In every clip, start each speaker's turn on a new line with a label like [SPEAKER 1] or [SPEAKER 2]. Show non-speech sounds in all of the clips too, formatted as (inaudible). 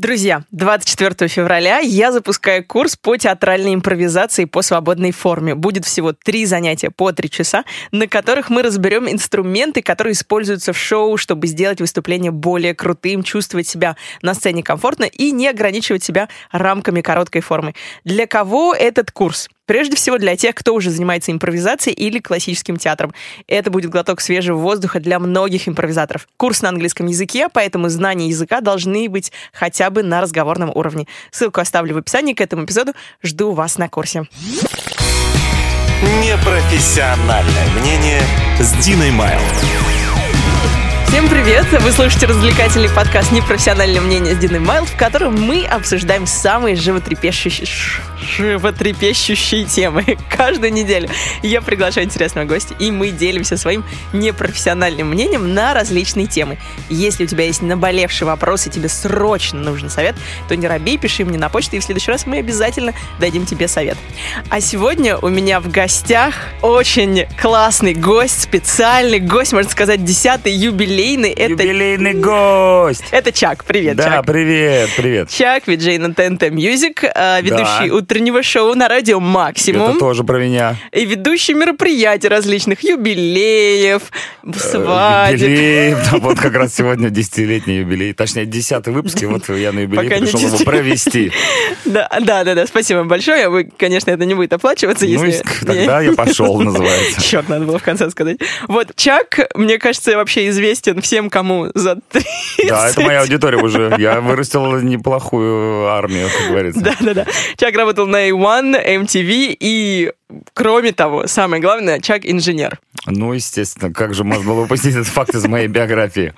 [SPEAKER 1] Друзья, 24 февраля я запускаю курс по театральной импровизации по свободной форме. Будет всего три занятия по три часа, на которых мы разберем инструменты, которые используются в шоу, чтобы сделать выступление более крутым, чувствовать себя на сцене комфортно и не ограничивать себя рамками короткой формы. Для кого этот курс? Прежде всего для тех, кто уже занимается импровизацией или классическим театром. Это будет глоток свежего воздуха для многих импровизаторов. Курс на английском языке, поэтому знания языка должны быть хотя бы на разговорном уровне. Ссылку оставлю в описании к этому эпизоду. Жду вас на курсе.
[SPEAKER 2] Непрофессиональное мнение с Диной Майл.
[SPEAKER 1] Всем привет! Вы слушаете развлекательный подкаст «Непрофессиональное мнение» с Диной Майл, в котором мы обсуждаем самые животрепещущие, ш- животрепещущие темы (laughs) каждую неделю. Я приглашаю интересного гостя, и мы делимся своим непрофессиональным мнением на различные темы. Если у тебя есть наболевший вопрос, и тебе срочно нужен совет, то не робей, пиши мне на почту, и в следующий раз мы обязательно дадим тебе совет. А сегодня у меня в гостях очень классный гость, специальный гость, можно сказать, десятый юбилей юбилейный. Это,
[SPEAKER 3] Юбилейный гость.
[SPEAKER 1] это Чак. Привет,
[SPEAKER 3] да,
[SPEAKER 1] Чак.
[SPEAKER 3] привет, привет.
[SPEAKER 1] Чак, виджей на ТНТ Мьюзик, э, ведущий
[SPEAKER 3] Да.
[SPEAKER 1] утреннего шоу на радио «Максимум»
[SPEAKER 3] Это тоже про меня.
[SPEAKER 1] и ведущий мероприятий различных, юбилеев, свадеб.
[SPEAKER 3] Э, Юбилей. (laughs) Да, вот как раз сегодня десятилетний юбилей. Точнее, десятый выпуск, и вот я на юбилей
[SPEAKER 1] Пока не
[SPEAKER 3] пришел его
[SPEAKER 1] 10. (laughs)
[SPEAKER 3] провести.
[SPEAKER 1] Да, да, да, да, спасибо вам большое. Вы, конечно, это не будет оплачиваться,
[SPEAKER 3] Ну, и
[SPEAKER 1] если...
[SPEAKER 3] ск- тогда
[SPEAKER 1] (laughs)
[SPEAKER 3] я пошел, называется.
[SPEAKER 1] Черт, надо было в конце сказать. Вот, Чак, мне кажется, вообще известен всем, кому за 30.
[SPEAKER 3] Да, это моя аудитория уже. Я вырастил неплохую армию,
[SPEAKER 1] (laughs)
[SPEAKER 3] как говорится.
[SPEAKER 1] Да, да, да. Чак работал на A1, MTV и, кроме того, самое главное, Чак инженер.
[SPEAKER 3] Ну, естественно, как же можно было упустить этот факт из моей биографии?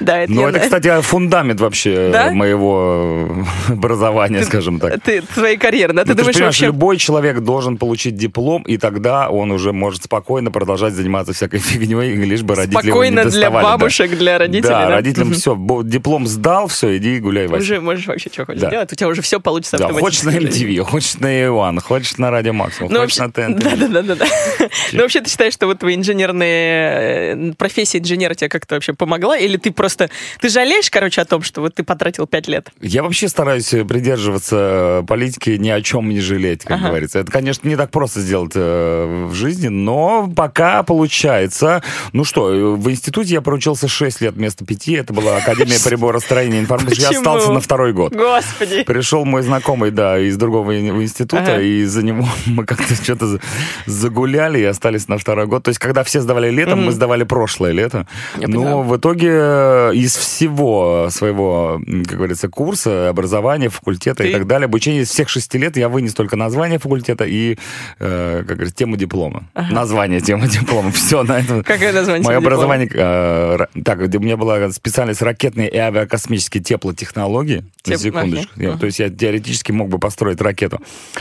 [SPEAKER 1] Да, это
[SPEAKER 3] Ну,
[SPEAKER 1] я
[SPEAKER 3] это,
[SPEAKER 1] знаю.
[SPEAKER 3] кстати, фундамент вообще э,
[SPEAKER 1] Да?
[SPEAKER 3] моего э, образования, скажем так.
[SPEAKER 1] (laughs) Ты твоей карьеры, да? Ты
[SPEAKER 3] Ну, ты же
[SPEAKER 1] думаешь
[SPEAKER 3] понимаешь,
[SPEAKER 1] вообще...
[SPEAKER 3] любой человек должен получить диплом, и тогда он уже может спокойно продолжать заниматься всякой (laughs) фигней, лишь бы родители его не
[SPEAKER 1] Спокойно для
[SPEAKER 3] доставали, да.
[SPEAKER 1] бабушек, для родителей,
[SPEAKER 3] Да,
[SPEAKER 1] да?
[SPEAKER 3] родителям все, бо- диплом сдал, все, иди гуляй, Вася.
[SPEAKER 1] Уже можешь вообще что хочешь
[SPEAKER 3] Да.
[SPEAKER 1] делать, у тебя уже все получится
[SPEAKER 3] Да, хочешь
[SPEAKER 1] автоматически.
[SPEAKER 3] на MTV, хочешь на Иван, хочешь на Радио Максимум,
[SPEAKER 1] Ну,
[SPEAKER 3] хочешь
[SPEAKER 1] вообще,
[SPEAKER 3] на ТНТ.
[SPEAKER 1] да, да, да, да, да.
[SPEAKER 3] (laughs)
[SPEAKER 1] Ну, вообще, ты считаешь, что вот твоя инженерная э, профессия инженера тебе как-то вообще помогла? Или ты просто... Ты жалеешь, короче, о том, что вот ты потратил пять лет?
[SPEAKER 3] Я вообще стараюсь э, придерживаться э, политики ни о чем не жалеть, как
[SPEAKER 1] Ага.
[SPEAKER 3] говорится. Это, конечно, не так просто сделать э, в жизни, но пока получается. Ну что, э, в институте я проучился 6 лет вместо 5. Это была Академия приборостроения и информатики. Я
[SPEAKER 1] Почему?
[SPEAKER 3] остался на второй год.
[SPEAKER 1] Господи!
[SPEAKER 3] Пришел мой знакомый, да, из другого ин- института,
[SPEAKER 1] Ага.
[SPEAKER 3] и за него (laughs) мы как-то что-то за- загуляли и остались на второй год. То есть, когда все сдавали летом, мы сдавали прошлое лето.
[SPEAKER 1] Я поняла.
[SPEAKER 3] Но в итоге э, из всего своего, м, как говорится, курса, образования, факультета
[SPEAKER 1] Ты-
[SPEAKER 3] и так далее, обучение из всех шести лет я вынес только название факультета и, э, как говорится, тему диплома. Название темы диплома. (laughs) Все на этом.
[SPEAKER 1] Какое название
[SPEAKER 3] Мое
[SPEAKER 1] тебе диплома?
[SPEAKER 3] образование... э, ра- Так, у меня была специальность ракетные и авиакосмические теплотехнологии.
[SPEAKER 1] Теп-
[SPEAKER 3] На секундочку.
[SPEAKER 1] окей.
[SPEAKER 3] Я- То есть я теоретически мог бы построить ракету.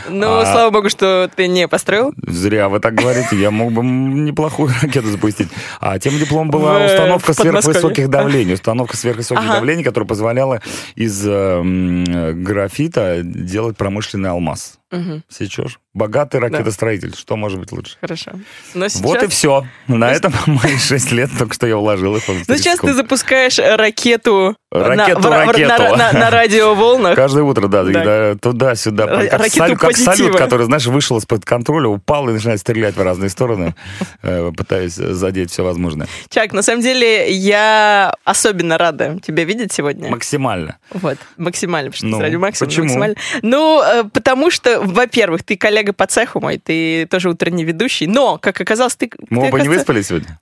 [SPEAKER 1] Ну,
[SPEAKER 3] А.
[SPEAKER 1] слава богу, что ты не построил.
[SPEAKER 3] Зря вы так говорите. Я мог бы м, неплохую (laughs) ракету запустить. А тем диплом была
[SPEAKER 1] В-
[SPEAKER 3] установка
[SPEAKER 1] в Подмосковье.
[SPEAKER 3] сверхвысоких давлений. Установка сверхвысоких
[SPEAKER 1] Ага.
[SPEAKER 3] давлений, которая позволяла из э, м, э, графита делать промышленный алмаз.
[SPEAKER 1] Мгм.
[SPEAKER 3] Сечешь? Богатый ракетостроитель. Что может быть лучше?
[SPEAKER 1] Хорошо. Но сейчас...
[SPEAKER 3] Вот и все. На этом (laughs) мои 6 лет только что я уложил их. в
[SPEAKER 1] Ну,
[SPEAKER 3] 30
[SPEAKER 1] сейчас ты
[SPEAKER 3] секунд.
[SPEAKER 1] запускаешь э, ракету, на-
[SPEAKER 3] Ракету,
[SPEAKER 1] в ра- в ра-
[SPEAKER 3] ракету.
[SPEAKER 1] на, на- на радиоволнах.
[SPEAKER 3] Каждое утро, да, да, туда-сюда.
[SPEAKER 1] Ра-
[SPEAKER 3] Как,
[SPEAKER 1] ракету
[SPEAKER 3] салют- как салют,
[SPEAKER 1] позитива.
[SPEAKER 3] который, знаешь, вышел из-под контроля, упал и начинает стрелять в
[SPEAKER 1] (laughs)
[SPEAKER 3] разные стороны, э, пытаясь задеть все возможное.
[SPEAKER 1] Чак, на самом деле, я особенно рада тебя видеть сегодня.
[SPEAKER 3] Максимально.
[SPEAKER 1] Вот, максимально, потому что
[SPEAKER 3] Ну,
[SPEAKER 1] ты с радио Максимум,
[SPEAKER 3] почему?
[SPEAKER 1] максимально. Ну, э, потому что, во-первых, ты коллега по цеху мой, ты тоже утренний ведущий, но, как оказалось, ты...
[SPEAKER 3] Мы
[SPEAKER 1] ты,
[SPEAKER 3] оба не
[SPEAKER 1] оказывается-
[SPEAKER 3] выспались сегодня?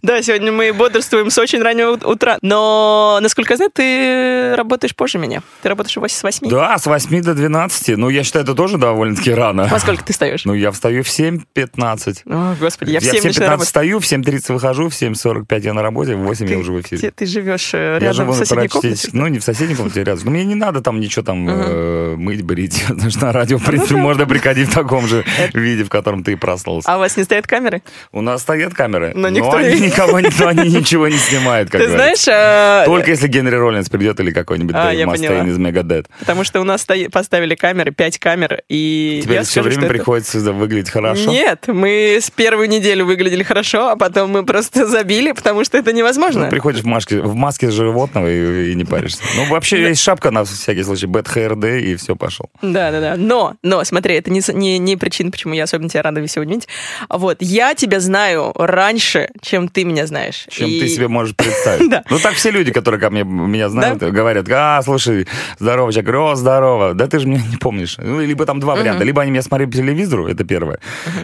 [SPEAKER 1] Да, сегодня мы бодрствуем с очень раннего ут- утра, но, насколько я знаю, ты работаешь позже меня. Ты работаешь вось- с 8.
[SPEAKER 3] Да, с 8 до 12. Ну, я считаю, это тоже довольно-таки рано.
[SPEAKER 1] Во сколько ты встаешь?
[SPEAKER 3] (laughs) Ну, я встаю в 7.15.
[SPEAKER 1] О, господи, я, в 7
[SPEAKER 3] 7.15
[SPEAKER 1] начинаю работать.
[SPEAKER 3] встаю, в 7.30 выхожу, в 7.45 я на работе, в 8 я уже в
[SPEAKER 1] Где
[SPEAKER 3] эфире.
[SPEAKER 1] ты живешь э,
[SPEAKER 3] Я
[SPEAKER 1] рядом
[SPEAKER 3] живу
[SPEAKER 1] в соседней комнате?
[SPEAKER 3] практически- Ну, не в соседней комнате, рядом. Ну, Мне не надо там ничего там э, мыть, брить. (laughs) Потому что на радио,
[SPEAKER 1] Ну,
[SPEAKER 3] в принципе,
[SPEAKER 1] (laughs)
[SPEAKER 3] можно приходить в таком же виде, в котором ты и проснулся.
[SPEAKER 1] А у вас не стоят камеры?
[SPEAKER 3] У нас стоят камеры,
[SPEAKER 1] Но
[SPEAKER 3] но,
[SPEAKER 1] никто
[SPEAKER 3] Но
[SPEAKER 1] которые...
[SPEAKER 3] они никого, не- но они ничего не снимают, как
[SPEAKER 1] Ты
[SPEAKER 3] говорится.
[SPEAKER 1] знаешь, э,
[SPEAKER 3] Только если Генри Роллинс придет или какой-нибудь
[SPEAKER 1] А,
[SPEAKER 3] Дэйв
[SPEAKER 1] я
[SPEAKER 3] Мастейн
[SPEAKER 1] поняла.
[SPEAKER 3] из Мегадет.
[SPEAKER 1] потому что у нас стои- поставили камеры, пять камер, и
[SPEAKER 3] Тебе
[SPEAKER 1] я
[SPEAKER 3] все
[SPEAKER 1] скажу,
[SPEAKER 3] время
[SPEAKER 1] что это-
[SPEAKER 3] приходится да, выглядеть хорошо.
[SPEAKER 1] Нет, мы с первой недели выглядели хорошо, а потом мы просто (laughs) забили, потому что это невозможно.
[SPEAKER 3] Ну, приходишь в маске, в маске животного и, и не паришься. Ну, вообще есть шапка на всякий случай, Бэт ХРД, и все, пошел.
[SPEAKER 1] Да, да, да. Но, но, смотри, это не, с- не, не причина, почему я особенно тебя рада сегодня видеть. Вот, я тебя знаю раньше, чем ты меня знаешь.
[SPEAKER 3] Чем
[SPEAKER 1] И-
[SPEAKER 3] ты
[SPEAKER 1] (laughs)
[SPEAKER 3] себе можешь представить.
[SPEAKER 1] Да.
[SPEAKER 3] Ну, так все люди, которые ко мне меня знают, говорят, а, слушай, здорово, человек, о, здорово. Да ты же меня не помнишь. Ну, и либо там два варианта. Либо они меня смотрели по телевизору, это первое.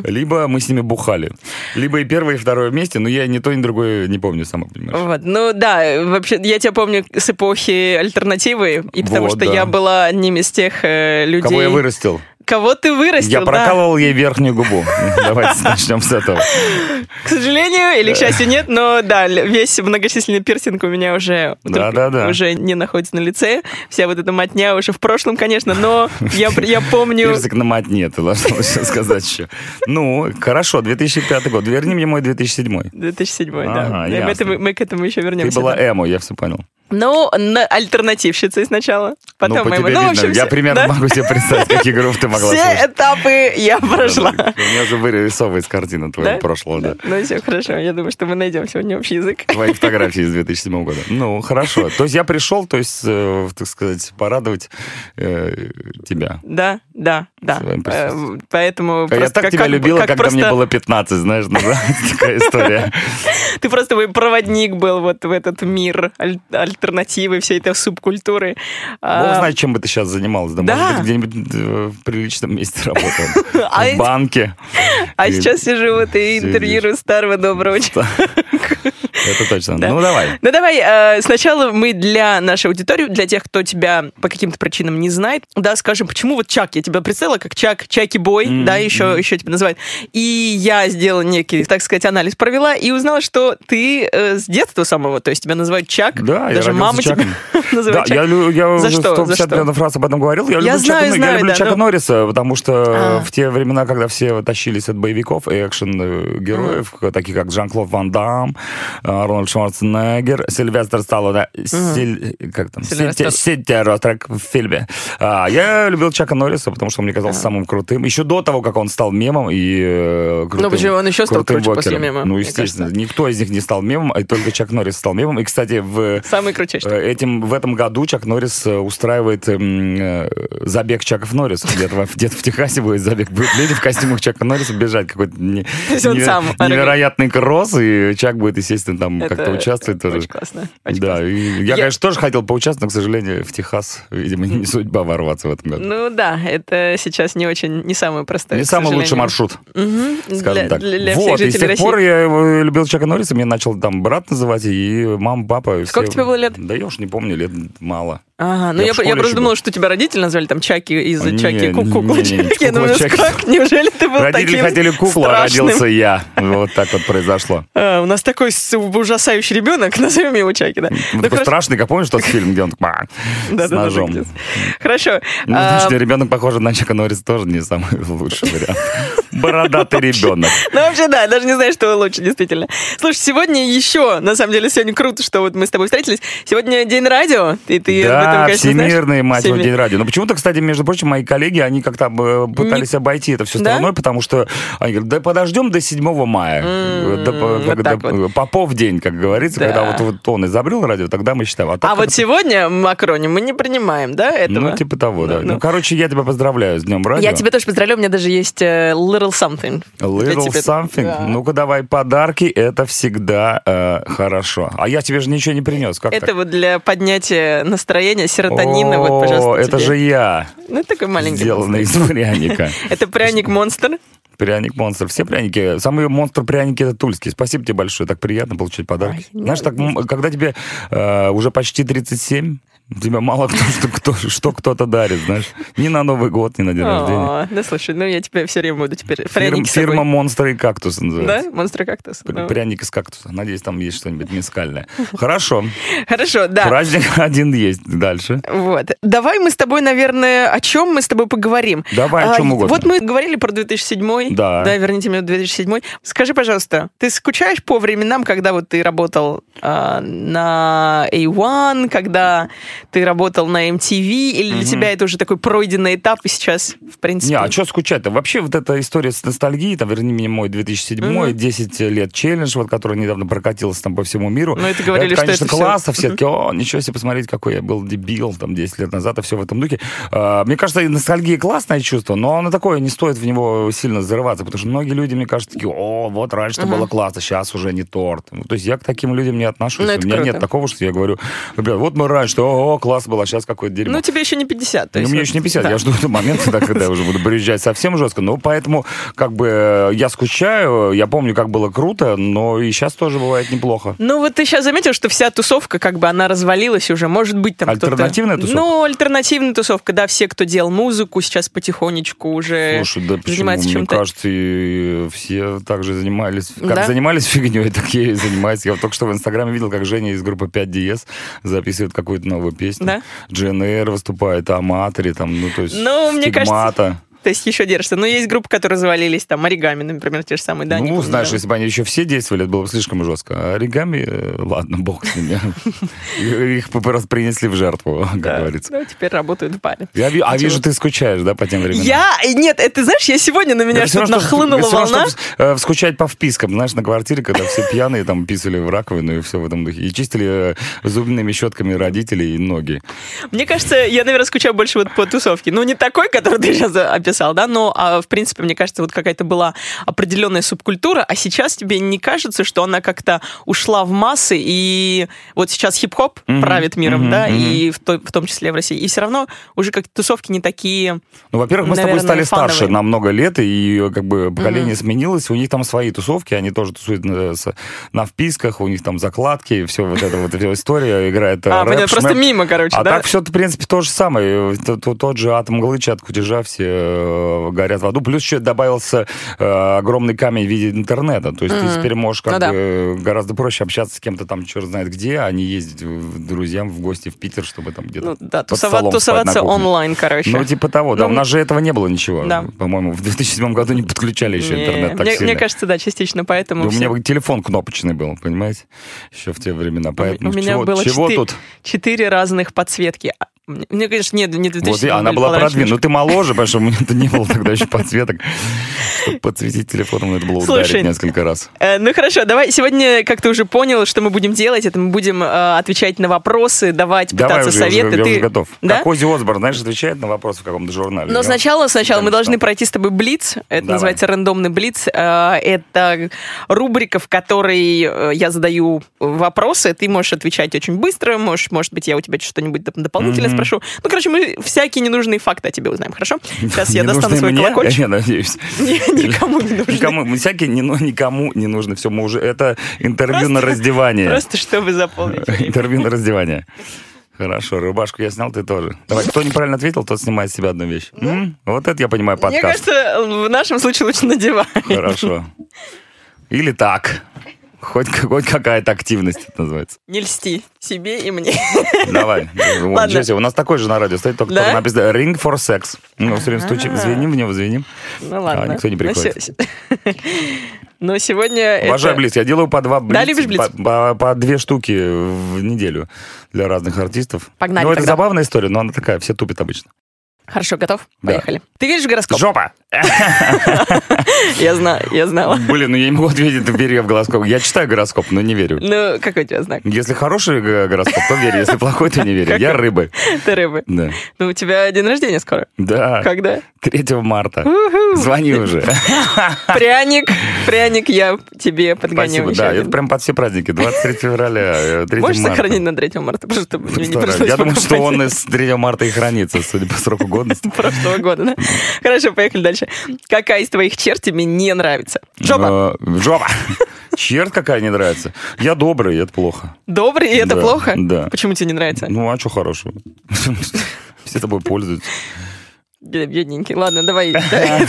[SPEAKER 3] Либо мы с ними бухали. Либо и первое, и второе вместе, но я ни то, ни другое не помню, сама понимаешь.
[SPEAKER 1] Вот, ну да, э, вообще, я тебя помню с эпохи альтернативы, и потому
[SPEAKER 3] Вот,
[SPEAKER 1] что
[SPEAKER 3] да.
[SPEAKER 1] я была одним из тех э, людей...
[SPEAKER 3] Кого я вырастил?
[SPEAKER 1] Кого ты вырастил,
[SPEAKER 3] Я
[SPEAKER 1] да.
[SPEAKER 3] прокалывал ей верхнюю губу. (laughs) Давайте начнем с этого.
[SPEAKER 1] К сожалению или к счастью нет, но да, л- весь многочисленный пирсинг у меня уже,
[SPEAKER 3] Да, да, да.
[SPEAKER 1] уже не находится на лице. Вся вот эта мотня уже в прошлом, конечно, но я, пр- я помню...
[SPEAKER 3] Пирсик на мать нет, ты должна (laughs) сейчас сказать еще. Ну, хорошо, 2005 год. Верни мне мой 2007.
[SPEAKER 1] 2007, да.
[SPEAKER 3] Ага,
[SPEAKER 1] И мы, это-
[SPEAKER 3] ясно.
[SPEAKER 1] мы к этому еще
[SPEAKER 3] Ты
[SPEAKER 1] вернемся.
[SPEAKER 3] была
[SPEAKER 1] да.
[SPEAKER 3] эмо, я все понял.
[SPEAKER 1] Ну, на- альтернативщицей сначала, потом
[SPEAKER 3] ну, по
[SPEAKER 1] мы-
[SPEAKER 3] тебе
[SPEAKER 1] ну, в
[SPEAKER 3] видно.
[SPEAKER 1] общем,
[SPEAKER 3] я
[SPEAKER 1] все-
[SPEAKER 3] примерно
[SPEAKER 1] да?
[SPEAKER 3] могу себе представить,
[SPEAKER 1] (laughs)
[SPEAKER 3] какие группы ты могла
[SPEAKER 1] Все
[SPEAKER 3] слушать.
[SPEAKER 1] этапы я прошла.
[SPEAKER 3] Да, У меня уже вырисовывается картина твоего
[SPEAKER 1] Да?
[SPEAKER 3] прошлого, да.
[SPEAKER 1] Ну все, хорошо. Я думаю, что мы найдем сегодня общий язык.
[SPEAKER 3] Твои фотографии из 2007 года. Ну, хорошо. То есть я пришел, то есть, э, так сказать, порадовать э, тебя.
[SPEAKER 1] Да, да, да.
[SPEAKER 3] Своим присутствием.
[SPEAKER 1] Э, Поэтому
[SPEAKER 3] я
[SPEAKER 1] просто
[SPEAKER 3] так
[SPEAKER 1] как-
[SPEAKER 3] тебя
[SPEAKER 1] как бы-
[SPEAKER 3] любила,
[SPEAKER 1] как
[SPEAKER 3] когда мне
[SPEAKER 1] просто-
[SPEAKER 3] было 15, знаешь, ну, да, (laughs)
[SPEAKER 1] (laughs)
[SPEAKER 3] такая история.
[SPEAKER 1] Ты просто мой проводник был вот в этот мир аль- альтернативы, всей этой субкультуры.
[SPEAKER 3] Бог
[SPEAKER 1] А,
[SPEAKER 3] знает, чем бы ты сейчас занималась. Да,
[SPEAKER 1] Да.
[SPEAKER 3] может быть, где-нибудь э, в приличном
[SPEAKER 1] (laughs)
[SPEAKER 3] месте работала.
[SPEAKER 1] А
[SPEAKER 3] В
[SPEAKER 1] эти-
[SPEAKER 3] банке.
[SPEAKER 1] а
[SPEAKER 3] и
[SPEAKER 1] сейчас сижу вот и
[SPEAKER 3] сидишь.
[SPEAKER 1] интервьюирую старого доброго человека.
[SPEAKER 3] Это точно.
[SPEAKER 1] Да.
[SPEAKER 3] Ну, давай.
[SPEAKER 1] Ну давай, э, сначала мы для нашей аудитории, для тех, кто тебя по каким-то причинам не знает, да, скажем, почему вот Чак, я тебя представила как Чак, Чаки Бой,
[SPEAKER 3] Мгм,
[SPEAKER 1] да, еще, еще тебя называют. И я сделала некий, так сказать, анализ провела и узнала, что ты э, с детства самого, то есть тебя называют Чак,
[SPEAKER 3] Да, я
[SPEAKER 1] даже
[SPEAKER 3] родился
[SPEAKER 1] мама
[SPEAKER 3] Чаком.
[SPEAKER 1] тебя (laughs)
[SPEAKER 3] Да,
[SPEAKER 1] называет
[SPEAKER 3] я,
[SPEAKER 1] Чак.
[SPEAKER 3] лю- я
[SPEAKER 1] За
[SPEAKER 3] уже
[SPEAKER 1] что? За
[SPEAKER 3] 150
[SPEAKER 1] что?
[SPEAKER 3] миллионов раз об этом говорил. Я,
[SPEAKER 1] Я
[SPEAKER 3] люблю,
[SPEAKER 1] знаю,
[SPEAKER 3] Чака, Нор- я
[SPEAKER 1] знаю,
[SPEAKER 3] люблю
[SPEAKER 1] да,
[SPEAKER 3] Чака
[SPEAKER 1] но-
[SPEAKER 3] Норриса, потому что
[SPEAKER 1] А.
[SPEAKER 3] в те времена, когда все тащились от боевиков и экшен-героев, таких как Жан-Клод Ван Дам, Арнольд Шварценеггер, Сильвестр Сталлоне, Силь- как там?
[SPEAKER 1] Сильвестр.
[SPEAKER 3] Сильте- Сильте Роттрек в фильме. А, Я любил Чака Норриса, потому что он мне
[SPEAKER 1] А.
[SPEAKER 3] казался самым крутым. Еще до того, как он стал мемом и э,
[SPEAKER 1] Ну,
[SPEAKER 3] крутым
[SPEAKER 1] почему он еще стал
[SPEAKER 3] крутым
[SPEAKER 1] круче после
[SPEAKER 3] вокером.
[SPEAKER 1] мема,
[SPEAKER 3] Ну,
[SPEAKER 1] мне
[SPEAKER 3] естественно. Никто из них не стал мемом, а только Чак Норрис стал мемом. И, кстати, в
[SPEAKER 1] Самый крутейший.
[SPEAKER 3] Э, Этим, в этом году Чак Норрис э, устраивает эм, э, забег Чаков Норриса. Где-то во- где-то в Техасе будет забег. Будут люди в костюмах Чака Норриса бежать. Какой-то не-
[SPEAKER 1] есть он
[SPEAKER 3] неве-
[SPEAKER 1] сам
[SPEAKER 3] невероятный кросс. И Чак будет, естественно, там
[SPEAKER 1] Это
[SPEAKER 3] как-то участвовать тоже.
[SPEAKER 1] Очень классно. очень
[SPEAKER 3] да,
[SPEAKER 1] классно.
[SPEAKER 3] и я,
[SPEAKER 1] Я-
[SPEAKER 3] конечно, тоже хотел поучаствовать, но, к сожалению, в Техас, видимо, не судьба ворваться в этом году.
[SPEAKER 1] Ну да, это сейчас не очень, не самое простое.
[SPEAKER 3] не
[SPEAKER 1] к
[SPEAKER 3] самый лучший
[SPEAKER 1] сожалению.
[SPEAKER 3] маршрут,
[SPEAKER 1] Мгм.
[SPEAKER 3] скажем
[SPEAKER 1] Для,
[SPEAKER 3] так.
[SPEAKER 1] для- для
[SPEAKER 3] вот,
[SPEAKER 1] всех
[SPEAKER 3] и с
[SPEAKER 1] жителей
[SPEAKER 3] тех
[SPEAKER 1] России.
[SPEAKER 3] пор я его любил Чака Норриса, меня начал там брат называть, и мама, папа. и
[SPEAKER 1] Сколько
[SPEAKER 3] все-
[SPEAKER 1] тебе было лет?
[SPEAKER 3] Да я уж не помню, лет мало.
[SPEAKER 1] Ага, ну
[SPEAKER 3] Я
[SPEAKER 1] я,
[SPEAKER 3] в
[SPEAKER 1] про- я
[SPEAKER 3] школе
[SPEAKER 1] просто
[SPEAKER 3] еще
[SPEAKER 1] думала, что тебя родители назвали там Чаки из-за
[SPEAKER 3] Не,
[SPEAKER 1] Чаки
[SPEAKER 3] не,
[SPEAKER 1] ку- кукла
[SPEAKER 3] не, не,
[SPEAKER 1] Чаки.
[SPEAKER 3] кукла
[SPEAKER 1] Я думаю,
[SPEAKER 3] Чаки.
[SPEAKER 1] как? Неужели ты был
[SPEAKER 3] Родители
[SPEAKER 1] таким
[SPEAKER 3] хотели куклу, а
[SPEAKER 1] страшным?
[SPEAKER 3] родился я. Вот так вот произошло.
[SPEAKER 1] А, у нас такой с- ужасающий (laughs) ребенок, назовем его Чаки, да.
[SPEAKER 3] Ну,
[SPEAKER 1] Ну,
[SPEAKER 3] такой
[SPEAKER 1] хорошо.
[SPEAKER 3] страшный, как помнишь тот фильм, где он так, «Ма»,
[SPEAKER 1] Да,
[SPEAKER 3] с
[SPEAKER 1] да, да,
[SPEAKER 3] ножом?
[SPEAKER 1] да, где-то. Хорошо.
[SPEAKER 3] Ну,
[SPEAKER 1] А,
[SPEAKER 3] значит, ребенок, похоже, на Чака Норриса тоже не самый (laughs) лучший вариант. Бородатый ребенок.
[SPEAKER 1] Ну, вообще, да, даже не знаю, что лучше, действительно. Слушай, сегодня еще, на самом деле, сегодня круто, что вот мы с тобой встретились. Сегодня день радио, и ты об этом,
[SPEAKER 3] Да,
[SPEAKER 1] конечно, знаешь.
[SPEAKER 3] всемирный мать его
[SPEAKER 1] Всеми-
[SPEAKER 3] день радио. Но почему-то, кстати, между прочим, мои коллеги, они как-то э, пытались обойти это все
[SPEAKER 1] Да?
[SPEAKER 3] стороной, потому что они говорят, да подождем до 7 мая. Э,
[SPEAKER 1] М,
[SPEAKER 3] До по-
[SPEAKER 1] вот
[SPEAKER 3] как-
[SPEAKER 1] так
[SPEAKER 3] до-
[SPEAKER 1] вот.
[SPEAKER 3] Попов день, как говорится,
[SPEAKER 1] Да.
[SPEAKER 3] когда вот- вот он изобрел радио, тогда мы считаем. так
[SPEAKER 1] А
[SPEAKER 3] как-то
[SPEAKER 1] вот сегодня Макрони мы не принимаем, да, этого?
[SPEAKER 3] Ну, типа того, да.
[SPEAKER 1] Ну, ну.
[SPEAKER 3] Ну, короче, я тебя поздравляю с Днем Радио.
[SPEAKER 1] Я тебя тоже поздравляю, у меня даже есть э, Little Something. для
[SPEAKER 3] Little
[SPEAKER 1] тебя.
[SPEAKER 3] something. Ну,
[SPEAKER 1] Да.
[SPEAKER 3] Ну-ка, давай подарки. Это всегда э, хорошо. А я тебе же ничего не принес. Как
[SPEAKER 1] Это
[SPEAKER 3] так?
[SPEAKER 1] вот для поднятия настроения, серотонина,
[SPEAKER 3] О,
[SPEAKER 1] вот, пожалуйста,
[SPEAKER 3] это
[SPEAKER 1] тебе.
[SPEAKER 3] же я,
[SPEAKER 1] Ну, это такой маленький.
[SPEAKER 3] сделанный из
[SPEAKER 1] монстр. (laughs)
[SPEAKER 3] пряника.
[SPEAKER 1] Это пряник-монстр.
[SPEAKER 3] Пряник-монстр. Все пряники, самые монстр-пряники это тульские. Спасибо тебе большое, так приятно получать подарки.
[SPEAKER 1] Ой, ну,
[SPEAKER 3] Знаешь, так, м, когда тебе э, уже почти 37, Тебя мало кто, что, кто, что кто-то дарит, знаешь. Ни на Новый год, ни на день рождения.
[SPEAKER 1] О, да слушай, ну я тебе все время буду теперь
[SPEAKER 3] Фирм-
[SPEAKER 1] А, пряники с собой.
[SPEAKER 3] фирма «Монстры и кактус»
[SPEAKER 1] Да?
[SPEAKER 3] называется.
[SPEAKER 1] Монстры кактус. Ну,
[SPEAKER 3] Пря- Пряник из кактуса. Надеюсь, там есть
[SPEAKER 1] (laughs)
[SPEAKER 3] что-нибудь мискальное. Хорошо.
[SPEAKER 1] Хорошо, да.
[SPEAKER 3] Праздник (laughs) один есть. Дальше.
[SPEAKER 1] Вот. Давай мы с тобой, наверное, о чем мы с тобой поговорим.
[SPEAKER 3] Давай о
[SPEAKER 1] А,
[SPEAKER 3] чем угодно.
[SPEAKER 1] Вот мы говорили про 2007.
[SPEAKER 3] Да.
[SPEAKER 1] Да, верните меня в 2007. Скажи, пожалуйста, ты скучаешь по временам, когда вот ты работал а, на A1, когда ты работал на MTV, или для тебя это уже такой пройденный этап, и сейчас, в принципе...
[SPEAKER 3] Не, а что скучать-то? Вообще вот эта история с ностальгией, там, верни меня мой 2007
[SPEAKER 1] Мгм.
[SPEAKER 3] 10 лет челлендж, вот, который недавно прокатился там по всему миру.
[SPEAKER 1] Ну, это говорили, что
[SPEAKER 3] конечно,
[SPEAKER 1] это всё.
[SPEAKER 3] классно, все таки о, ничего себе, посмотреть, какой я был дебил там 10 лет назад, и все в этом духе. А, Мне кажется, и ностальгия классное чувство, но оно такое, не стоит в него сильно взрываться, потому что многие люди, мне кажется, такие, о, вот раньше это было классно, сейчас уже не торт. Ну, То есть я к таким людям не отношусь,
[SPEAKER 1] Ну,
[SPEAKER 3] у
[SPEAKER 1] это
[SPEAKER 3] меня
[SPEAKER 1] круто.
[SPEAKER 3] нет такого, что я говорю, ребят, вот мы раньше, о, класс было, а сейчас какое-то дерьмо.
[SPEAKER 1] Ну, тебе еще не 50. То
[SPEAKER 3] Ну,
[SPEAKER 1] есть
[SPEAKER 3] мне
[SPEAKER 1] вот-
[SPEAKER 3] еще не 50,
[SPEAKER 1] да.
[SPEAKER 3] я жду этого момента, да, когда я уже буду приезжать совсем жестко. Ну, поэтому, как бы, э, я скучаю, я помню, как было круто, но и сейчас тоже бывает неплохо.
[SPEAKER 1] Ну вот ты сейчас заметил, что вся тусовка, как бы она развалилась уже. Может быть, там кто-то-
[SPEAKER 3] Альтернативная тусовка?
[SPEAKER 1] Ну, альтернативная тусовка, да, все, кто делал музыку, сейчас потихонечку уже
[SPEAKER 3] Слушай, да почему?
[SPEAKER 1] Э, занимается
[SPEAKER 3] Мне
[SPEAKER 1] чем-то.
[SPEAKER 3] кажется, и все также занимались, как
[SPEAKER 1] Да?
[SPEAKER 3] занимались (laughs) фигней, так я и занимаюсь. Я вот только что в Инстаграме видел, как Женя из группы 5 DS записывает какую-то новую песню.
[SPEAKER 1] Да?
[SPEAKER 3] GNR выступает, Аматори, там, ну, то есть
[SPEAKER 1] Ну, мне кажется,
[SPEAKER 3] Стигмата.
[SPEAKER 1] То есть еще держится. Но есть группы, которые развалились, там, оригами, например, те же самые, да? они
[SPEAKER 3] ну,
[SPEAKER 1] помню,
[SPEAKER 3] знаешь,
[SPEAKER 1] да.
[SPEAKER 3] если бы они еще все действовали, это было бы слишком жестко. А оригами, э, ладно, бог
[SPEAKER 1] (laughs)
[SPEAKER 3] с ними. И- Их просто принесли в жертву, как
[SPEAKER 1] Да.
[SPEAKER 3] говорится.
[SPEAKER 1] Ну, теперь работают в паре.
[SPEAKER 3] Я ви- а
[SPEAKER 1] Ничего.
[SPEAKER 3] вижу, ты скучаешь, да, по тем временам?
[SPEAKER 1] Я... Нет, это, знаешь, я сегодня на меня
[SPEAKER 3] Это всё
[SPEAKER 1] что-то
[SPEAKER 3] равно, что-
[SPEAKER 1] нахлынула
[SPEAKER 3] всё равно,
[SPEAKER 1] волна.
[SPEAKER 3] что, э, скучать по впискам, знаешь, на квартире, когда все пьяные там писали в раковину и все в этом духе. И чистили э, зубными щетками родителей и ноги.
[SPEAKER 1] Мне кажется, я, наверное, скучаю больше вот по тусовке. Ну, не такой, который ты сейчас э, описал, да, но, а, в принципе, мне кажется, вот какая-то была определенная субкультура, а сейчас тебе не кажется, что она как-то ушла в массы, и вот сейчас хип-хоп
[SPEAKER 3] Мгм,
[SPEAKER 1] правит миром,
[SPEAKER 3] мгм,
[SPEAKER 1] да,
[SPEAKER 3] мгм.
[SPEAKER 1] и в, то- в том числе в России, и все равно уже как тусовки не такие...
[SPEAKER 3] Ну, во-первых, мы с
[SPEAKER 1] Наверное,
[SPEAKER 3] тобой стали старше
[SPEAKER 1] фановые.
[SPEAKER 3] на много лет, и э, как бы поколение сменилось, у них там свои тусовки, они тоже тусуют э, с- на вписках, у них там закладки, все вот эта вот эта история играет. э,
[SPEAKER 1] а,
[SPEAKER 3] рэп,
[SPEAKER 1] понятно, просто
[SPEAKER 3] шмэп.
[SPEAKER 1] мимо, короче,
[SPEAKER 3] А
[SPEAKER 1] да?
[SPEAKER 3] так все, в принципе, то же самое. Э, т- т- Тот же атом Галыча от Кутежа все э, горят в аду. Плюс еще добавился э, огромный камень в виде интернета. То есть ты
[SPEAKER 1] Мгм.
[SPEAKER 3] теперь можешь как
[SPEAKER 1] Ну да.
[SPEAKER 3] бы, э, гораздо проще общаться с кем-то там, черт знает где, а не ездить в- к друзьям в гости в Питер, чтобы там где-то
[SPEAKER 1] Ну, да,
[SPEAKER 3] под столом
[SPEAKER 1] тусова-
[SPEAKER 3] спать на
[SPEAKER 1] тусоваться
[SPEAKER 3] кухне.
[SPEAKER 1] онлайн, короче.
[SPEAKER 3] Ну, типа того, да.
[SPEAKER 1] Ну,
[SPEAKER 3] у нас же этого не было ничего.
[SPEAKER 1] Да.
[SPEAKER 3] По-моему, в 2007 году не подключали еще
[SPEAKER 1] Не,
[SPEAKER 3] интернет так
[SPEAKER 1] мне,
[SPEAKER 3] сильно.
[SPEAKER 1] мне кажется, да, частично поэтому...
[SPEAKER 3] Да у
[SPEAKER 1] все-
[SPEAKER 3] меня бы телефон кнопочный был, понимаете? Еще в те времена. Поэтому
[SPEAKER 1] у меня
[SPEAKER 3] чего,
[SPEAKER 1] было
[SPEAKER 3] чего
[SPEAKER 1] четы-
[SPEAKER 3] тут?
[SPEAKER 1] четыре разных подсветки. А, Мне, мне, конечно, нет, не 2000.
[SPEAKER 3] Вот и она была продвинута. Ну, ты моложе, потому что у меня не было тогда еще подсветок. Чтобы подсветить телефоном, надо было
[SPEAKER 1] Слушай,
[SPEAKER 3] ударить несколько раз.
[SPEAKER 1] Э, Ну хорошо, давай сегодня, как ты уже понял, что мы будем делать, это мы будем э, отвечать на вопросы, давать,
[SPEAKER 3] Давай
[SPEAKER 1] пытаться
[SPEAKER 3] уже, я уже-
[SPEAKER 1] советы.
[SPEAKER 3] я
[SPEAKER 1] ты...
[SPEAKER 3] уже готов.
[SPEAKER 1] Да?
[SPEAKER 3] Как Ози Осборн, знаешь, отвечает на вопросы в каком-то журнале.
[SPEAKER 1] Но
[SPEAKER 3] Я- (laughs)
[SPEAKER 1] сначала, сначала мы
[SPEAKER 3] Конечно.
[SPEAKER 1] должны пройти с тобой блиц. Это
[SPEAKER 3] Давай.
[SPEAKER 1] называется рандомный блиц. Э, Это рубрика, в которой э, я задаю вопросы. Ты можешь отвечать очень быстро. Можешь, может быть, я у тебя что-нибудь доп- дополнительно
[SPEAKER 3] Мгм.
[SPEAKER 1] спрошу. Ну, короче, мы всякие ненужные факты о тебе узнаем, хорошо? Сейчас я
[SPEAKER 3] Не
[SPEAKER 1] достану
[SPEAKER 3] нужны
[SPEAKER 1] свой
[SPEAKER 3] мне,
[SPEAKER 1] колокольчик.
[SPEAKER 3] Я надеюсь.
[SPEAKER 1] Не- Никому не (laughs) нужны.
[SPEAKER 3] Никому, мы всякие, не, ну, никому не нужно. Все, мы уже... Это интервью
[SPEAKER 1] (laughs)
[SPEAKER 3] на
[SPEAKER 1] Просто-
[SPEAKER 3] раздевание.
[SPEAKER 1] Просто чтобы заполнить. время.
[SPEAKER 3] (laughs) Интервью на раздевание. Хорошо, рубашку я снял, ты тоже. Давай, кто неправильно ответил, тот снимает с себя одну вещь. М? Вот это я понимаю
[SPEAKER 1] Ну? Мне
[SPEAKER 3] подкаст.
[SPEAKER 1] кажется, (laughs) в нашем случае лучше надевай.
[SPEAKER 3] Хорошо. Или так. Хоть, хоть какая-то активность это называется.
[SPEAKER 1] Не льсти себе и мне.
[SPEAKER 3] Давай. Вот,
[SPEAKER 1] Ладно.
[SPEAKER 3] ничего себе, у нас такой же на радио стоит, только
[SPEAKER 1] Да?
[SPEAKER 3] только написано «Ring for sex». Ну, все время стучим,
[SPEAKER 1] А.
[SPEAKER 3] звеним в него, звеним.
[SPEAKER 1] Ну ладно.
[SPEAKER 3] А, никто не
[SPEAKER 1] Ну,
[SPEAKER 3] приходит.
[SPEAKER 1] се- (laughs) Но сегодня
[SPEAKER 3] Обожаю
[SPEAKER 1] это...
[SPEAKER 3] блиц. Я делаю по два блиц,
[SPEAKER 1] любишь блиц?
[SPEAKER 3] По, по- по две штуки в неделю для разных артистов.
[SPEAKER 1] Погнали
[SPEAKER 3] Ну, это
[SPEAKER 1] тогда.
[SPEAKER 3] забавная история, но она такая, все тупят обычно.
[SPEAKER 1] Хорошо, готов?
[SPEAKER 3] Да.
[SPEAKER 1] Поехали. Ты веришь в гороскоп?
[SPEAKER 3] Жопа!
[SPEAKER 1] Я знаю, я знала.
[SPEAKER 3] Блин, ну я не могу ответить, ты верю я в гороскоп. Я читаю гороскоп, но не верю.
[SPEAKER 1] Ну, какой у тебя знак?
[SPEAKER 3] Если хороший г- гороскоп, то верю. Если плохой, то не верю. Я рыбы.
[SPEAKER 1] Ты рыбы.
[SPEAKER 3] Да.
[SPEAKER 1] Ну, у тебя день рождения скоро.
[SPEAKER 3] Да.
[SPEAKER 1] Когда?
[SPEAKER 3] 3 марта. Звони уже.
[SPEAKER 1] Пряник, пряник я тебе подгоню.
[SPEAKER 3] Спасибо.
[SPEAKER 1] еще
[SPEAKER 3] Да,
[SPEAKER 1] один.
[SPEAKER 3] это прям под все праздники. 23 февраля, э, 3
[SPEAKER 1] Можешь
[SPEAKER 3] марта.
[SPEAKER 1] сохранить на 3 марта, просто чтобы мне не
[SPEAKER 3] Стараюсь.
[SPEAKER 1] пришлось
[SPEAKER 3] Я думаю, что
[SPEAKER 1] покупать.
[SPEAKER 3] он с 3 марта и хранится, судя по сроку годности.
[SPEAKER 1] (laughs) прошлого года, да? Хорошо, поехали дальше. Какая из твоих черт тебе не нравится? Жопа.
[SPEAKER 3] Э, Жопа. Черт какая не нравится. Я добрый, и это плохо.
[SPEAKER 1] Добрый, и это
[SPEAKER 3] Да,
[SPEAKER 1] плохо?
[SPEAKER 3] да.
[SPEAKER 1] Почему тебе не нравится?
[SPEAKER 3] Ну, а что хорошего? Все тобой пользуются.
[SPEAKER 1] Бед- Бедненький. Ладно,
[SPEAKER 3] (laughs)
[SPEAKER 1] давай. давай.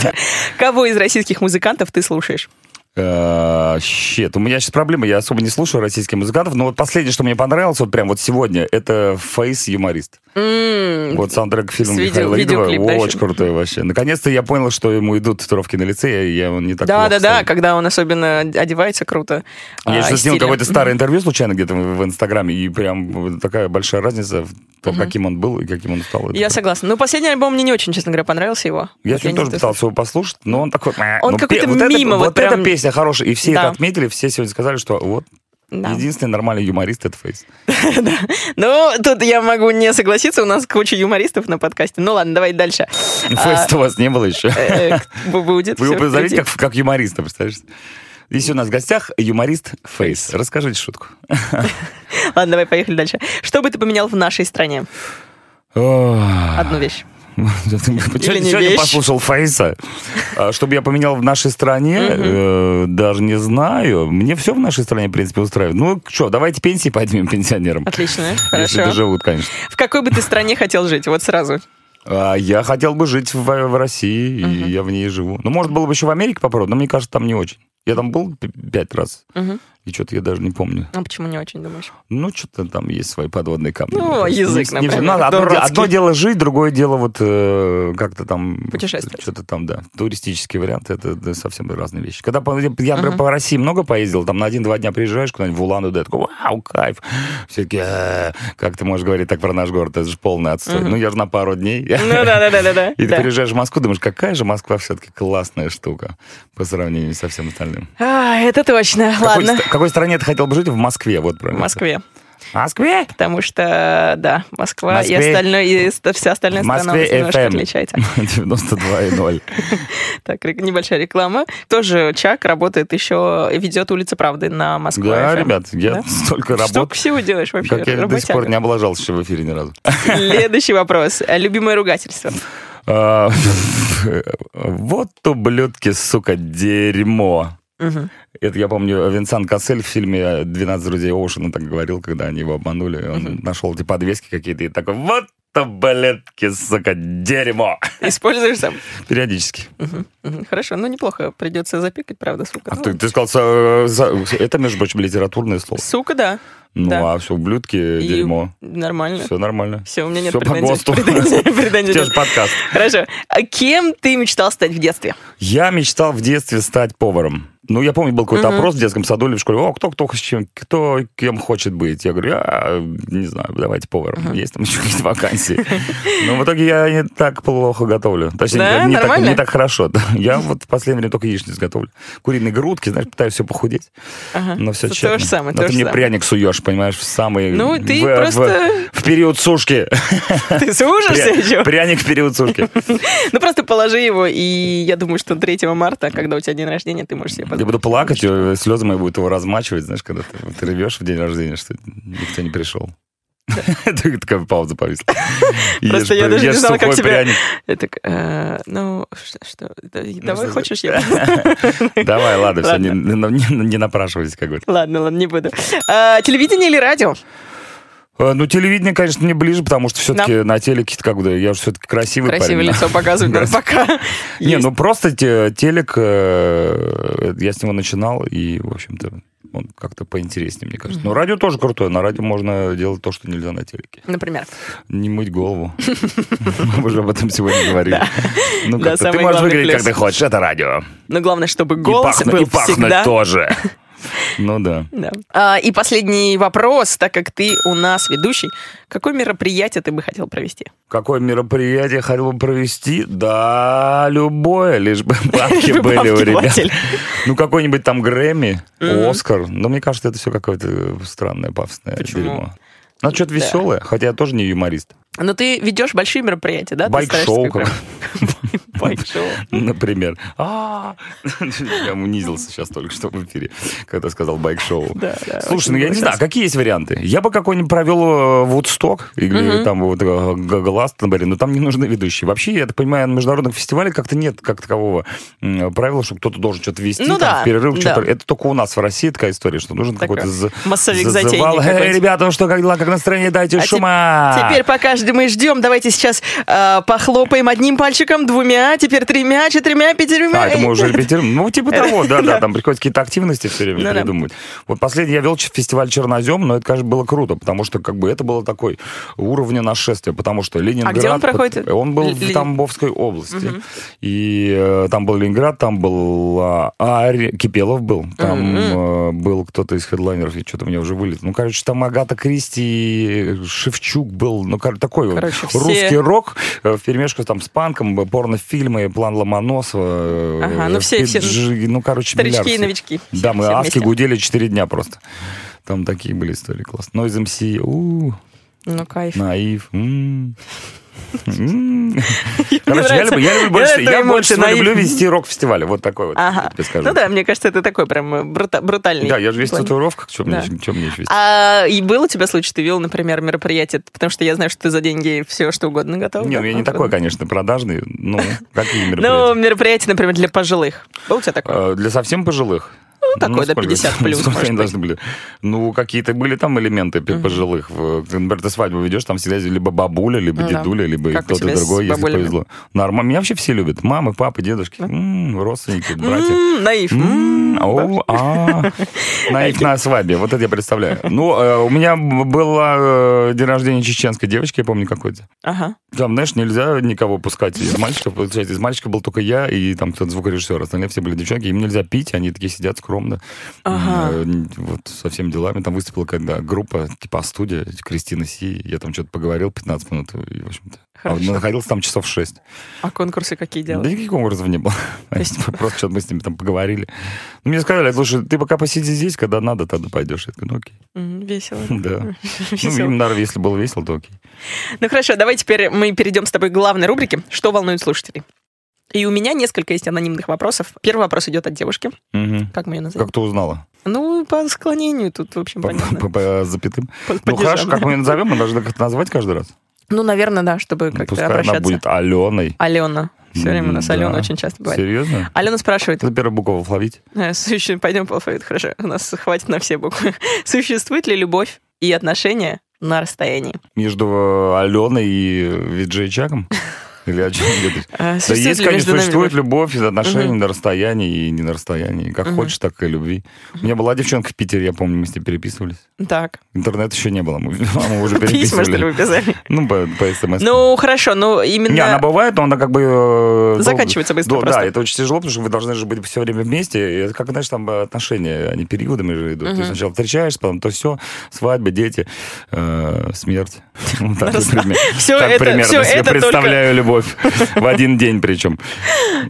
[SPEAKER 1] Кого из российских музыкантов ты слушаешь?
[SPEAKER 3] Э, Щит. У меня сейчас проблема, я особо не слушаю российских музыкантов, но вот последнее, что мне понравилось, вот прям вот сегодня, это «Фейс-юморист».
[SPEAKER 1] М,
[SPEAKER 3] Вот саундтрек к фильму
[SPEAKER 1] С видео-
[SPEAKER 3] Михаила Ридова.
[SPEAKER 1] видеоклип, да,
[SPEAKER 3] Очень
[SPEAKER 1] еще?
[SPEAKER 3] крутой вообще. Наконец-то я понял, что ему идут татуировки на лице, и я его не так
[SPEAKER 1] Да,
[SPEAKER 3] плохо
[SPEAKER 1] да, да,
[SPEAKER 3] ставлю.
[SPEAKER 1] когда он особенно одевается круто.
[SPEAKER 3] Я
[SPEAKER 1] а,
[SPEAKER 3] сейчас снял
[SPEAKER 1] стиля.
[SPEAKER 3] какое-то старое интервью случайно где-то в в Инстаграме, и прям вот такая большая разница в том, каким он был и каким он стал. Это
[SPEAKER 1] Я
[SPEAKER 3] прям-
[SPEAKER 1] согласна. Ну, последний альбом мне не очень, честно говоря, понравился его.
[SPEAKER 3] Я
[SPEAKER 1] Вот
[SPEAKER 3] сегодня
[SPEAKER 1] не
[SPEAKER 3] тоже
[SPEAKER 1] знаю,
[SPEAKER 3] пытался его послушать, но он такой... «Мэ».
[SPEAKER 1] Он
[SPEAKER 3] Но
[SPEAKER 1] какой-то
[SPEAKER 3] пе- вот эта-
[SPEAKER 1] мимо, вот
[SPEAKER 3] Вот эта
[SPEAKER 1] прям-
[SPEAKER 3] песня хорошая, и все это
[SPEAKER 1] Да.
[SPEAKER 3] отметили, все сегодня сказали, что вот
[SPEAKER 1] Да.
[SPEAKER 3] единственный нормальный юморист — это Фейс.
[SPEAKER 1] Ну, тут я могу не согласиться, у нас куча юмористов на подкасте. Ну ладно, давай дальше.
[SPEAKER 3] (laughs) Фейс-то у вас не было еще.
[SPEAKER 1] А, Э,
[SPEAKER 3] (laughs)
[SPEAKER 1] э, бу- Будет.
[SPEAKER 3] Вы его
[SPEAKER 1] всё
[SPEAKER 3] позовите
[SPEAKER 1] впереди.
[SPEAKER 3] как, как юмориста, представляешь? И сегодня у нас в гостях юморист Фейс. Расскажите шутку.
[SPEAKER 1] Ладно, давай, поехали дальше. Что бы ты поменял в нашей стране? Одну (laughs)
[SPEAKER 3] Одну
[SPEAKER 1] вещь. Или не
[SPEAKER 3] А, Сегодня
[SPEAKER 1] вещь.
[SPEAKER 3] послушал Фейса. А, Чтобы я поменял в нашей стране, э, даже не знаю. Мне все в нашей стране, в принципе, устраивает. Ну, что, давайте пенсии поднимем пенсионерам.
[SPEAKER 1] Отлично,
[SPEAKER 3] Если
[SPEAKER 1] хорошо.
[SPEAKER 3] доживут, конечно.
[SPEAKER 1] В какой бы ты стране хотел жить? Вот сразу.
[SPEAKER 3] А, Я хотел бы жить в, в России, и я в ней живу. Ну, может, было бы еще в Америке попробовать, но мне кажется, там не очень. Я там был п- пять раз,
[SPEAKER 1] Мгм.
[SPEAKER 3] и что-то я даже не помню.
[SPEAKER 1] А почему не очень
[SPEAKER 3] (laughs)
[SPEAKER 1] думаешь?
[SPEAKER 3] Ну, что-то там есть свои подводные камни.
[SPEAKER 1] Ну,
[SPEAKER 3] Не-
[SPEAKER 1] язык,
[SPEAKER 3] не- не-
[SPEAKER 1] например,
[SPEAKER 3] надо одно, де-
[SPEAKER 1] дурацкий.
[SPEAKER 3] одно дело жить, другое дело вот э, как-то там...
[SPEAKER 1] Путешествовать.
[SPEAKER 3] Что-то там, да. Туристический вариант, это да, совсем разные вещи. Когда по- я, например, по России много поездил, там на один-два дня приезжаешь куда-нибудь в Улан-Удэ, такой, вау, кайф. Все таки «Э, как ты можешь говорить так про наш город, это же полный отстой. Ну, я же на пару дней.
[SPEAKER 1] Ну да, да, да, да, да.
[SPEAKER 3] И ты
[SPEAKER 1] Да.
[SPEAKER 3] приезжаешь в Москву, думаешь, какая же Москва все-таки классная штука по сравнению со всем остальным.
[SPEAKER 1] А, это точно.
[SPEAKER 3] В какой
[SPEAKER 1] Ладно.
[SPEAKER 3] ст- В какой стране ты хотел бы жить? В Москве, вот
[SPEAKER 1] В
[SPEAKER 3] правильно.
[SPEAKER 1] Москве.
[SPEAKER 3] Москве?
[SPEAKER 1] Потому что, да, Москва и
[SPEAKER 3] Москве-
[SPEAKER 1] остальное, и ст- вся остальная
[SPEAKER 3] В
[SPEAKER 1] страна у
[SPEAKER 3] Москве
[SPEAKER 1] нас немножко
[SPEAKER 3] FM.
[SPEAKER 1] отличается.
[SPEAKER 3] 92,0.
[SPEAKER 1] Так, рек- небольшая реклама. Тоже Чак работает еще, ведет улица правды на Москве.
[SPEAKER 3] Да, ребят, я
[SPEAKER 1] Да?
[SPEAKER 3] столько
[SPEAKER 1] Что
[SPEAKER 3] работал,
[SPEAKER 1] всего делаешь вообще?
[SPEAKER 3] как я до сих пор не облажался еще в эфире ни разу.
[SPEAKER 1] Работяга. (laughs) Следующий вопрос. Э, Любимое
[SPEAKER 3] (laughs)
[SPEAKER 1] ругательство.
[SPEAKER 3] А, Вот ублюдки, сука, дерьмо.
[SPEAKER 1] Мгм.
[SPEAKER 3] Это я помню, Винсан Кассель в фильме «12 друзей Оушена» так говорил, когда они его обманули. Он нашел эти подвески какие-то и такой, вот таблетки, сука, дерьмо.
[SPEAKER 1] Используешь сам?
[SPEAKER 3] Периодически.
[SPEAKER 1] Мгм, Хорошо, ну неплохо. Придется запикать, правда, сука.
[SPEAKER 3] А
[SPEAKER 1] Ну,
[SPEAKER 3] ты, ты сказал, э, за- это, между прочим, литературное слово.
[SPEAKER 1] Сука, да.
[SPEAKER 3] Ну,
[SPEAKER 1] да.
[SPEAKER 3] а все, ублюдки,
[SPEAKER 1] И
[SPEAKER 3] дерьмо.
[SPEAKER 1] Нормально.
[SPEAKER 3] Все нормально.
[SPEAKER 1] Все, у меня нет
[SPEAKER 3] Всё по
[SPEAKER 1] претензий.
[SPEAKER 3] ГОСТу. (laughs)
[SPEAKER 1] Претензий- претензий
[SPEAKER 3] Те
[SPEAKER 1] нет.
[SPEAKER 3] же подкаст.
[SPEAKER 1] Хорошо. А кем ты мечтал стать в детстве?
[SPEAKER 3] Я мечтал в детстве стать поваром. Ну, я помню, был какой-то опрос в детском саду или в школе. О, кто, кто, с чем, кто кем хочет быть? Я говорю, я не знаю, давайте поваром. Есть там (laughs) еще какие-то вакансии. Но в итоге я не так плохо готовлю. Точнее,
[SPEAKER 1] Да?
[SPEAKER 3] не, так,
[SPEAKER 1] Нормально?
[SPEAKER 3] не так хорошо. да. Я вот в последнее время только яичницу готовлю. Куриные грудки, знаешь, пытаюсь все похудеть.
[SPEAKER 1] Ага.
[SPEAKER 3] Но все
[SPEAKER 1] То-
[SPEAKER 3] Ну, тщетно.
[SPEAKER 1] То же самое,
[SPEAKER 3] Но
[SPEAKER 1] то
[SPEAKER 3] ты
[SPEAKER 1] же
[SPEAKER 3] мне
[SPEAKER 1] самое.
[SPEAKER 3] пряник суешь, понимаешь, в самый...
[SPEAKER 1] Ну, ты
[SPEAKER 3] в- в-
[SPEAKER 1] просто-
[SPEAKER 3] В, период сушки.
[SPEAKER 1] (laughs) Ты служишься еще?
[SPEAKER 3] Пряник в период сушки.
[SPEAKER 1] (laughs) Ну просто положи его, и я думаю, что 3 марта, когда у тебя день рождения, ты можешь себе
[SPEAKER 3] Я
[SPEAKER 1] позволить.
[SPEAKER 3] буду плакать, э, слезы мои будут его размачивать, знаешь, когда ты, вот ревешь в день рождения, что никто не пришел. (laughs) Так- Такая пауза повисла. Ешь
[SPEAKER 1] Просто я
[SPEAKER 3] пр-
[SPEAKER 1] даже не
[SPEAKER 3] ешь
[SPEAKER 1] знала, как
[SPEAKER 3] сухой
[SPEAKER 1] тебя...
[SPEAKER 3] пряник.
[SPEAKER 1] (laughs) Я так, э, ну, ш- что, да, давай
[SPEAKER 3] Ну, что-
[SPEAKER 1] хочешь
[SPEAKER 3] (laughs)
[SPEAKER 1] я...
[SPEAKER 3] Давай, ладно, все, не-
[SPEAKER 1] Ладно.
[SPEAKER 3] не не напрашивайся, как говорится.
[SPEAKER 1] Ладно, ладно, не буду. А, телевидение или радио?
[SPEAKER 3] Э, Ну, телевидение, конечно, мне ближе, потому что все-таки на телеке, как бы, я же все-таки красивый
[SPEAKER 1] Красивое
[SPEAKER 3] парень.
[SPEAKER 1] лицо показывают, говорят, пока.
[SPEAKER 3] (laughs) Не,
[SPEAKER 1] Есть.
[SPEAKER 3] ну просто те- телек, э, я с него начинал, и, в общем-то, он как-то поинтереснее, мне кажется. Но радио тоже крутое, на радио можно делать то, что нельзя на телеке.
[SPEAKER 1] Например.
[SPEAKER 3] Не мыть голову. (laughs) Мы уже об этом сегодня говорили. Ну,
[SPEAKER 1] Да,
[SPEAKER 3] как-то ты
[SPEAKER 1] самый
[SPEAKER 3] можешь
[SPEAKER 1] главный
[SPEAKER 3] выглядеть, как
[SPEAKER 1] плюс.
[SPEAKER 3] ты хочешь. Это радио.
[SPEAKER 1] Но главное, чтобы
[SPEAKER 3] И
[SPEAKER 1] голос
[SPEAKER 3] пахнуть-
[SPEAKER 1] был
[SPEAKER 3] И пахнуть
[SPEAKER 1] всегда...
[SPEAKER 3] тоже. (laughs) Ну да.
[SPEAKER 1] Да. А, и последний вопрос, так как ты у нас ведущий. Какое мероприятие ты бы хотел провести?
[SPEAKER 3] Какое мероприятие хотел бы провести? Да, любое, лишь
[SPEAKER 1] (laughs)
[SPEAKER 3] бы
[SPEAKER 1] Лишь
[SPEAKER 3] бабки
[SPEAKER 1] бы
[SPEAKER 3] были у
[SPEAKER 1] бабки
[SPEAKER 3] ребят.
[SPEAKER 1] платили.
[SPEAKER 3] Ну, какой-нибудь там Грэмми, Оскар. Но мне кажется, это все какое-то странное, пафосное
[SPEAKER 1] Почему?
[SPEAKER 3] дерьмо. Надо что-то
[SPEAKER 1] Да.
[SPEAKER 3] веселое, хотя я тоже не юморист.
[SPEAKER 1] Но ты ведешь Ну, большие мероприятия, да? Ты
[SPEAKER 3] Байк-шоу
[SPEAKER 1] стараешься как
[SPEAKER 3] какое-то.
[SPEAKER 1] прям- (laughs) Пошел.
[SPEAKER 3] Например. А, (laughs) Я унизился сейчас только что в эфире, когда сказал байк-шоу.
[SPEAKER 1] Да, да,
[SPEAKER 3] Слушай,
[SPEAKER 1] очень
[SPEAKER 3] ну я не
[SPEAKER 1] классно.
[SPEAKER 3] знаю, какие есть варианты? Я бы какой-нибудь провел э, Вудсток или
[SPEAKER 1] Мгм.
[SPEAKER 3] там вот э, Г- Гластонбери, но там не нужны ведущие. Вообще, я так понимаю, на международных фестивалях как-то нет как такового м, правила, что кто-то должен что-то вести,
[SPEAKER 1] Ну
[SPEAKER 3] там,
[SPEAKER 1] да,
[SPEAKER 3] в перерыв
[SPEAKER 1] да.
[SPEAKER 3] что-то. Это только у нас в России такая история, что нужен
[SPEAKER 1] Такой
[SPEAKER 3] какой-то за-
[SPEAKER 1] массовик,
[SPEAKER 3] зазывал.
[SPEAKER 1] затейник
[SPEAKER 3] «Эй,
[SPEAKER 1] какой-то».
[SPEAKER 3] ребята, ну что, как дела, как настроение, дайте
[SPEAKER 1] А теп-
[SPEAKER 3] шума!
[SPEAKER 1] Теперь пока жд- мы ждем. Давайте сейчас э, похлопаем одним пальчиком, двумя, теперь тремя, четырьмя, пятерьмя.
[SPEAKER 3] А, это мы уже репетируем. Ну,
[SPEAKER 1] (laughs)
[SPEAKER 3] типа того, да-да,
[SPEAKER 1] Да. Ну
[SPEAKER 3] там приходится какие-то активности все время
[SPEAKER 1] Да-да.
[SPEAKER 3] придумывать. Вот последний я вел ч- фестиваль «Чернозем», но это, конечно, было круто, потому что как бы это было такой уровня нашествия, потому что Ленинград...
[SPEAKER 1] А где он
[SPEAKER 3] под-
[SPEAKER 1] проходит?
[SPEAKER 3] Он был в
[SPEAKER 1] Ли-
[SPEAKER 3] Тамбовской области. И э, там был Ленинград, там был а, Ари- Кипелов был, там э, был кто-то из хедлайнеров, и что-то мне уже вылет. Ну, короче, там Агата Кристи, Шевчук был, ну, кор- такой вот
[SPEAKER 1] Короче, все-
[SPEAKER 3] русский рок в перемешку там с панком, э, порнофильмы, план Ломоносова. э,
[SPEAKER 1] Ага, ну все- все
[SPEAKER 3] Пиджи- ну, короче,
[SPEAKER 1] Старички
[SPEAKER 3] миллиард
[SPEAKER 1] и
[SPEAKER 3] всех.
[SPEAKER 1] новички. Все-
[SPEAKER 3] Да, мы
[SPEAKER 1] все
[SPEAKER 3] адски
[SPEAKER 1] вместе.
[SPEAKER 3] гудели 4 дня просто. Там такие были истории классные. Noise MC, у
[SPEAKER 1] Ну, кайф.
[SPEAKER 3] наив.
[SPEAKER 1] (laughs)
[SPEAKER 3] м. М. Короче, я
[SPEAKER 1] нравится.
[SPEAKER 3] люблю, я люблю
[SPEAKER 1] Я
[SPEAKER 3] больше,
[SPEAKER 1] эту
[SPEAKER 3] я
[SPEAKER 1] эмоцию
[SPEAKER 3] больше всего
[SPEAKER 1] «Наив».
[SPEAKER 3] люблю вести рок-фестивали. Вот такой вот, я
[SPEAKER 1] Ага.
[SPEAKER 3] тебе скажу.
[SPEAKER 1] Ну да, мне кажется, это такой прям э, брута- брутальный.
[SPEAKER 3] Да, я же весь в
[SPEAKER 1] план.
[SPEAKER 3] татуировках, что мне
[SPEAKER 1] Да.
[SPEAKER 3] чё мне еще вести?
[SPEAKER 1] А и был у тебя случай, ты вел, например, мероприятие, потому что я знаю, что ты за деньги все что угодно готов.
[SPEAKER 3] Не,
[SPEAKER 1] да?
[SPEAKER 3] ну я не такой, конечно, продажный. Ну,
[SPEAKER 1] (laughs)
[SPEAKER 3] какие
[SPEAKER 1] Ну,
[SPEAKER 3] мероприятия?
[SPEAKER 1] мероприятие, например, для пожилых. Был у тебя такое?
[SPEAKER 3] Э, Для совсем пожилых? (laughs) Ну,
[SPEAKER 1] такой, до
[SPEAKER 3] сколько-
[SPEAKER 1] 50 плюс,
[SPEAKER 3] сколько
[SPEAKER 1] может
[SPEAKER 3] они
[SPEAKER 1] быть.
[SPEAKER 3] должны были? Ну, какие-то были там элементы пе- пожилых. В- Например, ты свадьбу ведешь, там всегда либо бабуля, либо
[SPEAKER 1] Ну да.
[SPEAKER 3] дедуля, либо
[SPEAKER 1] Как у
[SPEAKER 3] кто-то
[SPEAKER 1] тебя с
[SPEAKER 3] другой, если
[SPEAKER 1] бабулями?
[SPEAKER 3] повезло. Нормально. Меня вообще все любят. Мамы, папы, дедушки, м, родственники, братья. М-м,
[SPEAKER 1] М, М-м, Наив.
[SPEAKER 3] М, оу,
[SPEAKER 1] (laughs)
[SPEAKER 3] а. На их на свадьбе. Вот это я представляю. Ну, э, у меня б- было э, день рождения чеченской девочки, я помню какой-то.
[SPEAKER 1] Ага.
[SPEAKER 3] Там, знаешь, нельзя никого пускать из мальчиков. Получается, из мальчиков был только я и там кто-то звукорежиссер. Остальные все были девчонки. Им нельзя пить, они такие сидят скромно.
[SPEAKER 1] Ага.
[SPEAKER 3] Э, Вот со всеми делами. Там выступила когда группа, типа студия, Кристина Си. Я там что-то поговорил 15 минут. И, в общем-то. А
[SPEAKER 1] Хорошо.
[SPEAKER 3] находился там часов 6.
[SPEAKER 1] А конкурсы какие
[SPEAKER 3] Да
[SPEAKER 1] делали?
[SPEAKER 3] никаких конкурсов не было.
[SPEAKER 1] То есть-
[SPEAKER 3] Просто что-то мы с ними там поговорили. Ну, мне сказали, слушай, ты пока посиди здесь, когда надо, тогда пойдешь. Я такой, ну окей.
[SPEAKER 1] М, М-м, Весело. (laughs)
[SPEAKER 3] Да. (laughs) Ну,
[SPEAKER 1] Весело.
[SPEAKER 3] им, наверное, если было весело, то окей.
[SPEAKER 1] Ну хорошо, давай теперь мы перейдем с тобой к главной рубрике «Что волнует слушателей?». И у меня несколько есть анонимных вопросов. Первый вопрос идет от девушки.
[SPEAKER 3] Мгм.
[SPEAKER 1] Как мы ее назовем?
[SPEAKER 3] Как ты узнала?
[SPEAKER 1] Ну, по склонению тут, в общем,
[SPEAKER 3] По,
[SPEAKER 1] понятно.
[SPEAKER 3] по- по запятым?
[SPEAKER 1] По- по
[SPEAKER 3] Ну, хорошо,
[SPEAKER 1] дежам.
[SPEAKER 3] как мы ее назовем, мы должны как-то назвать каждый раз.
[SPEAKER 1] Ну, наверное, да, чтобы
[SPEAKER 3] Ну,
[SPEAKER 1] как-то
[SPEAKER 3] Пускай
[SPEAKER 1] обращаться.
[SPEAKER 3] она будет Аленой.
[SPEAKER 1] Алена. Все время у нас
[SPEAKER 3] Да.
[SPEAKER 1] Алена очень часто бывает.
[SPEAKER 3] Серьезно?
[SPEAKER 1] Алена спрашивает,
[SPEAKER 3] Это первая буква в алфавите.
[SPEAKER 1] э, суще- пойдем по алфавиту, хорошо, у нас хватит на все буквы. (laughs) Существует ли любовь и отношения на расстоянии?
[SPEAKER 3] Между э, Аленой и
[SPEAKER 1] (laughs)
[SPEAKER 3] Виджей Чаком? Или о чем говоришь?
[SPEAKER 1] Э,
[SPEAKER 3] Да
[SPEAKER 1] существует
[SPEAKER 3] есть,
[SPEAKER 1] ли между
[SPEAKER 3] конечно,
[SPEAKER 1] нами
[SPEAKER 3] существует
[SPEAKER 1] любовь?
[SPEAKER 3] любовь из отношений на расстоянии и не на расстоянии. Как
[SPEAKER 1] Мгм.
[SPEAKER 3] хочешь, так и любви. У меня была девчонка в Питере, я помню, мы с ней переписывались.
[SPEAKER 1] Так,
[SPEAKER 3] Интернета еще не было, мы, (laughs) мы уже
[SPEAKER 1] письма, что ли, вы
[SPEAKER 3] переписывали.
[SPEAKER 1] писали?
[SPEAKER 3] Ну, по, по смс.
[SPEAKER 1] Ну, хорошо, но именно...
[SPEAKER 3] не, она бывает, но она как бы... э, долго-
[SPEAKER 1] Заканчивается быстро
[SPEAKER 3] Да,
[SPEAKER 1] просто.
[SPEAKER 3] Да, это очень тяжело, потому что вы должны же быть все время вместе. И это как, знаешь, там э, отношения, они периодами же идут. Ты
[SPEAKER 1] Мгм.
[SPEAKER 3] сначала встречаешься, потом то все, свадьба, дети, э,
[SPEAKER 1] (laughs)
[SPEAKER 3] смерть. Вот так,
[SPEAKER 1] Раз-
[SPEAKER 3] например.
[SPEAKER 1] (laughs) Всё
[SPEAKER 3] Так
[SPEAKER 1] это-
[SPEAKER 3] примерно
[SPEAKER 1] всё
[SPEAKER 3] себе
[SPEAKER 1] это только- (laughs)
[SPEAKER 3] представляю любовь. В один день причем.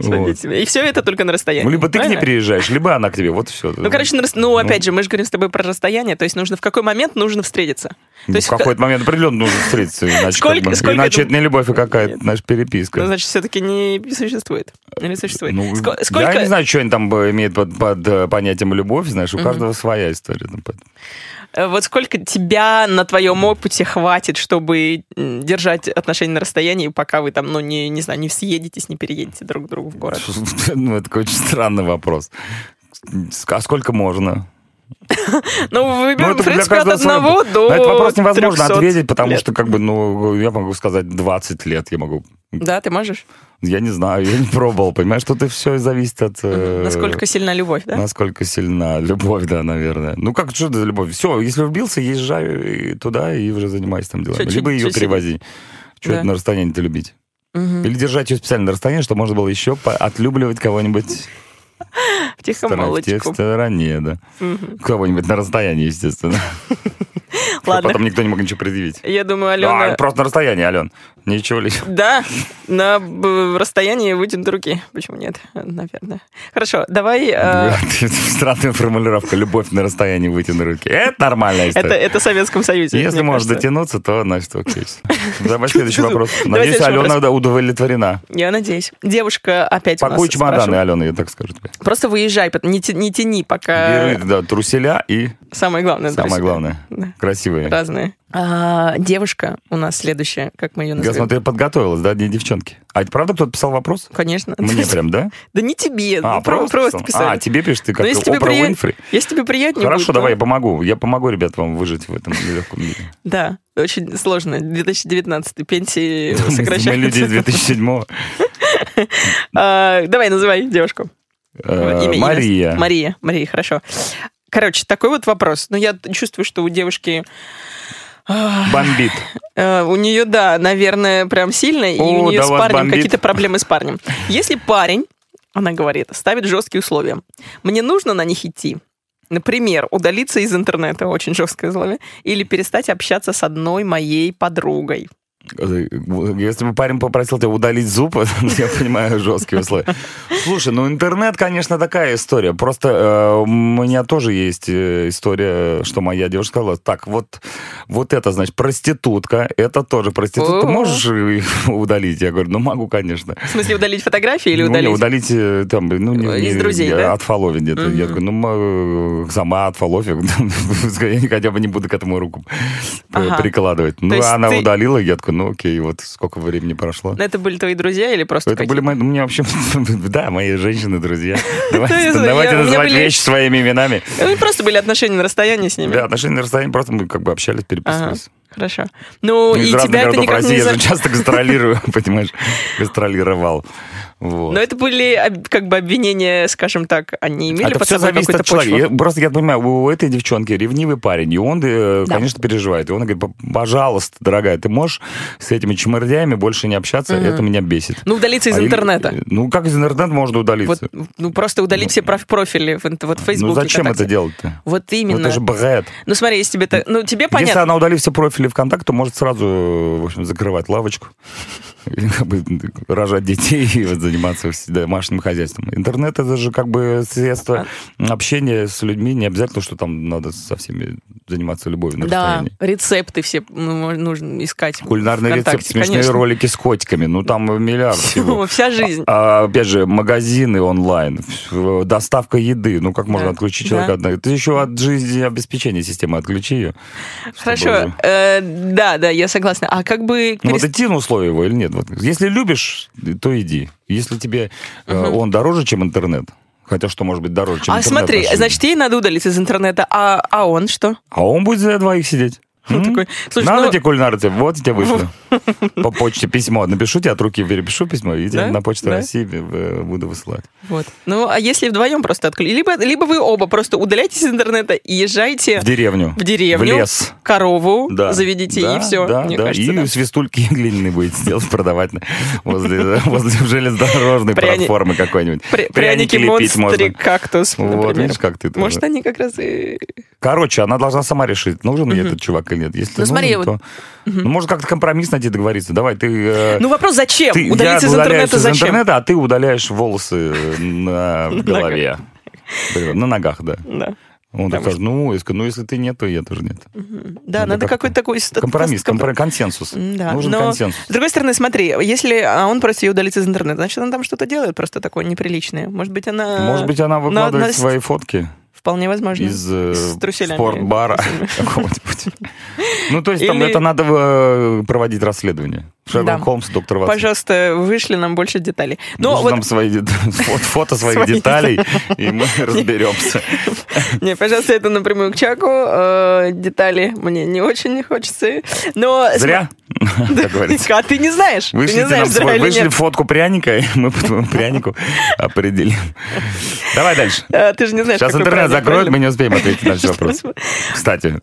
[SPEAKER 1] Смотрите, И все это только на расстоянии.
[SPEAKER 3] Ну, либо ты к ней
[SPEAKER 1] правильно?
[SPEAKER 3] приезжаешь, либо она к тебе. Вот все.
[SPEAKER 1] Ну, короче, на рас- ну, опять же, мы же говорим с тобой про расстояние, то есть нужно в какой момент нужно встретиться. То есть
[SPEAKER 3] Ну, в какой-то момент определенно нужно встретиться, иначе,
[SPEAKER 1] Сколько-
[SPEAKER 3] как бы-
[SPEAKER 1] сколько
[SPEAKER 3] иначе
[SPEAKER 1] это-
[SPEAKER 3] это не любовь, а какая-то
[SPEAKER 1] Нет.
[SPEAKER 3] наша переписка.
[SPEAKER 1] Ну, значит, все-таки не существует. Или существует.
[SPEAKER 3] Ну,
[SPEAKER 1] Ско-
[SPEAKER 3] Я
[SPEAKER 1] сколько...
[SPEAKER 3] не знаю, что они там э, имеют под, под, э, понятием любовь, знаешь, у каждого своя история. там, поэтому.
[SPEAKER 1] э, Вот сколько тебя на твоем опыте хватит, чтобы м, держать отношения на расстоянии, пока вы там, ну, не, не знаю, не съедетесь, не переедете друг к другу в город?
[SPEAKER 3] (laughs) Ну, это такой очень странный вопрос. С- А сколько можно?
[SPEAKER 1] Ну, выберем,
[SPEAKER 3] Ну,
[SPEAKER 1] в
[SPEAKER 3] для
[SPEAKER 1] принципе, от
[SPEAKER 3] каждого свой
[SPEAKER 1] одного
[SPEAKER 3] опыт.
[SPEAKER 1] до
[SPEAKER 3] На этот вопрос невозможно
[SPEAKER 1] 300
[SPEAKER 3] ответить, потому
[SPEAKER 1] лет.
[SPEAKER 3] что, как бы, ну, я могу сказать 20 лет, я могу...
[SPEAKER 1] Да, ты можешь?
[SPEAKER 3] Я не знаю, я не пробовал, понимаешь, тут и все зависит от... э,
[SPEAKER 1] Насколько сильна любовь, да?
[SPEAKER 3] Насколько сильна любовь, да, наверное. Ну как, что это за любовь? Все, если влюбился, езжай туда и уже занимайся там делами.
[SPEAKER 1] Чё- чё-
[SPEAKER 3] Либо ее
[SPEAKER 1] чё сидеть?
[SPEAKER 3] перевози. Что
[SPEAKER 1] Да.
[SPEAKER 3] это на расстоянии-то любить?
[SPEAKER 1] Мгм.
[SPEAKER 3] Или держать ее специально на расстоянии, чтобы можно было еще по- отлюбливать кого-нибудь.
[SPEAKER 1] В тихо,
[SPEAKER 3] Стороны- В тех
[SPEAKER 1] молочку.
[SPEAKER 3] стороне, да.
[SPEAKER 1] Мгм.
[SPEAKER 3] Кого-нибудь на
[SPEAKER 1] (laughs)
[SPEAKER 3] расстоянии, естественно.
[SPEAKER 1] Ладно.
[SPEAKER 3] Потом никто не мог ничего предъявить.
[SPEAKER 1] Я думаю,
[SPEAKER 3] А,
[SPEAKER 1] Алена...
[SPEAKER 3] просто на расстоянии, Ален. Ничего лишнего.
[SPEAKER 1] Да, на б- расстоянии вытянутой руки. Почему нет? Наверное. Хорошо, давай... э,
[SPEAKER 3] (laughs) Странная формулировка. Любовь на расстоянии вытянутой руки. Это нормальная история.
[SPEAKER 1] Это, это в Советском Союзе.
[SPEAKER 3] Если
[SPEAKER 1] мне
[SPEAKER 3] можешь
[SPEAKER 1] кажется.
[SPEAKER 3] дотянуться, то значит окей.
[SPEAKER 1] (laughs)
[SPEAKER 3] Давай следующий вопрос.
[SPEAKER 1] Давай
[SPEAKER 3] Надеюсь,
[SPEAKER 1] следующий
[SPEAKER 3] Алена
[SPEAKER 1] вопрос.
[SPEAKER 3] да, удовлетворена.
[SPEAKER 1] Я надеюсь. Девушка опять у нас
[SPEAKER 3] Пакуй чемоданы,
[SPEAKER 1] спрашивает.
[SPEAKER 3] Алена, я так скажу тебе.
[SPEAKER 1] Просто выезжай, пот- не, тя- не тяни, пока...
[SPEAKER 3] Бери, да, труселя и
[SPEAKER 1] Самое главное.
[SPEAKER 3] самое
[SPEAKER 1] друзья.
[SPEAKER 3] главное.
[SPEAKER 1] Да.
[SPEAKER 3] Красивые.
[SPEAKER 1] Разные. А, девушка у нас следующая, как мы ее
[SPEAKER 3] Я
[SPEAKER 1] назовем?
[SPEAKER 3] смотрю, подготовилась, да, одни девчонки. А это правда кто-то писал вопрос?
[SPEAKER 1] Конечно. (laughs)
[SPEAKER 3] Мне прям, да?
[SPEAKER 1] Да не тебе,
[SPEAKER 3] А,
[SPEAKER 1] ну, про- просто
[SPEAKER 3] писал?
[SPEAKER 1] писали.
[SPEAKER 3] А, тебе пишешь, ты
[SPEAKER 1] Ну,
[SPEAKER 3] как
[SPEAKER 1] если тебе,
[SPEAKER 3] Опра
[SPEAKER 1] прия-
[SPEAKER 3] Уинфри.
[SPEAKER 1] если тебе приятнее
[SPEAKER 3] Хорошо,
[SPEAKER 1] будет,
[SPEAKER 3] давай, я
[SPEAKER 1] то-
[SPEAKER 3] помогу. Я помогу, ребят, вам выжить в этом нелегком мире.
[SPEAKER 1] Да, очень сложно. 2019 пенсии
[SPEAKER 3] (laughs) Мы люди из
[SPEAKER 1] сокращаются.
[SPEAKER 3] 2007
[SPEAKER 1] А, Давай, называй девушку. Имя,
[SPEAKER 3] Э,
[SPEAKER 1] имя.
[SPEAKER 3] Мария.
[SPEAKER 1] Мария, Мария, хорошо. Короче, такой вот вопрос. Но я чувствую, что у девушки... а,
[SPEAKER 3] Бомбит.
[SPEAKER 1] э, У нее, да, наверное, прям сильно, и
[SPEAKER 3] О,
[SPEAKER 1] у нее
[SPEAKER 3] да
[SPEAKER 1] с
[SPEAKER 3] вас
[SPEAKER 1] парнем
[SPEAKER 3] бомбит.
[SPEAKER 1] какие-то проблемы с парнем. Если парень, она говорит, ставит жесткие условия, мне нужно на них идти. Например, удалиться из интернета, очень жесткое условие, или перестать общаться с одной моей подругой.
[SPEAKER 3] Если бы парень попросил тебя удалить зуб, (laughs) я понимаю жесткие условия. Слушай, ну интернет, конечно, такая история. Просто э, у меня тоже есть э, история, что моя девушка сказала, так, вот, вот это, значит, проститутка, это тоже проститутка. Ты
[SPEAKER 1] О.
[SPEAKER 3] можешь э, (laughs) удалить? Я говорю, ну могу, конечно.
[SPEAKER 1] В смысле, удалить фотографии или
[SPEAKER 3] Ну, не,
[SPEAKER 1] удалить?
[SPEAKER 3] удалить э, там, ну, не,
[SPEAKER 1] Из
[SPEAKER 3] не-
[SPEAKER 1] друзей,
[SPEAKER 3] я
[SPEAKER 1] да?
[SPEAKER 3] отфоловить где-то. Я
[SPEAKER 1] Мгм.
[SPEAKER 3] говорю, ну, м, э, сама отфоловив, (laughs) я не- хотя бы не буду к этому руку п-
[SPEAKER 1] Ага.
[SPEAKER 3] прикладывать. Ну,
[SPEAKER 1] есть
[SPEAKER 3] она
[SPEAKER 1] ты- Ну,
[SPEAKER 3] удалила, я такой, ну, окей, вот сколько времени прошло.
[SPEAKER 1] Это были твои друзья или просто
[SPEAKER 3] Это
[SPEAKER 1] какие-то?
[SPEAKER 3] были мои, у меня вообще, (laughs) да, мои женщины, друзья.
[SPEAKER 1] (laughs)
[SPEAKER 3] Давайте
[SPEAKER 1] я- у
[SPEAKER 3] давайте
[SPEAKER 1] меня
[SPEAKER 3] называть
[SPEAKER 1] были-
[SPEAKER 3] вещи своими именами.
[SPEAKER 1] Ну, и просто были отношения на расстоянии с ними.
[SPEAKER 3] Да, отношения на расстоянии, просто мы как бы общались,
[SPEAKER 1] Ага,
[SPEAKER 3] переписывались.
[SPEAKER 1] хорошо. Ну,
[SPEAKER 3] Из
[SPEAKER 1] и
[SPEAKER 3] разных
[SPEAKER 1] тебя это
[SPEAKER 3] городов
[SPEAKER 1] никак
[SPEAKER 3] России
[SPEAKER 1] не...
[SPEAKER 3] я
[SPEAKER 1] за-
[SPEAKER 3] же часто гастролирую, (laughs) понимаешь, гастролировал. Вот.
[SPEAKER 1] Но это были об- как бы обвинения, скажем так, они имели
[SPEAKER 3] Это
[SPEAKER 1] под
[SPEAKER 3] все
[SPEAKER 1] собой
[SPEAKER 3] зависит
[SPEAKER 1] какую-то
[SPEAKER 3] от человека.
[SPEAKER 1] почву.
[SPEAKER 3] Я- просто я понимаю, у этой девчонки ревнивый парень, и он, э,
[SPEAKER 1] Да.
[SPEAKER 3] конечно, переживает. И он говорит, пожалуйста, дорогая, ты можешь с этими чмырдями больше не общаться,
[SPEAKER 1] Мгм.
[SPEAKER 3] это меня бесит.
[SPEAKER 1] Ну, удалиться из
[SPEAKER 3] А им-
[SPEAKER 1] интернета.
[SPEAKER 3] Ну, как из интернета можно
[SPEAKER 1] Вот,
[SPEAKER 3] удалиться?
[SPEAKER 1] ну, просто удалить
[SPEAKER 3] Ну,
[SPEAKER 1] все проф- профили в инт- вот в Фейсбуке.
[SPEAKER 3] ну, зачем
[SPEAKER 1] ВКонтакте.
[SPEAKER 3] это делать-то?
[SPEAKER 1] Вот
[SPEAKER 3] Ну,
[SPEAKER 1] именно.
[SPEAKER 3] это же бред.
[SPEAKER 1] Ну, смотри, если тебе это... Ну, тебе
[SPEAKER 3] Если
[SPEAKER 1] понятно.
[SPEAKER 3] она удалит все профили ВКонтакте, то может сразу, э, в общем, закрывать лавочку, (laughs) Или как бы рожать детей и вот заниматься вс- домашним хозяйством. Интернет это же как бы средство
[SPEAKER 1] А?
[SPEAKER 3] общения с людьми, не обязательно, что там надо со всеми заниматься любовью на
[SPEAKER 1] Да,
[SPEAKER 3] расстоянии.
[SPEAKER 1] рецепты все ну, нужно искать.
[SPEAKER 3] Кулинарный рецепт,
[SPEAKER 1] ВКонтакте,
[SPEAKER 3] смешные
[SPEAKER 1] конечно.
[SPEAKER 3] ролики с котиками, ну там миллиард всего.
[SPEAKER 1] (laughs) Всё, Вся (laughs) жизнь.
[SPEAKER 3] А, опять же, магазины онлайн, ф- доставка еды. Ну, как можно
[SPEAKER 1] Да.
[SPEAKER 3] отключить человека
[SPEAKER 1] Да.
[SPEAKER 3] от... Ты еще от жизнеобеспечения системы отключи ее.
[SPEAKER 1] Хорошо. э, Да, да, я согласна. А как бы...
[SPEAKER 3] Ну,
[SPEAKER 1] перес-
[SPEAKER 3] вот идти на условия его или нет? Вот, если любишь, то иди. Если тебе э, он дороже, чем интернет, хотя что может быть дороже, чем
[SPEAKER 1] А
[SPEAKER 3] интернет?
[SPEAKER 1] смотри,
[SPEAKER 3] вообще.
[SPEAKER 1] значит, ей надо удалиться из интернета, а, а он что?
[SPEAKER 3] А он будет за двоих сидеть.
[SPEAKER 1] Он
[SPEAKER 3] М?
[SPEAKER 1] такой, слушай,
[SPEAKER 3] Надо
[SPEAKER 1] ну,
[SPEAKER 3] тебе кулинарцы, вот я тебе
[SPEAKER 1] (laughs)
[SPEAKER 3] вышло. По почте письмо. Напишу тебе от руки, перепишу письмо, и тебе
[SPEAKER 1] Да?
[SPEAKER 3] на почту
[SPEAKER 1] Да.
[SPEAKER 3] России э, буду высылать.
[SPEAKER 1] Вот. Ну, а если вдвоем просто отключить? Либо, либо вы оба просто удаляйтесь из интернета и езжайте
[SPEAKER 3] В деревню.
[SPEAKER 1] Э, в деревню,
[SPEAKER 3] В лес.
[SPEAKER 1] корову
[SPEAKER 3] Да.
[SPEAKER 1] заведите,
[SPEAKER 3] Да,
[SPEAKER 1] и все.
[SPEAKER 3] Да,
[SPEAKER 1] мне
[SPEAKER 3] да.
[SPEAKER 1] кажется,
[SPEAKER 3] и
[SPEAKER 1] да.
[SPEAKER 3] свистульки (laughs) глиняные будете делать, продавать на- возле, (laughs) возле железнодорожной
[SPEAKER 1] Пряни-
[SPEAKER 3] платформы какой-нибудь.
[SPEAKER 1] Пря-
[SPEAKER 3] Пряники
[SPEAKER 1] пряники,
[SPEAKER 3] лепить можно.
[SPEAKER 1] монстры, кактус,
[SPEAKER 3] Вот,
[SPEAKER 1] например.
[SPEAKER 3] видишь, как ты тоже.
[SPEAKER 1] Может, они как раз и...
[SPEAKER 3] Короче, она должна сама решить, нужен мне
[SPEAKER 1] Мгм.
[SPEAKER 3] этот чувак или нет. Если
[SPEAKER 1] Ну, смотри,
[SPEAKER 3] нужен,
[SPEAKER 1] вот-
[SPEAKER 3] то- Ну, может, как-то компромисс найти, договориться. Давай, ты... э,
[SPEAKER 1] Ну, вопрос, зачем?
[SPEAKER 3] ты-
[SPEAKER 1] Удалиться
[SPEAKER 3] я
[SPEAKER 1] из
[SPEAKER 3] удаляюсь
[SPEAKER 1] интернета
[SPEAKER 3] из
[SPEAKER 1] зачем?
[SPEAKER 3] интернета, а ты удаляешь волосы
[SPEAKER 1] (laughs)
[SPEAKER 3] на голове. Блин, На ногах, да.
[SPEAKER 1] Да.
[SPEAKER 3] Он так
[SPEAKER 1] Потому
[SPEAKER 3] скажет, ну, я скажу, ну, если ты нет, то я тоже нет.
[SPEAKER 1] Да, надо,
[SPEAKER 3] как-то
[SPEAKER 1] какой-то такой... ст-
[SPEAKER 3] Ну, Компромисс,
[SPEAKER 1] компро-
[SPEAKER 3] компро- консенсус.
[SPEAKER 1] Да,
[SPEAKER 3] Нужен
[SPEAKER 1] но,
[SPEAKER 3] консенсус.
[SPEAKER 1] С другой стороны, смотри, если а, он просит ее удалиться из интернета, значит, она там что-то делает просто такое неприличное. Может быть, она...
[SPEAKER 3] Может быть, она выкладывает
[SPEAKER 1] на-
[SPEAKER 3] свои фотки
[SPEAKER 1] Вполне возможно.
[SPEAKER 3] из э,
[SPEAKER 1] С труселями.
[SPEAKER 3] спортбара (laughs) какого-нибудь. Ну, то есть там
[SPEAKER 1] Или-
[SPEAKER 3] это надо э, проводить расследование.
[SPEAKER 1] Да.
[SPEAKER 3] Шерлок Холмс, доктор Ватсон.
[SPEAKER 1] Пожалуйста, вышли нам больше деталей. Но
[SPEAKER 3] Ну,
[SPEAKER 1] вот,
[SPEAKER 3] там свои де- (laughs) фо- фото своих
[SPEAKER 1] Свои.
[SPEAKER 3] деталей,
[SPEAKER 1] (laughs)
[SPEAKER 3] и мы разберемся.
[SPEAKER 1] не, пожалуйста, это напрямую к Чаку. Э, детали мне не очень хочется. Но
[SPEAKER 3] Зря, как говорится.
[SPEAKER 1] см- (laughs) А ты не знаешь. ты
[SPEAKER 3] Вышлите
[SPEAKER 1] не знаешь,
[SPEAKER 3] нам
[SPEAKER 1] зря
[SPEAKER 3] свой-
[SPEAKER 1] или
[SPEAKER 3] вышли
[SPEAKER 1] нет.
[SPEAKER 3] фотку пряника, и мы потом (laughs) прянику определим. Давай дальше.
[SPEAKER 1] А, ты же не (laughs) знаешь,
[SPEAKER 3] Сейчас
[SPEAKER 1] какой
[SPEAKER 3] интернет
[SPEAKER 1] праздник,
[SPEAKER 3] закроют,
[SPEAKER 1] правильно?
[SPEAKER 3] мы не успеем
[SPEAKER 1] (laughs)
[SPEAKER 3] ответить на все вопросы. Кстати,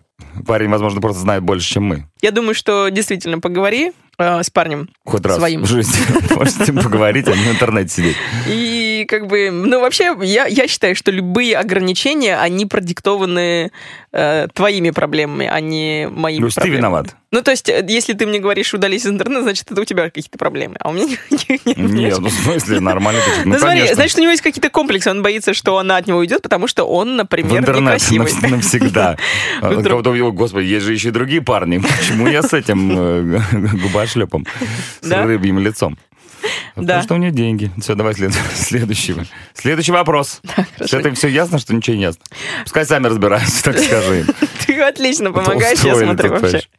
[SPEAKER 3] парень, возможно, просто знает больше, чем мы.
[SPEAKER 1] Я думаю, что действительно поговори э, с парнем
[SPEAKER 3] Хоть раз
[SPEAKER 1] Своим. (laughs)
[SPEAKER 3] (laughs) в жизни можете поговорить, а не в интернете сидеть.
[SPEAKER 1] и И как бы, ну вообще, я, я считаю, что любые ограничения, они продиктованы э, твоими проблемами, а не моими
[SPEAKER 3] Плюс ты
[SPEAKER 1] проблемами.
[SPEAKER 3] виноват.
[SPEAKER 1] Ну, то есть, э, если ты мне говоришь удались из интернета, значит, это у тебя какие-то проблемы, а у меня (laughs) никаких нет.
[SPEAKER 3] Нет, ну в
[SPEAKER 1] (laughs)
[SPEAKER 3] смысле, нормально. ты же-
[SPEAKER 1] Ну,
[SPEAKER 3] Ну,
[SPEAKER 1] смотри,
[SPEAKER 3] конечно.
[SPEAKER 1] значит, у него есть какие-то комплексы, он боится, что она от него уйдет, потому что он,
[SPEAKER 3] в
[SPEAKER 1] например,
[SPEAKER 3] интернет
[SPEAKER 1] некрасивый.
[SPEAKER 3] навс- навсегда.
[SPEAKER 1] В интер-
[SPEAKER 3] Кого-то увидел, господи, есть же еще и другие парни. Почему я с этим э, губошлепом? С
[SPEAKER 1] Да?
[SPEAKER 3] рыбьим лицом.
[SPEAKER 1] Да.
[SPEAKER 3] Потому что у нее деньги. Все, давай след- следующего. Следующий
[SPEAKER 1] (laughs)
[SPEAKER 3] вопрос. С
[SPEAKER 1] хорошо.
[SPEAKER 3] этим все ясно, что ничего не ясно. Пускай сами разбираются, так
[SPEAKER 1] (laughs)
[SPEAKER 3] скажи им.
[SPEAKER 1] (laughs) Ты отлично помогаешь, я
[SPEAKER 3] Устроили Ну,
[SPEAKER 1] смотрю
[SPEAKER 3] тут,
[SPEAKER 1] вообще.
[SPEAKER 3] знаешь.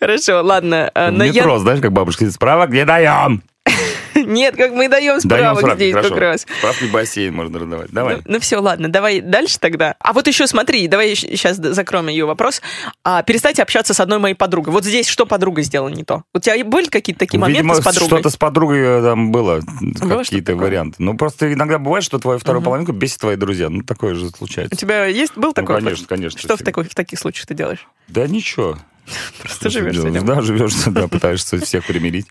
[SPEAKER 1] Хорошо, ладно. э, Но я...
[SPEAKER 3] Метро, знаешь, как бабушка сидит, справок не даем.
[SPEAKER 1] (laughs) Нет, как мы даем
[SPEAKER 3] Даем
[SPEAKER 1] справок
[SPEAKER 3] справки,
[SPEAKER 1] здесь
[SPEAKER 3] хорошо.
[SPEAKER 1] как раз.
[SPEAKER 3] Справки в бассейн можно раздавать.
[SPEAKER 1] Ну,
[SPEAKER 3] Давай.
[SPEAKER 1] все, ладно, давай дальше тогда. А вот еще смотри, давай сейчас закроем ее вопрос. А, перестать общаться с одной моей подругой. Вот здесь что подруга сделала не то? У тебя были какие-то такие моменты
[SPEAKER 3] Ну, Видимо,
[SPEAKER 1] Типа, с подругой?
[SPEAKER 3] что-то с подругой э, там было,
[SPEAKER 1] что-то
[SPEAKER 3] какие-то
[SPEAKER 1] такое?
[SPEAKER 3] варианты. Ну, просто иногда бывает, что твою вторую половинку бесит твои друзья. Ну, такое же
[SPEAKER 1] У
[SPEAKER 3] случается.
[SPEAKER 1] тебя есть был такой?
[SPEAKER 3] Ну, конечно,
[SPEAKER 1] опыт?
[SPEAKER 3] конечно,
[SPEAKER 1] Что в,
[SPEAKER 3] всегда.
[SPEAKER 1] такой, в таких случаях ты делаешь?
[SPEAKER 3] Да ничего.
[SPEAKER 1] Просто живешь с
[SPEAKER 3] делаешь?
[SPEAKER 1] этим.
[SPEAKER 3] Да, живешь, (laughs) да, пытаешься всех примирить.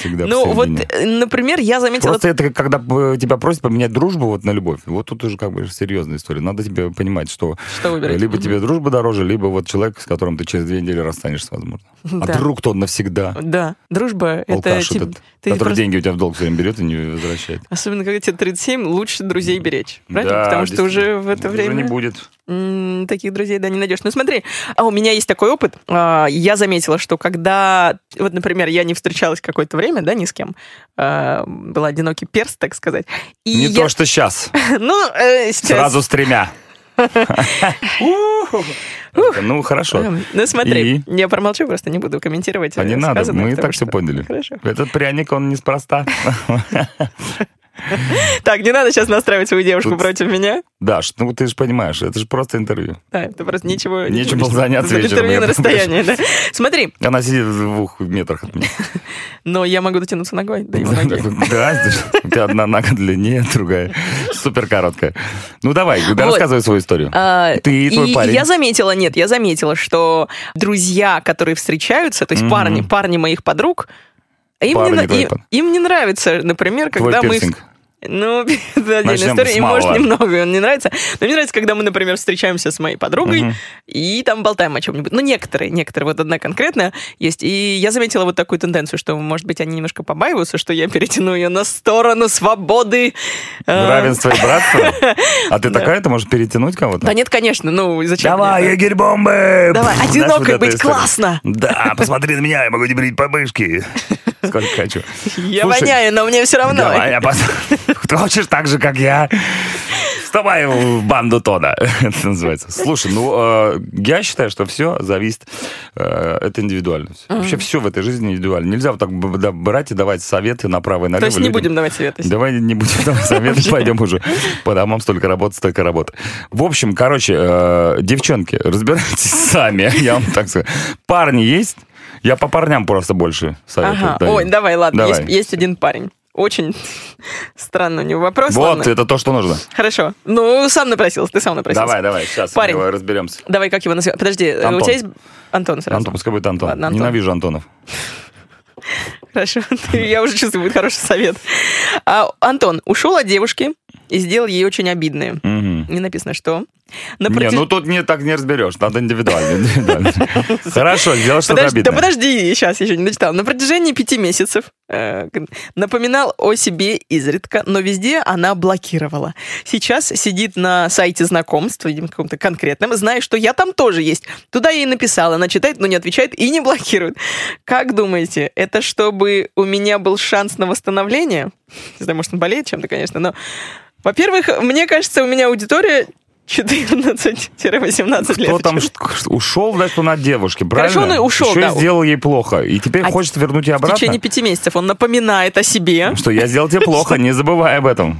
[SPEAKER 3] Всегда
[SPEAKER 1] ну вот,
[SPEAKER 3] посередине.
[SPEAKER 1] э, например, я заметила...
[SPEAKER 3] Просто это как когда э, тебя просят поменять дружбу вот на любовь. Вот тут уже как бы серьезная история. Надо тебе понимать, что,
[SPEAKER 1] Что выбирать?
[SPEAKER 3] э, либо
[SPEAKER 1] Мгм.
[SPEAKER 3] тебе дружба дороже, либо вот человек, с которым ты через две недели расстанешься, возможно.
[SPEAKER 1] (laughs)
[SPEAKER 3] А
[SPEAKER 1] Да.
[SPEAKER 3] друг-то он навсегда.
[SPEAKER 1] Да, дружба, это...
[SPEAKER 3] Алкаш
[SPEAKER 1] тип-
[SPEAKER 3] этот,
[SPEAKER 1] ты
[SPEAKER 3] который
[SPEAKER 1] просто-
[SPEAKER 3] деньги у тебя в долг все время берет и не возвращает.
[SPEAKER 1] Особенно, когда тебе 37, лучше друзей беречь. Правильно?
[SPEAKER 3] Да,
[SPEAKER 1] Потому что уже в это
[SPEAKER 3] действительно.
[SPEAKER 1] время...
[SPEAKER 3] Уже не будет.
[SPEAKER 1] М, таких друзей, да, не найдешь. Ну, смотри, а у меня есть такой опыт. А, Я заметила, что когда, вот, например, я не встречалась какое-то время, да, ни с кем, а, был одинокий перс, так сказать. И
[SPEAKER 3] Не
[SPEAKER 1] я- (laughs)
[SPEAKER 3] то, что сейчас.
[SPEAKER 1] Ну, э, сейчас...
[SPEAKER 3] Сразу с тремя. Ну, хорошо.
[SPEAKER 1] Эм, Ну, смотри,
[SPEAKER 3] И?
[SPEAKER 1] я промолчу, просто не буду комментировать.
[SPEAKER 3] А
[SPEAKER 1] э,
[SPEAKER 3] не надо,
[SPEAKER 1] сказанное,
[SPEAKER 3] мы и
[SPEAKER 1] потому
[SPEAKER 3] так все
[SPEAKER 1] что-
[SPEAKER 3] поняли.
[SPEAKER 1] Хорошо.
[SPEAKER 3] Этот пряник,
[SPEAKER 1] (laughs)
[SPEAKER 3] он неспроста.
[SPEAKER 1] Так, не надо сейчас настраивать свою девушку
[SPEAKER 3] Тут-
[SPEAKER 1] против меня.
[SPEAKER 3] Да, ш- ну ты же понимаешь, это же просто интервью.
[SPEAKER 1] Да, это просто ничего...
[SPEAKER 3] Нечем
[SPEAKER 1] ничего (laughs)
[SPEAKER 3] было заняться
[SPEAKER 1] личного. Интервью
[SPEAKER 3] вечером, я
[SPEAKER 1] на расстоянии,
[SPEAKER 3] понимаю.
[SPEAKER 1] да. Смотри,
[SPEAKER 3] Она сидит в двух метрах от меня.
[SPEAKER 1] но я могу дотянуться ногой
[SPEAKER 3] (laughs)
[SPEAKER 1] до его ноги.
[SPEAKER 3] Да, у тебя одна нога длиннее, (laughs) другая супер короткая. Ну давай, да, рассказывай свою историю.
[SPEAKER 1] А,
[SPEAKER 3] Ты и твой парень.
[SPEAKER 1] Я заметила, нет, я заметила, что друзья, которые встречаются, то есть
[SPEAKER 3] Мгм.
[SPEAKER 1] парни, парни моих подруг, им,
[SPEAKER 3] Парни
[SPEAKER 1] не, на-
[SPEAKER 3] твои
[SPEAKER 1] им,
[SPEAKER 3] пар-
[SPEAKER 1] им не нравится, например,
[SPEAKER 3] Твой
[SPEAKER 1] когда мы... их-
[SPEAKER 3] пирсинг.
[SPEAKER 1] Ну, (laughs) это отдельная
[SPEAKER 3] Начнем
[SPEAKER 1] история,
[SPEAKER 3] с
[SPEAKER 1] и может
[SPEAKER 3] малого.
[SPEAKER 1] немного, он не нравится. Но мне нравится, когда мы, например, встречаемся с моей подругой
[SPEAKER 3] Мгм.
[SPEAKER 1] и там болтаем о чем-нибудь. Ну, некоторые, некоторые, вот одна конкретная есть. И я заметила вот такую тенденцию, что, может быть, они немножко побаиваются, что я (laughs) перетяну ее на сторону свободы. э,
[SPEAKER 3] Равенство и братство.
[SPEAKER 1] (laughs)
[SPEAKER 3] А ты такая, ты можешь перетянуть кого-то?
[SPEAKER 1] Да нет, конечно, ну, зачем?
[SPEAKER 3] Давай,
[SPEAKER 1] мне это?
[SPEAKER 3] егерь бомбы!
[SPEAKER 1] Давай,
[SPEAKER 3] Знаешь,
[SPEAKER 1] одинокой
[SPEAKER 3] вот эта
[SPEAKER 1] быть
[SPEAKER 3] история.
[SPEAKER 1] классно!
[SPEAKER 3] Да, посмотри на меня, я могу тебе брить помышки. Сколько хочу.
[SPEAKER 1] Я
[SPEAKER 3] Слушай,
[SPEAKER 1] воняю, но мне все равно.
[SPEAKER 3] Давай, я пос- Ты хочешь так же, как я? Вставай в банду Тода, это называется. Слушай, ну, э, я считаю, что все зависит, э, это индивидуально. Вообще все в этой жизни индивидуально. Нельзя вот так б- да, брать и давать советы направо
[SPEAKER 1] (laughs)
[SPEAKER 3] и
[SPEAKER 1] То
[SPEAKER 3] налево
[SPEAKER 1] есть не
[SPEAKER 3] людям.
[SPEAKER 1] будем давать советы.
[SPEAKER 3] Давай не будем давать советы, пойдем уже. По домам столько работы, столько работы. В общем, короче, э, девчонки, разбирайтесь сами, я вам так скажу. Парни есть? Я по парням просто больше советую.
[SPEAKER 1] Ага.
[SPEAKER 3] даю.
[SPEAKER 1] Ой, давай, ладно,
[SPEAKER 3] Давай.
[SPEAKER 1] Есть, есть один парень. Очень (laughs) странный у него вопрос.
[SPEAKER 3] Вот,
[SPEAKER 1] ладно.
[SPEAKER 3] это то, что нужно.
[SPEAKER 1] Хорошо. Ну, сам напросился, ты сам напросился.
[SPEAKER 3] Давай, давай, сейчас
[SPEAKER 1] Парень.
[SPEAKER 3] давай разберемся.
[SPEAKER 1] Давай, как его назовем? Подожди, э, у
[SPEAKER 3] Антон.
[SPEAKER 1] тебя есть... Антон сразу.
[SPEAKER 3] Антон, пускай будет Антон.
[SPEAKER 1] Ладно, Антон.
[SPEAKER 3] Ненавижу Антонов.
[SPEAKER 1] Хорошо. (laughs) Ты- Я уже чувствую, будет хороший совет. А, Антон ушел от девушки и сделал ей очень обидное.
[SPEAKER 3] Мгм.
[SPEAKER 1] Не написано, что. На
[SPEAKER 3] Не,
[SPEAKER 1] протяж-
[SPEAKER 3] ну тут не так не разберешь, надо
[SPEAKER 1] (laughs)
[SPEAKER 3] индивидуально. индивидуально. Хорошо, сделай что-то
[SPEAKER 1] Подожди, да
[SPEAKER 3] обидное.
[SPEAKER 1] подожди, сейчас еще не дочитал. На протяжении пяти месяцев э, г- напоминал о себе изредка, но везде она блокировала. Сейчас сидит на сайте знакомств, видимо, каком-то конкретном, зная, что я там тоже есть. Туда я ей написала, она читает, но не отвечает и не блокирует. Как думаете, это чтобы у меня был шанс на восстановление? Не знаю, может, он болеет чем-то, конечно, но... Во-первых, мне кажется, у меня аудитория 14-18 лет.
[SPEAKER 3] Кто там ш- ш- ушел, да, что на девушке, правильно?
[SPEAKER 1] он и ушел,
[SPEAKER 3] Еще
[SPEAKER 1] да.
[SPEAKER 3] и сделал ей плохо. И теперь
[SPEAKER 1] А
[SPEAKER 3] хочет вернуть ее
[SPEAKER 1] В течение
[SPEAKER 3] обратно.
[SPEAKER 1] пяти месяцев он напоминает о себе,
[SPEAKER 3] Что я сделал тебе плохо, не забывай об этом.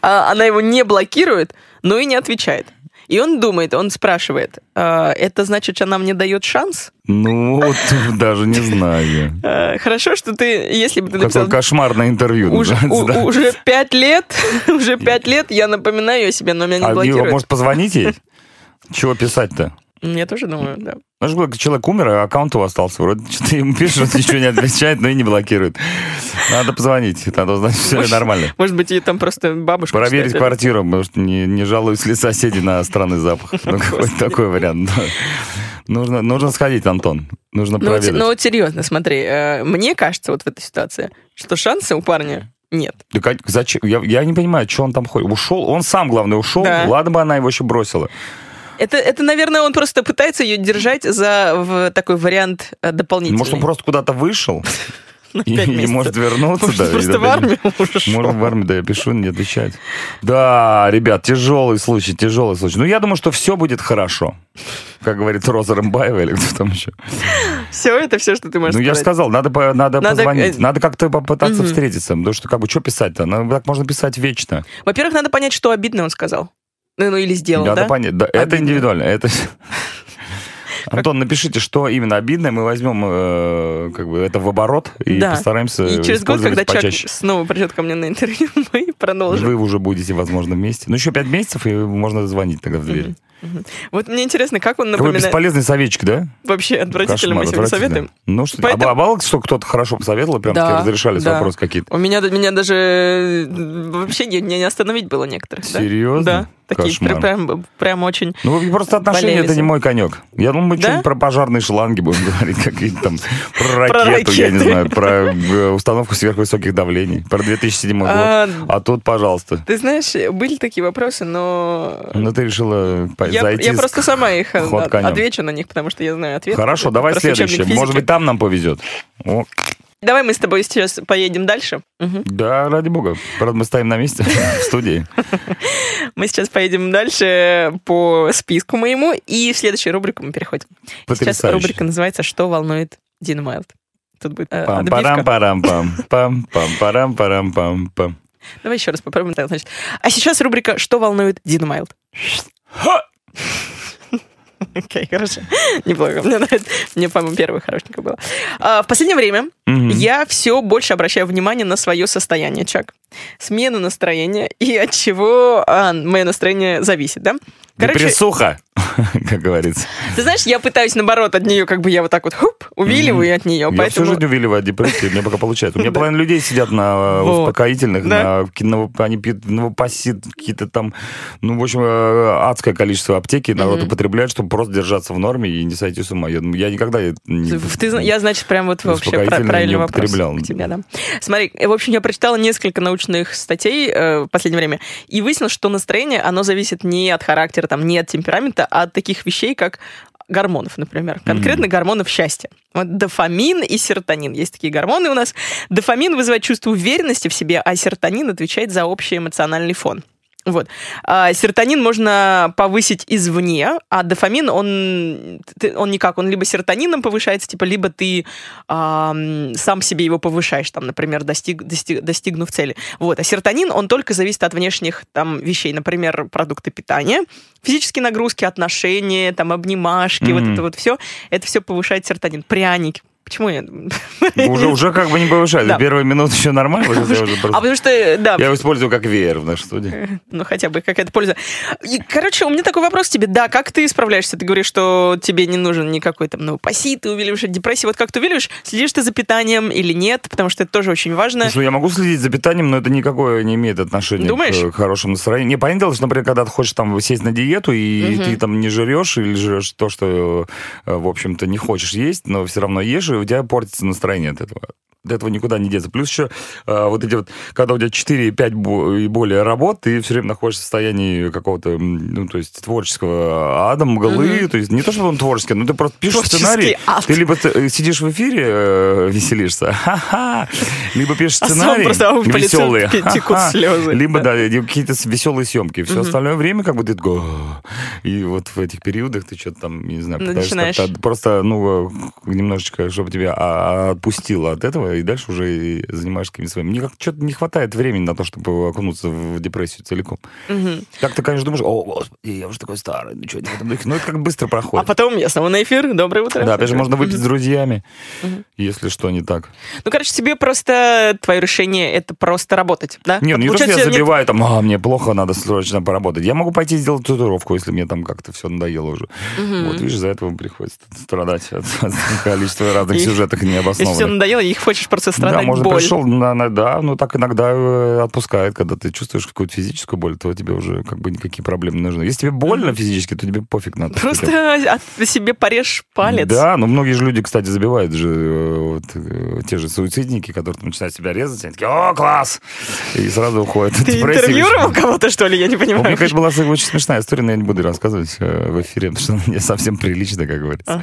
[SPEAKER 1] а она его не блокирует, но и не отвечает. И он думает, он спрашивает, «А, это значит, она мне дает шанс?
[SPEAKER 3] Ну, вот даже не знаю.
[SPEAKER 1] Э, Хорошо, что ты, если бы ты написал...
[SPEAKER 3] Какое кошмарное интервью.
[SPEAKER 1] Уже,
[SPEAKER 3] называется,
[SPEAKER 1] у-
[SPEAKER 3] да.
[SPEAKER 1] уже пять лет, (laughs) уже пять лет я напоминаю о себе, но меня не
[SPEAKER 3] А его,
[SPEAKER 1] блокируют.
[SPEAKER 3] может, позвонить ей? Чего писать-то? Ну,
[SPEAKER 1] Я тоже думаю, да.
[SPEAKER 3] Знаешь, как человек умер, а аккаунт его остался. Вроде что-то ему пишут, ничего не отвечает, но и не блокирует. Надо позвонить, надо узнать, все ли
[SPEAKER 1] Может-
[SPEAKER 3] нормально.
[SPEAKER 1] Может быть, ей там просто бабушка.
[SPEAKER 3] Проверить
[SPEAKER 1] читает.
[SPEAKER 3] квартиру, потому что не, не жалуются ли соседи на странный запах. Ну,
[SPEAKER 1] Господи.
[SPEAKER 3] какой такой вариант. да. Нужно, нужно сходить, Антон. Нужно
[SPEAKER 1] Ну, вот се-
[SPEAKER 3] проверить.
[SPEAKER 1] ну, вот серьезно, смотри, э, мне кажется, вот в этой ситуации, что шанса у парня нет.
[SPEAKER 3] Да как- зачем? Я, я не понимаю, что он там ходит. Ушел, он сам, главное, ушел.
[SPEAKER 1] Да.
[SPEAKER 3] Ладно бы она его еще бросила.
[SPEAKER 1] Это, это, наверное, он просто пытается ее держать за в такой вариант э, дополнительный.
[SPEAKER 3] Может, он
[SPEAKER 1] (laughs)
[SPEAKER 3] просто куда-то вышел
[SPEAKER 1] На
[SPEAKER 3] и, (laughs)
[SPEAKER 1] пять
[SPEAKER 3] и
[SPEAKER 1] месяцев.
[SPEAKER 3] может вернуться.
[SPEAKER 1] Может,
[SPEAKER 3] да, и
[SPEAKER 1] просто
[SPEAKER 3] опять-
[SPEAKER 1] в армию ушел.
[SPEAKER 3] Может, в армию, да, я пишу, не отвечает. Да, ребят, тяжелый случай, тяжелый случай. Ну, я думаю, что все будет хорошо. Как говорит Роза Рымбаева или кто там еще.
[SPEAKER 1] Все, это все, что ты можешь
[SPEAKER 3] ну, я же
[SPEAKER 1] сказать.
[SPEAKER 3] сказал, надо, по- надо,
[SPEAKER 1] Надо,
[SPEAKER 3] позвонить.
[SPEAKER 1] э,
[SPEAKER 3] Надо как-то попытаться
[SPEAKER 1] мгм.
[SPEAKER 3] встретиться. Потому что, как бы, что писать-то? Ну, так можно писать вечно.
[SPEAKER 1] Во-первых, надо понять, что обидно он сказал. Ну, ну или сделал,
[SPEAKER 3] надо
[SPEAKER 1] да?
[SPEAKER 3] понять. Да, это
[SPEAKER 1] Обидно. (laughs)
[SPEAKER 3] индивидуально. Это... Антон, напишите, что именно обидное, мы возьмем э, как бы это в оборот и
[SPEAKER 1] Да.
[SPEAKER 3] постараемся
[SPEAKER 1] И через год,
[SPEAKER 3] использовать
[SPEAKER 1] когда
[SPEAKER 3] э, почаще.
[SPEAKER 1] человек снова придет ко мне на интервью, (laughs) мы продолжим.
[SPEAKER 3] Вы уже будете, возможно, вместе. Ну, еще пять месяцев, и можно звонить тогда в дверь.
[SPEAKER 1] Мгм. Мгм. Вот мне интересно, как он
[SPEAKER 3] Какой
[SPEAKER 1] напоминает...
[SPEAKER 3] бесполезный советчик, да?
[SPEAKER 1] Вообще отвратительно мы сегодня
[SPEAKER 3] Кошмар, отвратительно.
[SPEAKER 1] советуем.
[SPEAKER 3] Ну что,
[SPEAKER 1] Поэтому-
[SPEAKER 3] а бывало, что кто-то хорошо посоветовал, прям
[SPEAKER 1] Да,
[SPEAKER 3] таки разрешались
[SPEAKER 1] да.
[SPEAKER 3] вопросы какие-то.
[SPEAKER 1] У меня, меня даже э, вообще не, не остановить было некоторых. да?
[SPEAKER 3] Серьезно?
[SPEAKER 1] Да. Такие
[SPEAKER 3] Кошмар.
[SPEAKER 1] прям, прям, прям очень...
[SPEAKER 3] Ну, вы просто отношения
[SPEAKER 1] Болели
[SPEAKER 3] это
[SPEAKER 1] за-
[SPEAKER 3] не мой конек. Я думаю, мы
[SPEAKER 1] Да?
[SPEAKER 3] что-нибудь про пожарные шланги будем (laughs) говорить, какие-то там, про
[SPEAKER 1] Про
[SPEAKER 3] ракету, я не
[SPEAKER 1] ракеты.
[SPEAKER 3] знаю, про э, установку сверхвысоких давлений, про 2007 год.
[SPEAKER 1] А,
[SPEAKER 3] А тут, пожалуйста.
[SPEAKER 1] Ты знаешь, были такие вопросы, но...
[SPEAKER 3] Ну, ты решила по-
[SPEAKER 1] Я,
[SPEAKER 3] зайти
[SPEAKER 1] я
[SPEAKER 3] с-
[SPEAKER 1] просто сама их э,
[SPEAKER 3] ход
[SPEAKER 1] от-
[SPEAKER 3] конем.
[SPEAKER 1] отвечу на них, потому что я знаю ответ.
[SPEAKER 3] Хорошо,
[SPEAKER 1] Это
[SPEAKER 3] давай
[SPEAKER 1] просто учебник
[SPEAKER 3] следующее.
[SPEAKER 1] физики.
[SPEAKER 3] Может быть, там нам повезет. О,
[SPEAKER 1] Давай мы с тобой сейчас поедем дальше. Мгм.
[SPEAKER 3] да, ради бога. Правда, мы стоим на месте (laughs) в студии.
[SPEAKER 1] Мы сейчас поедем дальше по списку моему, и в следующую рубрику мы переходим. Сейчас
[SPEAKER 3] Потрясающе.
[SPEAKER 1] рубрика называется «Что волнует Дина Майлд?». Тут будет э, отбивка.
[SPEAKER 3] Пам-парам-парам-пам. Пам-пам-парам-парам-пам-пам.
[SPEAKER 1] Давай еще раз попробуем. Так, значит. А сейчас рубрика «Что волнует Дина Майлд?». Окей, хорошо. (laughs) Неплохо. Мне, нравится. Мне, по-моему, первый хорошенько было. А, в последнее время
[SPEAKER 3] Мгм.
[SPEAKER 1] я все больше обращаю внимание на свое состояние, Чак. Смену настроения и от чего а, мое настроение зависит, да? Короче,
[SPEAKER 3] Депрессуха, (laughs) как говорится.
[SPEAKER 1] ты знаешь, я пытаюсь, наоборот, от нее, как бы я вот так вот хуп, увиливаю от нее.
[SPEAKER 3] Я всю
[SPEAKER 1] поэтому...
[SPEAKER 3] жизнь увиливаю от депрессии, мне пока получается. У меня
[SPEAKER 1] (laughs) Да.
[SPEAKER 3] половина людей сидят на э,
[SPEAKER 1] Вот.
[SPEAKER 3] успокоительных,
[SPEAKER 1] Да.
[SPEAKER 3] на кино- они пьют новопосит, какие-то там, ну, в общем, э, адское количество аптеки народ
[SPEAKER 1] Мгм.
[SPEAKER 3] употребляет, чтобы просто держаться в норме и не сойти с ума. Я, думаю, я никогда не...
[SPEAKER 1] В- ты зна- я, значит, прям вот вообще про-
[SPEAKER 3] Успокоительное
[SPEAKER 1] правильный
[SPEAKER 3] не
[SPEAKER 1] вопрос
[SPEAKER 3] употреблял.
[SPEAKER 1] к тебе, да. Смотри, э, в общем, я прочитала несколько научных статей э, в последнее время и выяснилось, что настроение, оно зависит не от характера, там, не от темперамента, а от таких вещей, как гормонов, например. Конкретно гормонов счастья. Вот дофамин и серотонин. Есть такие гормоны у нас. Дофамин вызывает чувство уверенности в себе, а серотонин отвечает за общий эмоциональный фон. Вот. А серотонин можно повысить извне, а дофамин, он, ты- он никак, он либо серотонином повышается, типа, либо ты ам, сам себе его повышаешь, там, например, достиг, дости- достигнув цели. Вот. А серотонин, он только зависит от внешних там вещей, например, продукты питания, физические нагрузки, отношения, там, обнимашки, вот
[SPEAKER 3] Мгм.
[SPEAKER 1] это вот все. Это все повышает серотонин. Пряники. Почему я... (laughs)
[SPEAKER 3] (laughs) Уже, уже как бы не повышает.
[SPEAKER 1] Да.
[SPEAKER 3] Первые минуты еще нормально.
[SPEAKER 1] (laughs)
[SPEAKER 3] вот сейчас я уже
[SPEAKER 1] А
[SPEAKER 3] просто-
[SPEAKER 1] потому что, да,
[SPEAKER 3] Я его использую как веер в нашей студии.
[SPEAKER 1] Ну, хотя бы какая-то польза. И, короче, у меня такой вопрос к тебе. Да, как ты справляешься? Ты говоришь, что тебе не нужен никакой там новопосит, ты увиливаешь от депрессии. Вот как ты увиливаешь, следишь ты за питанием или нет? Потому что это тоже очень важно.
[SPEAKER 3] Слушай, я могу следить за питанием, но это никакое не имеет отношения
[SPEAKER 1] Думаешь?
[SPEAKER 3] к, э, к хорошему настроению. Не, понятное дело, что, например, когда ты хочешь там сесть на диету, и
[SPEAKER 1] Мгм.
[SPEAKER 3] ты там не жрешь, или жрешь то, что, э, в общем-то, не хочешь есть, но все равно ешь, и у тебя портится настроение от этого. От этого никуда не деться. Плюс еще э, вот эти вот, когда у тебя 4 5 и более работ, ты все время находишься в состоянии какого-то, м, ну, то есть творческого ада, мглы. То есть не то, чтобы он творческий, но ты просто пишешь
[SPEAKER 1] Творческий
[SPEAKER 3] сценарий.
[SPEAKER 1] ад.
[SPEAKER 3] Ты либо т- э, сидишь в эфире, э, веселишься, (laughs) ха-ха, либо пишешь
[SPEAKER 1] А сам
[SPEAKER 3] сценарий,
[SPEAKER 1] просто, а по лицу
[SPEAKER 3] веселые,
[SPEAKER 1] пе- (laughs) текут
[SPEAKER 3] ха-ха,
[SPEAKER 1] слезы,
[SPEAKER 3] (laughs) Либо,
[SPEAKER 1] да.
[SPEAKER 3] да, и какие-то с- веселые съемки. Все остальное время как бы ты такой... «Ах». И вот в этих периодах ты что-то там, я не знаю,
[SPEAKER 1] Ну,
[SPEAKER 3] пытаешься
[SPEAKER 1] начинаешь.
[SPEAKER 3] как-то просто, ну, э, немножечко, чтобы тебя а, а, отпустило от этого, и дальше уже и занимаешься какими-то своими. Мне как что-то не хватает времени на то, чтобы окунуться в депрессию целиком.
[SPEAKER 1] Мгм.
[SPEAKER 3] Как ты, конечно, думаешь, о, господи, я уже такой старый, ну что, ну это как быстро
[SPEAKER 1] А
[SPEAKER 3] проходит.
[SPEAKER 1] потом я снова на эфир. Доброе утро.
[SPEAKER 3] Да, опять же, можно выпить с друзьями,
[SPEAKER 1] Мгм.
[SPEAKER 3] если что не так.
[SPEAKER 1] Ну, короче, тебе просто твое решение это просто работать, да?
[SPEAKER 3] Нет, не то, что я
[SPEAKER 1] Получается, нет-
[SPEAKER 3] забиваю, там, а, мне плохо, надо срочно поработать. Я могу пойти сделать татуировку, если мне там как-то все надоело уже.
[SPEAKER 1] Мгм.
[SPEAKER 3] Вот, видишь, за этого приходится страдать от, от количества разных
[SPEAKER 1] И-
[SPEAKER 3] сюжетов
[SPEAKER 1] Если все
[SPEAKER 3] необоснованных.
[SPEAKER 1] надоело, их хочешь просто страдать
[SPEAKER 3] да, может,
[SPEAKER 1] боль.
[SPEAKER 3] пришел, на, на- да, но так иногда э, отпускает, когда ты чувствуешь какую-то физическую боль, то тебе уже как бы никакие проблемы не нужны. Если тебе больно физически, то тебе пофиг надо.
[SPEAKER 1] Просто от- себе порежь палец.
[SPEAKER 3] Да, но многие же люди, кстати, забивают же э, вот, э, те же суицидники, которые там начинают себя резать, они такие, о, класс! И сразу уходят. в
[SPEAKER 1] Ты
[SPEAKER 3] депрессию.
[SPEAKER 1] интервьюировал кого-то, что ли? Я не
[SPEAKER 3] У
[SPEAKER 1] понимаю.
[SPEAKER 3] меня, конечно, была очень смешная история, но я не буду рассказывать э, в эфире, потому что она не совсем прилично, как говорится.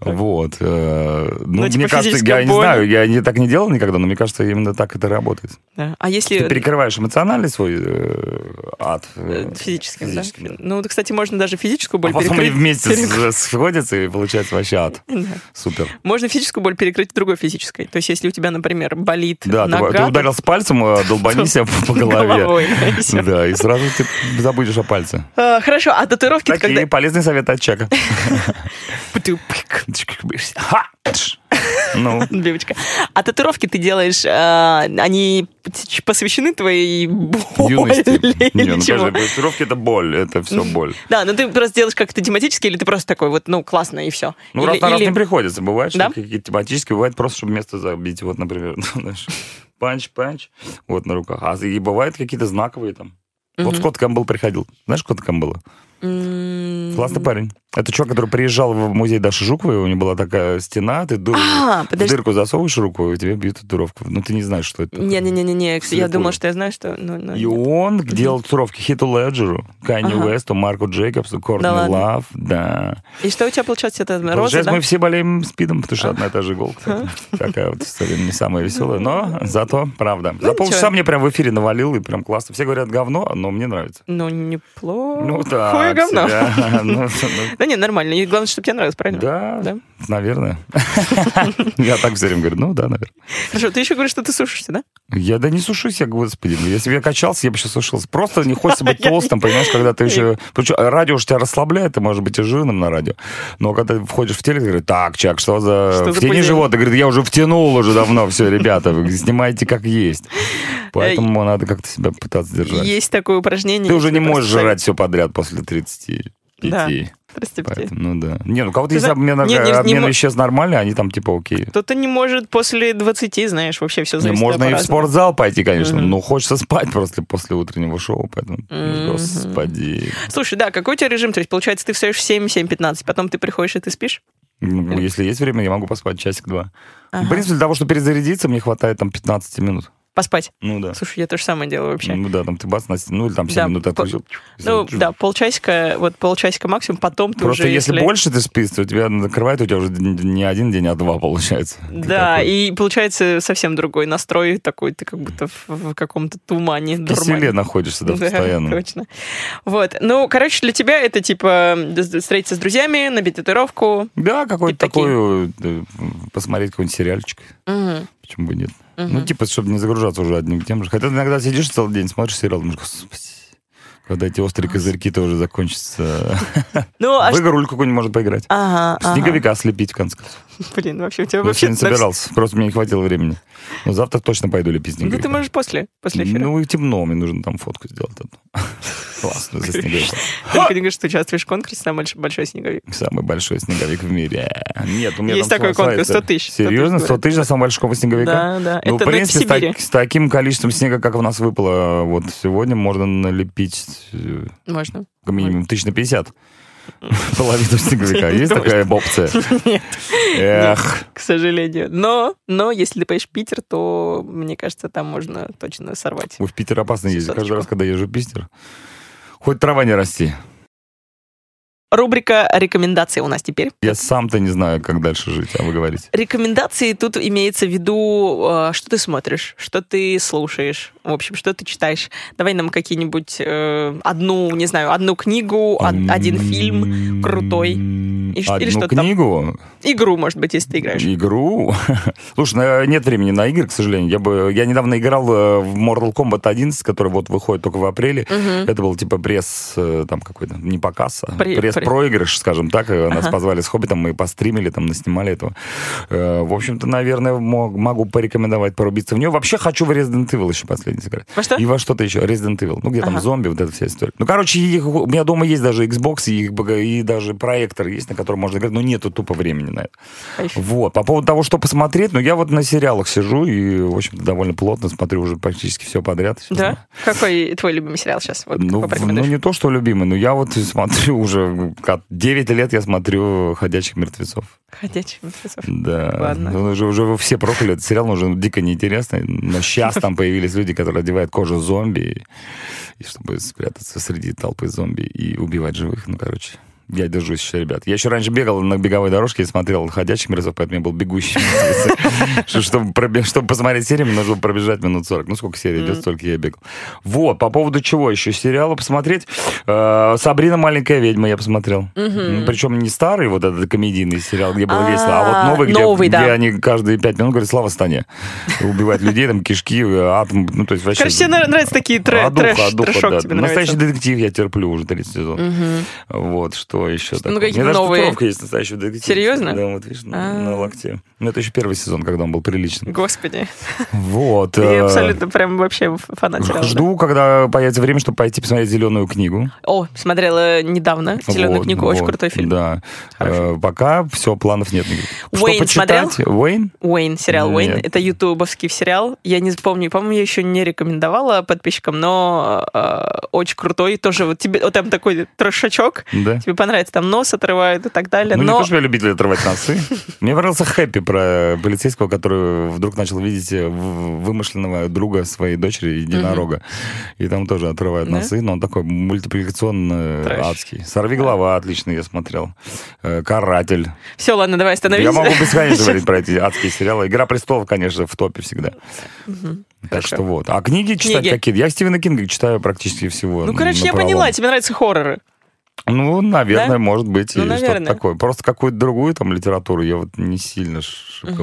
[SPEAKER 3] Вот. э, Ну,
[SPEAKER 1] Ну, типа
[SPEAKER 3] мне кажется,
[SPEAKER 1] физическая
[SPEAKER 3] я не
[SPEAKER 1] боль.
[SPEAKER 3] знаю, я не- так не делал никогда, но мне кажется, именно так это работает.
[SPEAKER 1] Да. А если
[SPEAKER 3] Ты перекрываешь эмоциональный свой э, ад. э,
[SPEAKER 1] э, физически, да?
[SPEAKER 3] физическим, да.
[SPEAKER 1] Ну, кстати, можно даже физическую боль
[SPEAKER 3] А потом они
[SPEAKER 1] перекрыть.
[SPEAKER 3] вместе
[SPEAKER 1] перек-
[SPEAKER 3] с- сходятся, и получается вообще ад.
[SPEAKER 1] Да.
[SPEAKER 3] Супер.
[SPEAKER 1] Можно физическую боль перекрыть другой физической. То есть, если у тебя, например, болит
[SPEAKER 3] Да, ты-
[SPEAKER 1] нога,
[SPEAKER 3] ты ударил с пальцем, э, долбани себя по голове.
[SPEAKER 1] головой. и всё.
[SPEAKER 3] Да, и сразу ты забудешь о пальце.
[SPEAKER 1] А, Хорошо, а татуировки
[SPEAKER 3] Такие
[SPEAKER 1] когда...
[SPEAKER 3] полезные советы от Чака.
[SPEAKER 1] Пыту-пык,
[SPEAKER 3] Ха! Тш! Ну,
[SPEAKER 1] Девочка. А татуировки ты делаешь, а, они ч- посвящены твоей боли
[SPEAKER 3] юности. Не,
[SPEAKER 1] (laughs) или
[SPEAKER 3] ну
[SPEAKER 1] чего?
[SPEAKER 3] подожди, татуировки это боль, это все боль.
[SPEAKER 1] Да, ну ты просто делаешь как-то тематически, или ты просто такой вот, ну, классно, и все.
[SPEAKER 3] Ну, раз
[SPEAKER 1] или,
[SPEAKER 3] на раз
[SPEAKER 1] или-
[SPEAKER 3] не приходится. Бывает,
[SPEAKER 1] Да?
[SPEAKER 3] что какие-то тематические, бывает просто, чтобы место забить. Вот, например, (laughs) ну, знаешь, панч-панч, вот на руках. А и бывают какие-то знаковые там. Вот
[SPEAKER 1] Мгм.
[SPEAKER 3] Скотт Кэмпбелл приходил. Знаешь, Скотт Кэмпбелла?
[SPEAKER 1] М.
[SPEAKER 3] Классный парень. Это чувак, который приезжал в музей Даши Жуковой, у него была такая стена, ты ду-
[SPEAKER 1] А,
[SPEAKER 3] в
[SPEAKER 1] подожди.
[SPEAKER 3] дырку засовываешь руку, и тебе бьют татуировку. Ну, ты не знаешь, что это. такое.
[SPEAKER 1] Не-не-не-не, я
[SPEAKER 3] Слепую.
[SPEAKER 1] думал, что я знаю, что... ну, ну,
[SPEAKER 3] И
[SPEAKER 1] нет.
[SPEAKER 3] он делал татуировки Хиту Леджеру, Канни
[SPEAKER 1] Ага.
[SPEAKER 3] Уэсту, Марку Джейкобсу, Корни
[SPEAKER 1] Да ладно?
[SPEAKER 3] Лав. Да.
[SPEAKER 1] И что у тебя получается? Это роза,
[SPEAKER 3] Сейчас
[SPEAKER 1] да?
[SPEAKER 3] мы все болеем спидом, потому что одна и та же иголка. Такая вот история не самая веселая, но зато правда. За
[SPEAKER 1] Ну, ничего.
[SPEAKER 3] полчаса мне прям в эфире навалил, и прям классно. Все говорят говно, но мне нравится.
[SPEAKER 1] Ну, неплохо.
[SPEAKER 3] Ну так
[SPEAKER 1] Хуя (laughs) говно.
[SPEAKER 3] себе. (laughs)
[SPEAKER 1] Да
[SPEAKER 3] Ну,
[SPEAKER 1] не, нормально. И главное, чтобы тебе нравилось,
[SPEAKER 3] ну,
[SPEAKER 1] правильно?
[SPEAKER 3] Да,
[SPEAKER 1] Да.
[SPEAKER 3] наверное. (laughs) Я так все время говорю, ну да, наверное.
[SPEAKER 1] Хорошо, ты еще говоришь, что ты сушишься, да?
[SPEAKER 3] Я да не сушусь, я господи. Если бы я качался, я бы сейчас сушился. Просто не
[SPEAKER 1] (laughs)
[SPEAKER 3] хочется быть толстым, понимаешь, когда ты еще... Причем радио же тебя расслабляет, ты можешь быть и жирным на радио. Но когда ты входишь в телек, ты говоришь, так, Чак, что за...
[SPEAKER 1] Что за
[SPEAKER 3] Втяни
[SPEAKER 1] пузырь?»
[SPEAKER 3] живот. Ты говорит, я уже втянул уже давно, все, ребята, вы снимайте как
[SPEAKER 1] (laughs)
[SPEAKER 3] есть. Поэтому надо как-то себя пытаться держать.
[SPEAKER 1] Есть такое упражнение.
[SPEAKER 3] Ты уже
[SPEAKER 1] если
[SPEAKER 3] не можешь
[SPEAKER 1] просто
[SPEAKER 3] жрать все подряд после 35.
[SPEAKER 1] Да. Прости, прости.
[SPEAKER 3] Поэтому, ну да. Не, ну у кого-то
[SPEAKER 1] Ты
[SPEAKER 3] есть
[SPEAKER 1] зна-
[SPEAKER 3] обмен,
[SPEAKER 1] Не, не- не
[SPEAKER 3] обмен
[SPEAKER 1] мо-
[SPEAKER 3] веществ нормальный, они там типа окей.
[SPEAKER 1] Кто-то не может после 20, знаешь, вообще все
[SPEAKER 3] Не,
[SPEAKER 1] зависит
[SPEAKER 3] Ну, можно и в
[SPEAKER 1] по-разному.
[SPEAKER 3] спортзал пойти, конечно,
[SPEAKER 1] Мгм.
[SPEAKER 3] но хочется спать (laughs) просто после утреннего шоу, поэтому,
[SPEAKER 1] Мгм.
[SPEAKER 3] господи.
[SPEAKER 1] Слушай, да, какой у тебя режим? То есть, получается, ты встаешь в 7, 7.15, потом ты приходишь и ты спишь?
[SPEAKER 3] Ну, Если есть время, я могу поспать часик-два.
[SPEAKER 1] Ага.
[SPEAKER 3] В принципе, для того, чтобы перезарядиться, мне хватает там 15 минут.
[SPEAKER 1] Поспать.
[SPEAKER 3] Ну да.
[SPEAKER 1] Слушай, я то же самое делаю вообще.
[SPEAKER 3] Ну да, там ты бац, на стен- ну или там 7
[SPEAKER 1] Да,
[SPEAKER 3] минут
[SPEAKER 1] по-
[SPEAKER 3] отключил.
[SPEAKER 1] Ну, да, полчасика, вот полчасика максимум, потом ты
[SPEAKER 3] Просто
[SPEAKER 1] уже...
[SPEAKER 3] если, больше ты спишь, то тебя накрывает, у тебя уже не один день, а два получается. Ты
[SPEAKER 1] Да,
[SPEAKER 3] такой
[SPEAKER 1] и получается совсем другой настрой такой, ты как будто в, в каком-то тумане,
[SPEAKER 3] в киселе
[SPEAKER 1] дурмане. (laughs)
[SPEAKER 3] находишься да,
[SPEAKER 1] Да,
[SPEAKER 3] постоянно.
[SPEAKER 1] точно. Вот. Ну, короче, для тебя это типа д- встретиться с друзьями, набить татуировку.
[SPEAKER 3] Да, какой-то
[SPEAKER 1] Типа такие.
[SPEAKER 3] такой, э, посмотреть какой-нибудь сериальчик.
[SPEAKER 1] Мгм.
[SPEAKER 3] Почему бы нет?
[SPEAKER 1] Мгм.
[SPEAKER 3] Ну, типа, чтобы не загружаться уже одним и тем же. Хотя ты иногда сидишь целый день, смотришь сериал, думаешь, господи, когда эти острые козырьки тоже закончатся.
[SPEAKER 1] Ну, а
[SPEAKER 3] В
[SPEAKER 1] что...
[SPEAKER 3] игру какую-нибудь можно поиграть.
[SPEAKER 1] Ага, ага.
[SPEAKER 3] Снеговика слепить, в конце концов.
[SPEAKER 1] Блин, вообще у тебя
[SPEAKER 3] Я
[SPEAKER 1] вообще...
[SPEAKER 3] вообще не
[SPEAKER 1] на вс-
[SPEAKER 3] собирался, просто мне не хватило времени. Но завтра точно пойду лепить
[SPEAKER 1] Ну,
[SPEAKER 3] снеговика.
[SPEAKER 1] ты можешь после, после эфира.
[SPEAKER 3] Ну, и темно, мне нужно там фотку сделать. одну.
[SPEAKER 1] (laughs)
[SPEAKER 3] Классную за снеговика.
[SPEAKER 1] Только не говоришь, что участвуешь в конкурсе на больш- большой снеговик.
[SPEAKER 3] Самый большой снеговик в мире. Нет, у меня
[SPEAKER 1] Есть
[SPEAKER 3] там
[SPEAKER 1] такой
[SPEAKER 3] своя-
[SPEAKER 1] конкурс,
[SPEAKER 3] своя-
[SPEAKER 1] 100 тысяч.
[SPEAKER 3] Серьезно? 100
[SPEAKER 1] говорят.
[SPEAKER 3] тысяч на самого большого снеговика?
[SPEAKER 1] Да, да. это,
[SPEAKER 3] Ну, в
[SPEAKER 1] ну, это в
[SPEAKER 3] принципе, с,
[SPEAKER 1] Сибири.
[SPEAKER 3] так- с таким количеством снега, как у нас выпало вот сегодня, можно налепить э,
[SPEAKER 1] Можно.
[SPEAKER 3] как минимум тысяч на 50. Половину снеговика.
[SPEAKER 1] Не
[SPEAKER 3] Есть
[SPEAKER 1] думаю,
[SPEAKER 3] такая опция?
[SPEAKER 1] Нет.
[SPEAKER 3] Эх.
[SPEAKER 1] К сожалению. Но, но если ты поедешь в Питер, то, мне кажется, там можно точно сорвать.
[SPEAKER 3] Ой, в Питер опасно ездить. Каждый
[SPEAKER 1] Соточку.
[SPEAKER 3] раз, когда езжу в Питер, хоть трава не расти.
[SPEAKER 1] Рубрика рекомендации у нас теперь.
[SPEAKER 3] Я сам-то не знаю, как дальше жить, а вы говорите.
[SPEAKER 1] Рекомендации тут имеется в виду, э, что ты смотришь, что ты слушаешь, в общем, что ты читаешь. Давай нам какие-нибудь э, одну, не знаю, одну книгу, од- один фильм, крутой. И ш- или
[SPEAKER 3] Одну
[SPEAKER 1] что там?
[SPEAKER 3] книгу,
[SPEAKER 1] игру, может быть, если ты играешь.
[SPEAKER 3] Игру? (laughs) Слушай, на- нет времени на игры, к сожалению. Я, бы, я недавно играл э, в Mortal Kombat 11, который вот выходит только в апреле.
[SPEAKER 1] Мгм.
[SPEAKER 3] Это был типа пресс, э, там какой-то, не показ, а
[SPEAKER 1] При-
[SPEAKER 3] пресс-проигрыш, скажем так. Э, Нас
[SPEAKER 1] Ага.
[SPEAKER 3] позвали с Хоббитом, мы постримили, там наснимали этого. Э, В общем-то, наверное, мог- могу порекомендовать порубиться в нее. Вообще хочу в Resident Evil еще последний не секрет.
[SPEAKER 1] Во что?
[SPEAKER 3] И во что-то еще. Resident Evil. Ну, где там
[SPEAKER 1] Ага.
[SPEAKER 3] зомби, вот эта вся история. Ну, короче, их- у меня дома есть даже Xbox и, их бога- и даже проектор есть, на котором можно играть, но нету тупо времени на это.
[SPEAKER 1] Кайф.
[SPEAKER 3] Вот. По поводу того, что посмотреть, ну, я вот на сериалах сижу и, в общем-то, довольно плотно смотрю уже практически все подряд. Сейчас
[SPEAKER 1] Да? Какой твой любимый сериал сейчас? Вот
[SPEAKER 3] ну,
[SPEAKER 1] какой
[SPEAKER 3] в- ну,
[SPEAKER 1] порекомендуешь?
[SPEAKER 3] не то, что любимый, но я вот смотрю уже как 9 лет я смотрю «Ходячих мертвецов».
[SPEAKER 1] Ходячий мертвецов.
[SPEAKER 3] Да.
[SPEAKER 1] Ладно.
[SPEAKER 3] Ну, уже, уже все прокляли, этот сериал уже ну, дико неинтересный. Но сейчас там появились люди, которые одевают кожу зомби, и, чтобы спрятаться среди толпы зомби и убивать живых. Ну, короче, я держусь еще, ребят. Я еще раньше бегал на беговой дорожке и смотрел «Ходячих мертвецов», поэтому я был бегущим. (laughs) Что- Чтобы пробе- чтобы посмотреть серию, мне нужно было пробежать минут 40. Ну, сколько серий идет, столько я и бегал. Вот, по поводу чего еще сериала посмотреть. Э, «Сабрина. Маленькая ведьма» я посмотрел. Ну, Причем не старый вот этот комедийный сериал, где было весело, а
[SPEAKER 1] А,
[SPEAKER 3] вот новый, где-
[SPEAKER 1] новый,
[SPEAKER 3] где
[SPEAKER 1] да.
[SPEAKER 3] они каждые пять минут говорят «Слава Стане». Убивать людей, там, кишки, атом, ну, то есть вообще...
[SPEAKER 1] Короче, тебе нар- нравятся такие трэ-
[SPEAKER 3] Адуха,
[SPEAKER 1] трэш,
[SPEAKER 3] адуха,
[SPEAKER 1] трэшок
[SPEAKER 3] а да.
[SPEAKER 1] тебе
[SPEAKER 3] Настоящий
[SPEAKER 1] нравится.
[SPEAKER 3] детектив я терплю уже 30 сезонов. Вот, что еще такое. У меня
[SPEAKER 1] ну, какие-то
[SPEAKER 3] даже
[SPEAKER 1] новые.
[SPEAKER 3] татуировка есть настоящий детектив.
[SPEAKER 1] Серьезно?
[SPEAKER 3] Да, вот видишь, на-
[SPEAKER 1] А.
[SPEAKER 3] на локте. Ну, это еще первый сезон, когда он был приличным.
[SPEAKER 1] Господи,
[SPEAKER 3] Вот. э,
[SPEAKER 1] я абсолютно прям вообще фанат сериала. да.
[SPEAKER 3] Жду, когда появится время, чтобы пойти посмотреть «Зеленую книгу».
[SPEAKER 1] О, смотрела недавно «Зеленую
[SPEAKER 3] Вот,
[SPEAKER 1] книгу», очень
[SPEAKER 3] вот,
[SPEAKER 1] крутой фильм.
[SPEAKER 3] Да.
[SPEAKER 1] Хороший.
[SPEAKER 3] Э, пока все, планов нет. никаких.
[SPEAKER 1] Уэйн
[SPEAKER 3] что почитать? Уэйн?
[SPEAKER 1] Уэйн, сериал Уэйн.
[SPEAKER 3] Ну, Нет.
[SPEAKER 1] Это ютубовский сериал. Я не помню, по-моему, я еще не рекомендовала подписчикам, но э, очень крутой. Тоже вот тебе вот там такой трошачок.
[SPEAKER 3] Да.
[SPEAKER 1] Тебе понравится, там нос отрывают и так далее.
[SPEAKER 3] Ну, не
[SPEAKER 1] но
[SPEAKER 3] то, что я любитель отрывать носы. (laughs) Мне понравился Хэппи про полицейского, который вдруг начал видеть э, в- вымышленного друга своей дочери, единорога. И там тоже отрывают
[SPEAKER 1] Да?
[SPEAKER 3] носы, но он такой мультипликационно
[SPEAKER 1] Трэш.
[SPEAKER 3] адский. «Сорви голова» отлично я смотрел. Э, «Каратель».
[SPEAKER 1] все, ладно, давай
[SPEAKER 3] Я
[SPEAKER 1] остановимся.
[SPEAKER 3] могу
[SPEAKER 1] (laughs)
[SPEAKER 3] бесконечно говорить про эти адские сериалы. «Игра престолов», конечно, в топе всегда. Так
[SPEAKER 1] Хорошо.
[SPEAKER 3] что вот. А книги читать
[SPEAKER 1] Книги.
[SPEAKER 3] какие? Я Стивена Кинга читаю практически всего.
[SPEAKER 1] Ну, короче, я
[SPEAKER 3] напролом.
[SPEAKER 1] поняла, тебе нравятся хорроры.
[SPEAKER 3] Ну, наверное,
[SPEAKER 1] Да?
[SPEAKER 3] может быть,
[SPEAKER 1] Ну,
[SPEAKER 3] и что-то
[SPEAKER 1] наверное.
[SPEAKER 3] такое. Просто какую-то другую там литературу я вот не сильно шибко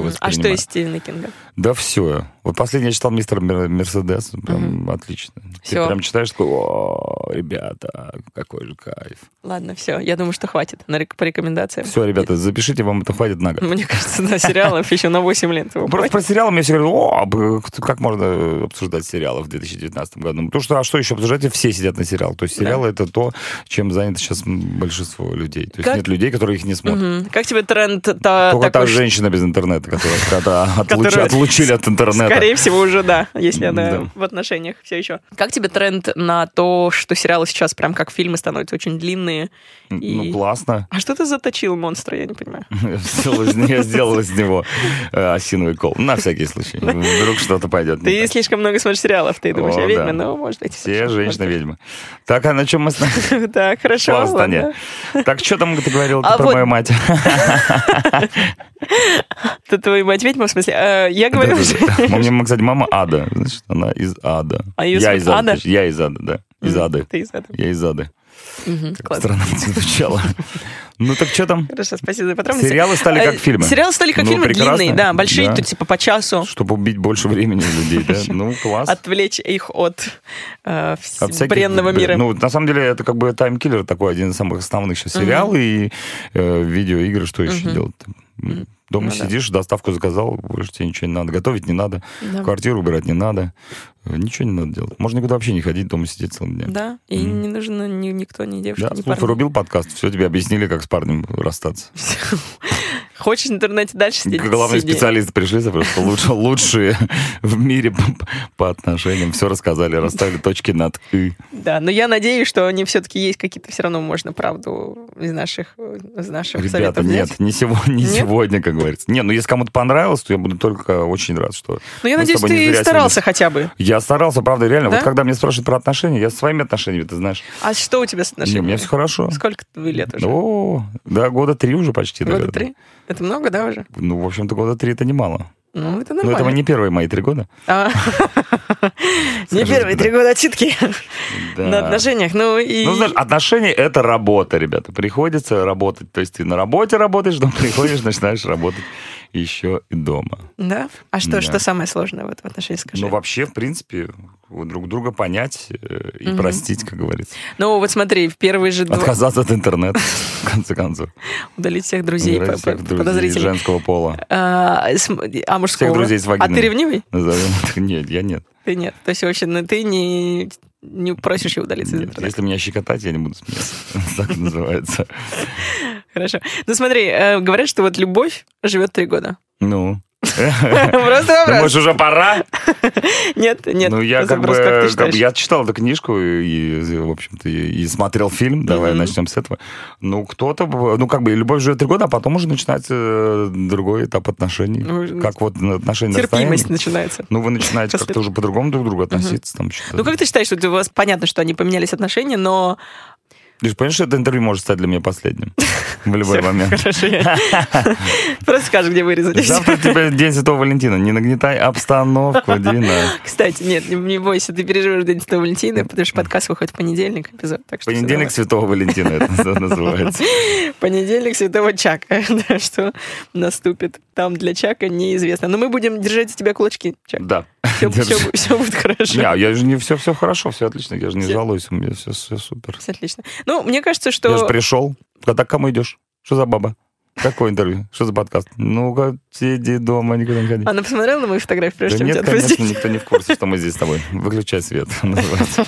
[SPEAKER 1] Мгм. А
[SPEAKER 3] воспринимаю.
[SPEAKER 1] что из Стивена Кинга?
[SPEAKER 3] Да все. Вот последний я читал «Мистер Мер- Мерседес». Прям отлично. Ты
[SPEAKER 1] Всё.
[SPEAKER 3] прям читаешь, такой, о, ребята, какой же кайф.
[SPEAKER 1] Ладно, все, я думаю, что хватит на рек- по рекомендациям.
[SPEAKER 3] Все, ребята, запишите, вам это хватит на год.
[SPEAKER 1] Мне кажется, на сериалов еще на 8 лет. его
[SPEAKER 3] Просто
[SPEAKER 1] хватит.
[SPEAKER 3] про сериалы мне все говорят, о, а б- кто- как можно э, обсуждать сериалы в 2019 году? Потому что, а что еще обсуждать? И Все сидят на сериал. То есть сериалы это то, чем занято сейчас большинство людей. То есть
[SPEAKER 1] Как-
[SPEAKER 3] нет людей, которые их не смотрят.
[SPEAKER 1] Мгм. Как тебе тренд та-
[SPEAKER 3] Только та
[SPEAKER 1] такой, ш-
[SPEAKER 3] женщина без интернета, которая
[SPEAKER 1] (laughs)
[SPEAKER 3] когда отлуч-
[SPEAKER 1] Э, Которая-
[SPEAKER 3] отлучили от интернета.
[SPEAKER 1] Скорее всего, уже да, если она
[SPEAKER 3] Да.
[SPEAKER 1] в отношениях все еще. Как тебе тренд на то, что сериалы сейчас прям как фильмы становятся очень длинные?
[SPEAKER 3] Ну,
[SPEAKER 1] и-
[SPEAKER 3] классно.
[SPEAKER 1] А что ты заточил монстра, я не
[SPEAKER 3] (laughs)
[SPEAKER 1] понимаю.
[SPEAKER 3] Сделал из- Я сделал из него э, осиновый кол. На всякий случай. Вдруг что-то пойдет. не
[SPEAKER 1] Ты
[SPEAKER 3] так.
[SPEAKER 1] слишком много смотришь сериалов, ты думаешь,
[SPEAKER 3] О,
[SPEAKER 1] я ведьма,
[SPEAKER 3] да.
[SPEAKER 1] но может быть.
[SPEAKER 3] Все женщины-ведьмы. Так, а на чем мы с
[SPEAKER 1] (laughs) Да, (laughs) хорошо.
[SPEAKER 3] Слава Стане.
[SPEAKER 1] ладно.
[SPEAKER 3] Так, что там ты говорил
[SPEAKER 1] А
[SPEAKER 3] про
[SPEAKER 1] вот- (laughs)
[SPEAKER 3] мою мать?
[SPEAKER 1] Это твоя мать ведьма, в смысле? э, Я говорила, что...
[SPEAKER 3] У меня, кстати, мама Ада. Значит, она из Ада.
[SPEAKER 1] А её
[SPEAKER 3] Я
[SPEAKER 1] зовут
[SPEAKER 3] из Ада.
[SPEAKER 1] Ада?
[SPEAKER 3] точнее, Я из Ада, да. (laughs) Из Ады.
[SPEAKER 1] Ты из Ады.
[SPEAKER 3] Я из Ады.
[SPEAKER 1] Мгм, Классно.
[SPEAKER 3] Странно это звучало. Ну так
[SPEAKER 1] (laughs)
[SPEAKER 3] что там?
[SPEAKER 1] Хорошо, спасибо за подробности.
[SPEAKER 3] Сериалы стали как
[SPEAKER 1] Э,
[SPEAKER 3] фильмы.
[SPEAKER 1] Сериалы стали как
[SPEAKER 3] Ну,
[SPEAKER 1] фильмы
[SPEAKER 3] прекрасно.
[SPEAKER 1] длинные, да, большие,
[SPEAKER 3] Да.
[SPEAKER 1] тут типа по часу.
[SPEAKER 3] Чтобы убить больше времени у людей, да? Ну,
[SPEAKER 1] А
[SPEAKER 3] класс.
[SPEAKER 1] Отвлечь их от, э, вс-
[SPEAKER 3] От всяких-
[SPEAKER 1] бренного
[SPEAKER 3] блин,
[SPEAKER 1] мира.
[SPEAKER 3] Ну, на самом деле, это как бы таймкиллер такой, один из самых основных сейчас сериал и э, видеоигры, что еще делать. там? Дома
[SPEAKER 1] Ну да.
[SPEAKER 3] сидишь, доставку заказал, больше тебе ничего не надо. Готовить не надо,
[SPEAKER 1] Да.
[SPEAKER 3] квартиру убирать не надо. э, Ничего не надо делать. Можно никуда вообще не ходить, дома сидеть целый день.
[SPEAKER 1] Да, и не нужно ни- никто, ни девушка,
[SPEAKER 3] Да,
[SPEAKER 1] ни
[SPEAKER 3] слушай,
[SPEAKER 1] парни.
[SPEAKER 3] врубил подкаст, все, тебе объяснили, как с парнем расстаться.
[SPEAKER 1] (laughs) Хочешь в интернете дальше (laughs) сидеть?
[SPEAKER 3] Главные
[SPEAKER 1] Сиди.
[SPEAKER 3] специалисты пришли, за просто лучше- лучшие (laughs) в мире по, по отношениям. Все рассказали, расставили точки над «и».
[SPEAKER 1] Да, но я надеюсь, что они все-таки есть какие-то, все равно можно правду из наших, из наших
[SPEAKER 3] Ребята,
[SPEAKER 1] советов
[SPEAKER 3] нет,
[SPEAKER 1] взять.
[SPEAKER 3] не, сегодня, не
[SPEAKER 1] Нет?
[SPEAKER 3] сегодня, как говорится. Не, ну если кому-то понравилось, то я буду только э, очень рад, что...
[SPEAKER 1] Но я
[SPEAKER 3] мы с
[SPEAKER 1] надеюсь,
[SPEAKER 3] тобой не
[SPEAKER 1] ты
[SPEAKER 3] зря
[SPEAKER 1] старался
[SPEAKER 3] сегодня-
[SPEAKER 1] хотя бы.
[SPEAKER 3] Я старался, правда, реально. Вот
[SPEAKER 1] Да?
[SPEAKER 3] когда мне спрашивают про отношения, я со своими отношениями, ты знаешь.
[SPEAKER 1] А что у тебя с
[SPEAKER 3] Не, у
[SPEAKER 1] отношениями?
[SPEAKER 3] меня все хорошо.
[SPEAKER 1] Сколько вы лет уже?
[SPEAKER 3] О, да, года три уже почти.
[SPEAKER 1] Года
[SPEAKER 3] наверное.
[SPEAKER 1] три? Это много, да, уже?
[SPEAKER 3] Ну, в общем-то, года три это немало.
[SPEAKER 1] Ну, это
[SPEAKER 3] Но
[SPEAKER 1] нормально.
[SPEAKER 3] это не первые мои три года. (laughs)
[SPEAKER 1] А. Не
[SPEAKER 3] Скажи,
[SPEAKER 1] первые
[SPEAKER 3] да.
[SPEAKER 1] три года отчитки
[SPEAKER 3] Да.
[SPEAKER 1] (laughs) на отношениях. Ну и...
[SPEAKER 3] Ну, знаешь, отношения — это работа, ребята. Приходится работать. То есть ты на работе работаешь, но приходишь, (laughs) начинаешь работать. еще и дома.
[SPEAKER 1] Да? А что,
[SPEAKER 3] Да.
[SPEAKER 1] что самое сложное вот в отношении, скажи?
[SPEAKER 3] Ну, вообще, в принципе, друг друга понять э, и
[SPEAKER 1] Мгм.
[SPEAKER 3] простить, как говорится.
[SPEAKER 1] Ну, вот смотри, в первые же два...
[SPEAKER 3] Отказаться от интернета, в конце концов.
[SPEAKER 1] Удалить всех (laughs) друзей по-
[SPEAKER 3] Убирать
[SPEAKER 1] по-
[SPEAKER 3] всех друзей
[SPEAKER 1] подозрительно.
[SPEAKER 3] женского пола.
[SPEAKER 1] А, см- а мужского?
[SPEAKER 3] Всех друзей с
[SPEAKER 1] а
[SPEAKER 3] вагиной.
[SPEAKER 1] ты ревнивый?
[SPEAKER 3] Назовем так. Нет, я нет.
[SPEAKER 1] Ты нет. То есть вообще ну, ты не, не просишь ее удалиться из
[SPEAKER 3] Нет,
[SPEAKER 1] интернета.
[SPEAKER 3] Если меня щекотать, я не буду смеяться. (laughs) Так называется.
[SPEAKER 1] Хорошо. Ну смотри, э, говорят, что вот любовь живет три года.
[SPEAKER 3] (laughs) Ну.
[SPEAKER 1] Просто вопрос.
[SPEAKER 3] Может, уже пора?
[SPEAKER 1] Нет, нет.
[SPEAKER 3] ну, я
[SPEAKER 1] просто
[SPEAKER 3] как бы,
[SPEAKER 1] вопрос, как ты
[SPEAKER 3] как бы-
[SPEAKER 1] считаешь?
[SPEAKER 3] я читал эту книжку и, и, в общем-то, и, и смотрел фильм. Давай
[SPEAKER 1] Мгм.
[SPEAKER 3] начнем с этого. Ну, кто-то, б- ну, как бы, любовь живет три года, а потом уже начинается э, другой этап отношений.
[SPEAKER 1] Ну,
[SPEAKER 3] как вот на- отношения на
[SPEAKER 1] Терпимость
[SPEAKER 3] расстоянии.
[SPEAKER 1] начинается.
[SPEAKER 3] Ну, вы начинаете
[SPEAKER 1] После-
[SPEAKER 3] как-то уже по-другому друг к другу относиться. Там, что-то.
[SPEAKER 1] Ну, как ты считаешь, что у вас понятно, что они поменялись отношения, но...
[SPEAKER 3] Ты же понимаешь, что это интервью может стать для
[SPEAKER 1] (laughs)
[SPEAKER 3] меня последним в любой
[SPEAKER 1] Всё,
[SPEAKER 3] момент.
[SPEAKER 1] Хорошо, (laughs) я-
[SPEAKER 3] (laughs)
[SPEAKER 1] Просто скажешь, где вырезать. и всё.
[SPEAKER 3] Завтра тебе День Святого Валентина. Не нагнетай обстановку,
[SPEAKER 1] (laughs)
[SPEAKER 3] Дина.
[SPEAKER 1] Кстати, нет, не- не бойся, ты переживешь День Святого Валентина, потому что подкаст выходит в понедельник, эпизод. Так что всё
[SPEAKER 3] Понедельник Святого Валентина
[SPEAKER 1] (laughs)
[SPEAKER 3] это называется.
[SPEAKER 1] Понедельник Святого Чака. (laughs) Да, что наступит там для Чака, неизвестно. Но мы будем держать за тебя кулачки, Чак.
[SPEAKER 3] Да.
[SPEAKER 1] Все,
[SPEAKER 3] держи.
[SPEAKER 1] будет хорошо.
[SPEAKER 3] Не, а я же не все, все хорошо, все отлично, я же не
[SPEAKER 1] Всё.
[SPEAKER 3] жалуюсь, у меня все, супер.
[SPEAKER 1] Всё отлично. Ну, мне кажется, что...
[SPEAKER 3] Я же пришел. А так к кому идешь? Что за баба? Какое интервью? Что за подкаст? Ну-ка, сиди дома, никуда не ходи.
[SPEAKER 1] Она посмотрела на мою фотографию,
[SPEAKER 3] Да
[SPEAKER 1] А, ну, прежде чем тебя отпустить.
[SPEAKER 3] нет, конечно, никто не в курсе, что мы здесь с тобой. Выключай свет.
[SPEAKER 1] (laughs)
[SPEAKER 3] называется.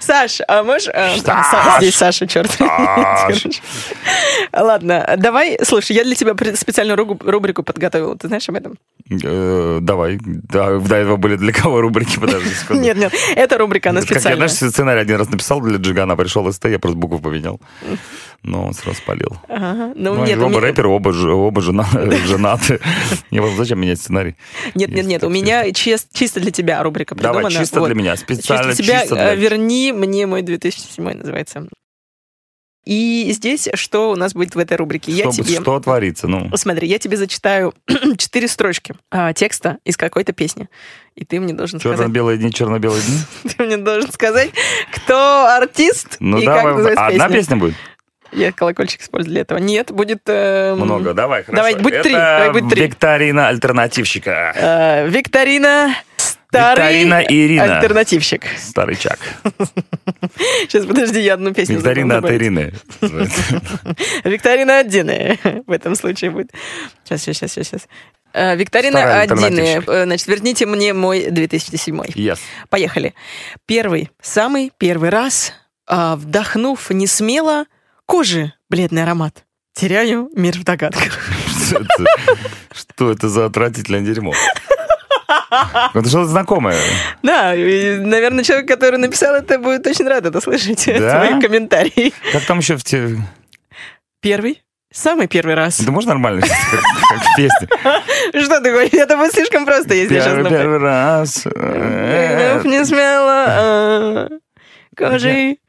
[SPEAKER 1] Саш, а можешь... э,
[SPEAKER 3] Саш!
[SPEAKER 1] Са- Здесь Саша, черт.
[SPEAKER 3] Саш!
[SPEAKER 1] (laughs) Ладно, давай, слушай, я для тебя при- специальную ругу- рубрику подготовила, ты знаешь об этом?
[SPEAKER 3] Э, Давай. Да, До этого были для кого рубрики?
[SPEAKER 1] (laughs)
[SPEAKER 3] Подожди секунду.
[SPEAKER 1] Нет, нет, эта рубрика, она
[SPEAKER 3] Это как я,
[SPEAKER 1] специальная.
[SPEAKER 3] знаешь, сценарий один раз написал для Джигана, а пришел СТ, я просто букву поменял. Но он сразу спалил.
[SPEAKER 1] Ага. Ну,
[SPEAKER 3] Ну, они
[SPEAKER 1] нет,
[SPEAKER 3] же
[SPEAKER 1] у
[SPEAKER 3] оба
[SPEAKER 1] меня-
[SPEAKER 3] рэперы, оба, ж-
[SPEAKER 1] (laughs)
[SPEAKER 3] оба жена, э, женаты. Не, вот зачем менять сценарий?
[SPEAKER 1] Нет, нет,
[SPEAKER 3] Есть
[SPEAKER 1] нет, у
[SPEAKER 3] таксисты.
[SPEAKER 1] меня чис- чисто для тебя рубрика придумана.
[SPEAKER 3] Давай, чисто
[SPEAKER 1] Вот.
[SPEAKER 3] для меня, специально
[SPEAKER 1] Чисто тебя,
[SPEAKER 3] чисто
[SPEAKER 1] э,
[SPEAKER 3] для...
[SPEAKER 1] верни мне мой 2007 называется. И здесь что у нас будет в этой рубрике? я
[SPEAKER 3] Что-
[SPEAKER 1] тебе...
[SPEAKER 3] Что творится? Ну,
[SPEAKER 1] Смотри, я тебе зачитаю (clears throat) четыре строчки а, текста из какой-то песни. И ты мне должен сказать...
[SPEAKER 3] черно-белые дни, черно-белые дни.
[SPEAKER 1] (laughs) Ты мне должен сказать, кто артист
[SPEAKER 3] Ну,
[SPEAKER 1] и как
[SPEAKER 3] давай.
[SPEAKER 1] называется
[SPEAKER 3] Одна
[SPEAKER 1] песня.
[SPEAKER 3] песня будет?
[SPEAKER 1] Я колокольчик использую для этого. Нет, будет... эм,
[SPEAKER 3] Много, давай, хорошо.
[SPEAKER 1] Давай, будь
[SPEAKER 3] Это
[SPEAKER 1] три, давай, будь три.
[SPEAKER 3] викторина альтернативщика.
[SPEAKER 1] э, Викторина... Старый
[SPEAKER 3] Викторина Ирина.
[SPEAKER 1] альтернативщик.
[SPEAKER 3] Старый Чак.
[SPEAKER 1] Сейчас, подожди, я одну песню забыла
[SPEAKER 3] Викторина от
[SPEAKER 1] добавить. (laughs)
[SPEAKER 3] Ирины.
[SPEAKER 1] Викторина от Дины (laughs) в этом случае будет. Сейчас, сейчас, сейчас, сейчас. Э, Викторина
[SPEAKER 3] Старая
[SPEAKER 1] от Дины.
[SPEAKER 3] альтернативщик.
[SPEAKER 1] Э, Значит, верните мне мой 2007.
[SPEAKER 3] Yes.
[SPEAKER 1] Поехали. Первый, самый первый раз, а, вдохнув не смело, кожи бледный аромат. Теряю мир в догадках. (laughs)
[SPEAKER 3] Что это- Что это за отвратительное дерьмо? Это что-то знакомое.
[SPEAKER 1] Да, и, наверное, человек, который написал это, будет очень рад это слышать. (laughs)
[SPEAKER 3] Да?
[SPEAKER 1] Твои комментарии.
[SPEAKER 3] Как там еще в те...
[SPEAKER 1] Первый, самый первый раз.
[SPEAKER 3] Это можно нормально? Как в песне.
[SPEAKER 1] Что ты говоришь? Это будет слишком просто, если я сейчас
[SPEAKER 3] Первый,
[SPEAKER 1] напою.
[SPEAKER 3] первый раз. э,
[SPEAKER 1] Вдохнув не Э, смело а, кожей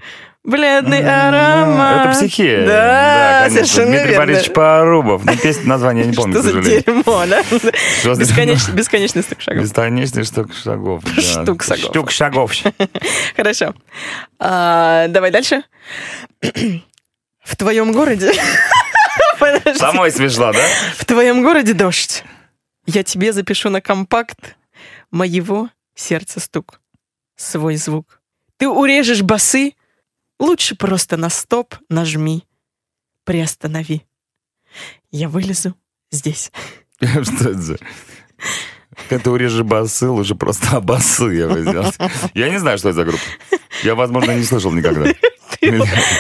[SPEAKER 1] бледный аромат.
[SPEAKER 3] э, Это психия.
[SPEAKER 1] Да,
[SPEAKER 3] конечно.
[SPEAKER 1] совершенно
[SPEAKER 3] Дмитрий
[SPEAKER 1] верно.
[SPEAKER 3] Борисович Порубов. Ну, песня, название я не помню,
[SPEAKER 1] Что
[SPEAKER 3] к
[SPEAKER 1] за
[SPEAKER 3] сожалению.
[SPEAKER 1] дерьмо, да?
[SPEAKER 3] (laughs) Что за
[SPEAKER 1] Бесконечный, бесконечный стук шагов.
[SPEAKER 3] Бесконечный штук шагов. да.
[SPEAKER 1] Штук шагов.
[SPEAKER 3] Штук шагов.
[SPEAKER 1] Хорошо. А, давай дальше. (clears throat) В твоем городе... (laughs) Подожди.
[SPEAKER 3] Самой смешно, да?
[SPEAKER 1] В твоем городе дождь. Я тебе запишу на компакт моего сердца стук. Свой звук. Ты урежешь басы. Лучше просто на стоп нажми. Приостанови. Я вылезу здесь. (laughs)
[SPEAKER 3] (laughs) Что это за... Когда ты урежешь басы, лучше просто басы я возьму. Я не знаю, что это за группа. Я, возможно, не
[SPEAKER 1] (laughs)
[SPEAKER 3] слышал никогда.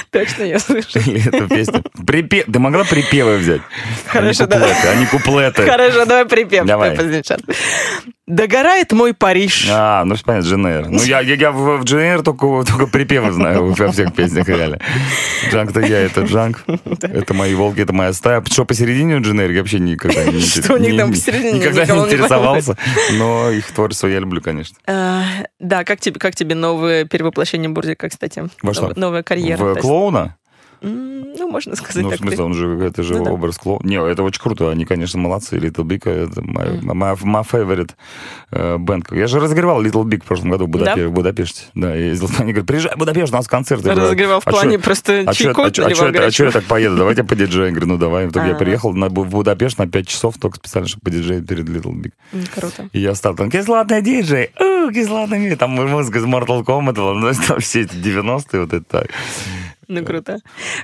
[SPEAKER 1] Точно я слышу.
[SPEAKER 3] (laughs) Или эту песню. Припе- Ты могла припевы взять?
[SPEAKER 1] Хорошо,
[SPEAKER 3] а не куплеты,
[SPEAKER 1] да.
[SPEAKER 3] а не куплеты.
[SPEAKER 1] Хорошо, давай припев.
[SPEAKER 3] Давай.
[SPEAKER 1] Давай, сейчас. Догорает мой Париж.
[SPEAKER 3] А, ну всё понятно, Дженейр. Ну я, я, я в, в Дженейр только, только припевы знаю во всех песнях, реально. Джанк-то я,
[SPEAKER 1] (laughs)
[SPEAKER 3] это Джанк. Это мои волки, это моя стая. Что, посередине у Дженейр? Я вообще никогда
[SPEAKER 1] (laughs)
[SPEAKER 3] не,
[SPEAKER 1] Что у них
[SPEAKER 3] не-
[SPEAKER 1] там посередине,
[SPEAKER 3] никогда
[SPEAKER 1] никого
[SPEAKER 3] не
[SPEAKER 1] не
[SPEAKER 3] интересовался. Но их творчество я люблю, конечно.
[SPEAKER 1] А, Да, как тебе, как тебе новое перевоплощение Бурдика, кстати?
[SPEAKER 3] Во что?
[SPEAKER 1] Новая карьера.
[SPEAKER 3] В
[SPEAKER 1] то есть.
[SPEAKER 3] клоуна?
[SPEAKER 1] М, Ну, можно сказать
[SPEAKER 3] Ну, в
[SPEAKER 1] так.
[SPEAKER 3] смысле, он же, это же
[SPEAKER 1] Ну да.
[SPEAKER 3] образ клоуна. Не, это очень круто, они, конечно, молодцы. Little Big, э, это my, my- my favorite э, band. Я же разогревал Little Big в прошлом году в, Будапе-
[SPEAKER 1] Да?
[SPEAKER 3] в Будапеште. Да, я ездил, они говорят, приезжай в Будапешт, у нас концерты. Я говорю,
[SPEAKER 1] Разогревал в
[SPEAKER 3] «А чё-
[SPEAKER 1] плане просто
[SPEAKER 3] а чё
[SPEAKER 1] чайку
[SPEAKER 3] я- а чё- а чё
[SPEAKER 1] наливал
[SPEAKER 3] я- а чё я так поеду? Давайте по диджею. Я говорю, ну давай. В итоге я
[SPEAKER 1] А.
[SPEAKER 3] приехал на, Бу- в Будапешт на 5 часов только специально, чтобы подиджеить перед Little Big.
[SPEAKER 1] горячего. М, Круто.
[SPEAKER 3] И я стал там, кислотный диджей, у, кислотный мир». Там музыка из Mortal Kombat, ну, (laughs) там все эти 90-е, вот это так.
[SPEAKER 1] Ну, круто.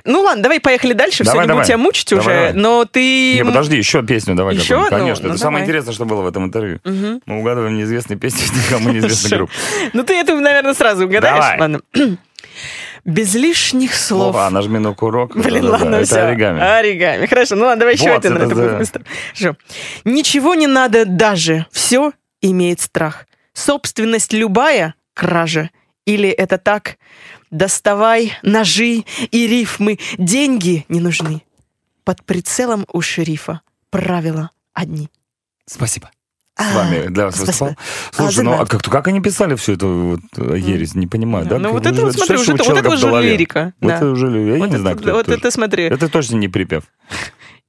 [SPEAKER 1] Ну, ладно, давай поехали дальше. Все,
[SPEAKER 3] Э. Давай,
[SPEAKER 1] не буду
[SPEAKER 3] давай.
[SPEAKER 1] тебя мучить
[SPEAKER 3] Давай,
[SPEAKER 1] уже.
[SPEAKER 3] давай.
[SPEAKER 1] Но ты...
[SPEAKER 3] Не, подожди, еще песню давай.
[SPEAKER 1] Еще
[SPEAKER 3] какую-нибудь.
[SPEAKER 1] одну?
[SPEAKER 3] Конечно,
[SPEAKER 1] Ну,
[SPEAKER 3] это самое
[SPEAKER 1] давай.
[SPEAKER 3] интересное, что было в этом интервью. Мы угадываем неизвестные песни
[SPEAKER 1] (laughs)
[SPEAKER 3] никому неизвестных
[SPEAKER 1] Хорошо.
[SPEAKER 3] групп.
[SPEAKER 1] Ну, ты это, наверное, сразу угадаешь.
[SPEAKER 3] Давай.
[SPEAKER 1] Ладно. (clears throat) Без лишних слов.
[SPEAKER 3] Опа, нажми на курок.
[SPEAKER 1] Блин,
[SPEAKER 3] Да-да-да,
[SPEAKER 1] ладно, А.
[SPEAKER 3] это
[SPEAKER 1] все.
[SPEAKER 3] оригами.
[SPEAKER 1] Оригами. Хорошо, ну ладно, давай еще
[SPEAKER 3] Вот,
[SPEAKER 1] один.
[SPEAKER 3] это
[SPEAKER 1] Это
[SPEAKER 3] да.
[SPEAKER 1] будет быстро. Хорошо. Ничего не надо даже. Все имеет страх. Собственность любая — кража. Или это так? Доставай ножи и рифмы. Деньги не нужны. Под прицелом у шерифа. Правила одни. А.
[SPEAKER 3] Спасибо. С вами для вас
[SPEAKER 1] спасибо.
[SPEAKER 3] выступал. Слушай, ну
[SPEAKER 1] Зима.
[SPEAKER 3] а как, как они писали всю эту вот э, ересь, не понимаю, да?
[SPEAKER 1] ну
[SPEAKER 3] Как
[SPEAKER 1] вот это, вот,
[SPEAKER 3] что
[SPEAKER 1] смотри,
[SPEAKER 3] ж
[SPEAKER 1] уже,
[SPEAKER 3] у
[SPEAKER 1] вот
[SPEAKER 3] человека
[SPEAKER 1] это
[SPEAKER 3] в
[SPEAKER 1] уже
[SPEAKER 3] голове?
[SPEAKER 1] лирика.
[SPEAKER 3] Вот
[SPEAKER 1] да.
[SPEAKER 3] это уже лирика, я
[SPEAKER 1] Вот
[SPEAKER 3] не
[SPEAKER 1] это-
[SPEAKER 3] знаю, кто
[SPEAKER 1] вот
[SPEAKER 3] это. тоже.
[SPEAKER 1] это смотри,
[SPEAKER 3] Это точно не припев.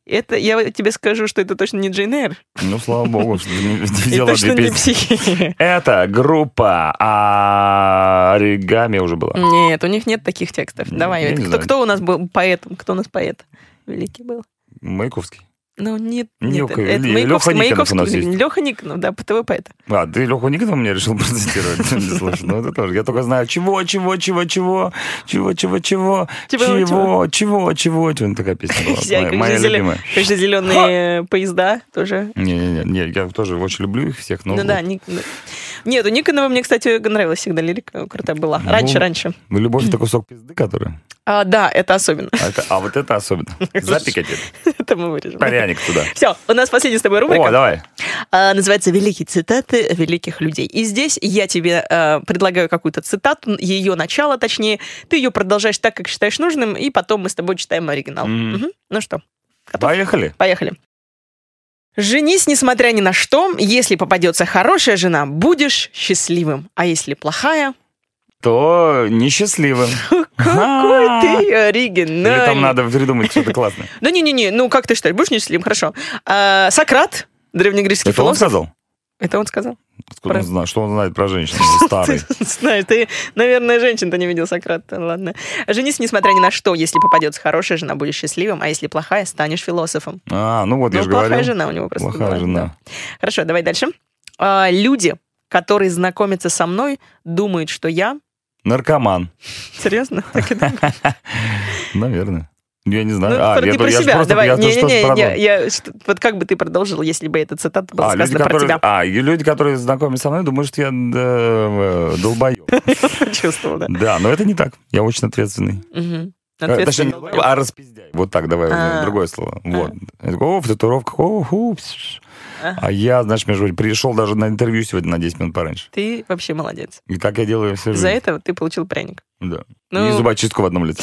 [SPEAKER 1] это я тебе скажу, что это точно не Джейн Эйр. (laughs)
[SPEAKER 3] Ну, слава богу, что не не
[SPEAKER 1] И
[SPEAKER 3] взяла
[SPEAKER 1] точно
[SPEAKER 3] две
[SPEAKER 1] не
[SPEAKER 3] песни.
[SPEAKER 1] психи.
[SPEAKER 3] Это группа оригами уже была.
[SPEAKER 1] Нет, у них нет таких текстов.
[SPEAKER 3] Нет,
[SPEAKER 1] Давай,
[SPEAKER 3] типа. Ну,
[SPEAKER 1] это
[SPEAKER 3] я не
[SPEAKER 1] кто,
[SPEAKER 3] знаю.
[SPEAKER 1] кто у нас был поэтом? Кто у нас поэт? Великий был.
[SPEAKER 3] Маяковский.
[SPEAKER 1] Ну, нет,
[SPEAKER 3] Не,
[SPEAKER 1] нет,
[SPEAKER 3] Лёха- Ле- Лёха Никонов у нас есть.
[SPEAKER 1] Леха Никонов, да, ПТВ поэт.
[SPEAKER 3] А, ты Леху Никонова меня решил (laughs) процитировать? Не слышу. Ну, это тоже. Я только знаю, чего, чего, чего, чего, чего, чего, чего,
[SPEAKER 1] Чего,
[SPEAKER 3] чего, чего, чего. Чего такая песня была.
[SPEAKER 1] Вся,
[SPEAKER 3] Моя-
[SPEAKER 1] как
[SPEAKER 3] Моя
[SPEAKER 1] же зелё-
[SPEAKER 3] любимая.
[SPEAKER 1] Конечно, зеленые поезда тоже.
[SPEAKER 3] Не-не-не, не, я тоже очень люблю их всех, но
[SPEAKER 1] Ну да, Ник- ну. нет, у Никонова мне, кстати, нравилась всегда лирика, крутая была.
[SPEAKER 3] Ну.
[SPEAKER 1] Раньше, раньше.
[SPEAKER 3] ну,
[SPEAKER 1] (clears throat)
[SPEAKER 3] любовь это кусок пизды, который.
[SPEAKER 1] А, да, это особенно. (laughs)
[SPEAKER 3] А, это- а вот это особенно. Запекатель.
[SPEAKER 1] Это мы вырежем.
[SPEAKER 3] Пряник туда.
[SPEAKER 1] Все, у нас последняя с тобой рубрика.
[SPEAKER 3] О, давай.
[SPEAKER 1] А, называется «Великие цитаты великих людей». И здесь я тебе э, предлагаю какую-то цитату, ее начало точнее. Ты ее продолжаешь так, как считаешь нужным, и потом мы с тобой читаем оригинал.
[SPEAKER 3] Мгм.
[SPEAKER 1] Мгм. Ну что,
[SPEAKER 3] Поехали.
[SPEAKER 1] поехали. «Женись, несмотря ни на что. Если попадется хорошая жена, будешь счастливым. А если плохая...»
[SPEAKER 3] То несчастливым.
[SPEAKER 1] Какой ты
[SPEAKER 3] А. Или
[SPEAKER 1] оригинальный.
[SPEAKER 3] там надо придумать
[SPEAKER 1] (laughs)
[SPEAKER 3] что-то классное.
[SPEAKER 1] Да не-не-не, ну как ты считаешь, будешь несчастливым? Хорошо. А, Сократ, древнегреческий
[SPEAKER 3] Это он
[SPEAKER 1] философ.
[SPEAKER 3] сказал?
[SPEAKER 1] Это он сказал?
[SPEAKER 3] Откуда он
[SPEAKER 1] Про-
[SPEAKER 3] знает? Что он знает
[SPEAKER 1] (laughs)
[SPEAKER 3] про женщин? Старый.
[SPEAKER 1] Ты знаешь, ты, наверное, женщин-то не видел Сократа, ладно. Женись, несмотря ни на что. Если попадется хорошая жена, будешь счастливым, а если плохая, станешь философом.
[SPEAKER 3] А, ну вот, я
[SPEAKER 1] ну,
[SPEAKER 3] же
[SPEAKER 1] плохая
[SPEAKER 3] говорил.
[SPEAKER 1] жена у него просто
[SPEAKER 3] Плохая
[SPEAKER 1] была,
[SPEAKER 3] жена.
[SPEAKER 1] да. Хорошо, давай дальше. А, люди, которые знакомятся со мной, думают, что я... (laughs)
[SPEAKER 3] Наркоман. (laughs)
[SPEAKER 1] Серьезно? Так и думаю.
[SPEAKER 3] Наверное. Я не
[SPEAKER 1] Ну,
[SPEAKER 3] знаю.
[SPEAKER 1] это
[SPEAKER 3] А,
[SPEAKER 1] про-
[SPEAKER 3] я
[SPEAKER 1] не
[SPEAKER 3] про-
[SPEAKER 1] про
[SPEAKER 3] я ж
[SPEAKER 1] себя.
[SPEAKER 3] просто-
[SPEAKER 1] Давай,
[SPEAKER 3] я то, что ж продал.
[SPEAKER 1] не-не-не, я- что- вот как бы ты продолжил, если бы эта цитата была
[SPEAKER 3] А, люди,
[SPEAKER 1] сказана про
[SPEAKER 3] которые,
[SPEAKER 1] тебя?
[SPEAKER 3] а, и люди, которые знакомы со мной, думают, что я э, э, долбоеб.
[SPEAKER 1] (laughs)
[SPEAKER 3] (laughs)
[SPEAKER 1] Чувствовал, да.
[SPEAKER 3] Да, но это не так. Я очень ответственный.
[SPEAKER 1] Мгм.
[SPEAKER 3] Э, Точнее, не
[SPEAKER 1] Ответственно.
[SPEAKER 3] долбоеб, а распиздяй. Вот так, давай,
[SPEAKER 1] А.
[SPEAKER 3] э, другое слово. Вот. Я такой, О, в татуировках, о, ху, пс. А я, знаешь, между прочим, пришел даже на интервью сегодня на 10 минут пораньше.
[SPEAKER 1] Ты вообще молодец.
[SPEAKER 3] И так я делаю всю жизнь.
[SPEAKER 1] За это ты получил пряник.
[SPEAKER 3] Да. И
[SPEAKER 1] Ну-
[SPEAKER 3] зубочистку в
[SPEAKER 1] (laughs)
[SPEAKER 3] одном лице.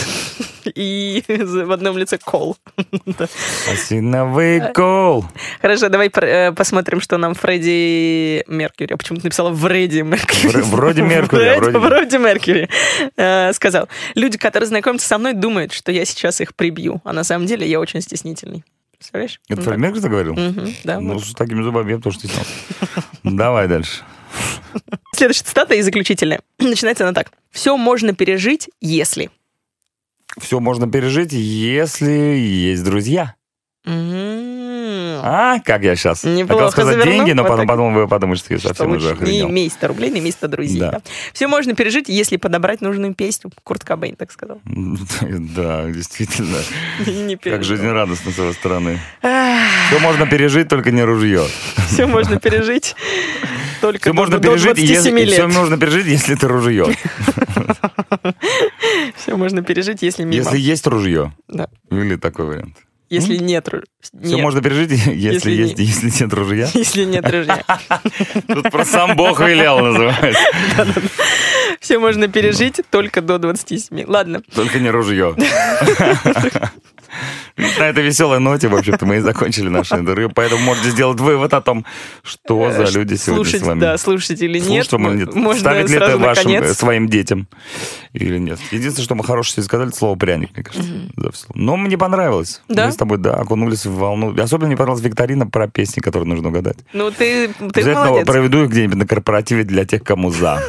[SPEAKER 1] и (laughs) в одном лице кол. Да. А.
[SPEAKER 3] Осиновый кол.
[SPEAKER 1] Хорошо, давай пр- э, посмотрим, что нам Фредди Меркьюри. Я почему-то написала Вредди Меркьюри. (laughs)
[SPEAKER 3] Вр- вроде Меркьюри, а
[SPEAKER 1] Вроде,
[SPEAKER 3] вроде-
[SPEAKER 1] вроде Меркьюри. Э, Сказал, люди, которые знакомятся со мной, думают, что я сейчас их прибью, а на самом деле я очень стеснительный. Представляешь?
[SPEAKER 3] Это Фредди Меркьюри так говорил?
[SPEAKER 1] Мгм, да,
[SPEAKER 3] Ну,
[SPEAKER 1] вот.
[SPEAKER 3] с такими зубами я бы тоже стеснялся. Давай дальше.
[SPEAKER 1] Следующая цитата и заключительная. (clears throat) Начинается она так. «Все можно пережить, если...»
[SPEAKER 3] Все можно пережить, если есть друзья.
[SPEAKER 1] М,
[SPEAKER 3] А, как я сейчас?
[SPEAKER 1] Неплохо
[SPEAKER 3] Хотел сказать
[SPEAKER 1] завернул.
[SPEAKER 3] деньги, но
[SPEAKER 1] Вот
[SPEAKER 3] потом
[SPEAKER 1] так.
[SPEAKER 3] подумал, вы подумаете, что я
[SPEAKER 1] Что
[SPEAKER 3] совсем уже
[SPEAKER 1] лучше не
[SPEAKER 3] охренел.
[SPEAKER 1] имей 100 рублей, не имей 100 друзей.
[SPEAKER 3] Да.
[SPEAKER 1] Все можно пережить, если подобрать нужную песню. Курт Кобейн так сказал.
[SPEAKER 3] (laughs) Да, действительно.
[SPEAKER 1] И не
[SPEAKER 3] Как жизнерадостно с его стороны.
[SPEAKER 1] Все
[SPEAKER 3] Все можно пережить, только не ружье.
[SPEAKER 1] можно пережить только
[SPEAKER 3] Все
[SPEAKER 1] до-
[SPEAKER 3] можно
[SPEAKER 1] до
[SPEAKER 3] пережить,
[SPEAKER 1] 27
[SPEAKER 3] если все
[SPEAKER 1] лет.
[SPEAKER 3] можно пережить, если
[SPEAKER 1] (laughs)
[SPEAKER 3] это ружье.
[SPEAKER 1] Все можно пережить, если мимо.
[SPEAKER 3] Если есть ружье.
[SPEAKER 1] Да.
[SPEAKER 3] Или такой вариант.
[SPEAKER 1] Если нет ру-
[SPEAKER 3] Все
[SPEAKER 1] нет.
[SPEAKER 3] можно пережить, (laughs)
[SPEAKER 1] Если
[SPEAKER 3] если
[SPEAKER 1] не-
[SPEAKER 3] есть, если нет ружья.
[SPEAKER 1] (laughs) Если нет ружья.
[SPEAKER 3] Тут просто сам
[SPEAKER 1] (laughs)
[SPEAKER 3] Бог велел называется.
[SPEAKER 1] Все можно пережить только до 27. Ладно.
[SPEAKER 3] Только не ружье. На этой веселой ноте, в общем-то, мы и закончили наше интервью. Поэтому можете сделать вывод о том, что за люди сегодня
[SPEAKER 1] Э, слушать,
[SPEAKER 3] с вами.
[SPEAKER 1] да, слушать или нет.
[SPEAKER 3] Слушать вам или нет.
[SPEAKER 1] Можно
[SPEAKER 3] Ставить ли
[SPEAKER 1] сразу
[SPEAKER 3] это вашим,
[SPEAKER 1] наконец.
[SPEAKER 3] э, своим детям или нет. Единственное, что мы хорошее сегодня сказали, это слово пряник, мне кажется. за всё. Но мне понравилось.
[SPEAKER 1] Да?
[SPEAKER 3] Мы с тобой, да, окунулись в волну. И Особенно мне понравилась викторина про песни, которые нужно угадать.
[SPEAKER 1] Ну, ты, ты
[SPEAKER 3] Обязательно
[SPEAKER 1] молодец.
[SPEAKER 3] проведу их где-нибудь на корпоративе для тех,
[SPEAKER 1] (laughs)
[SPEAKER 3] кому за.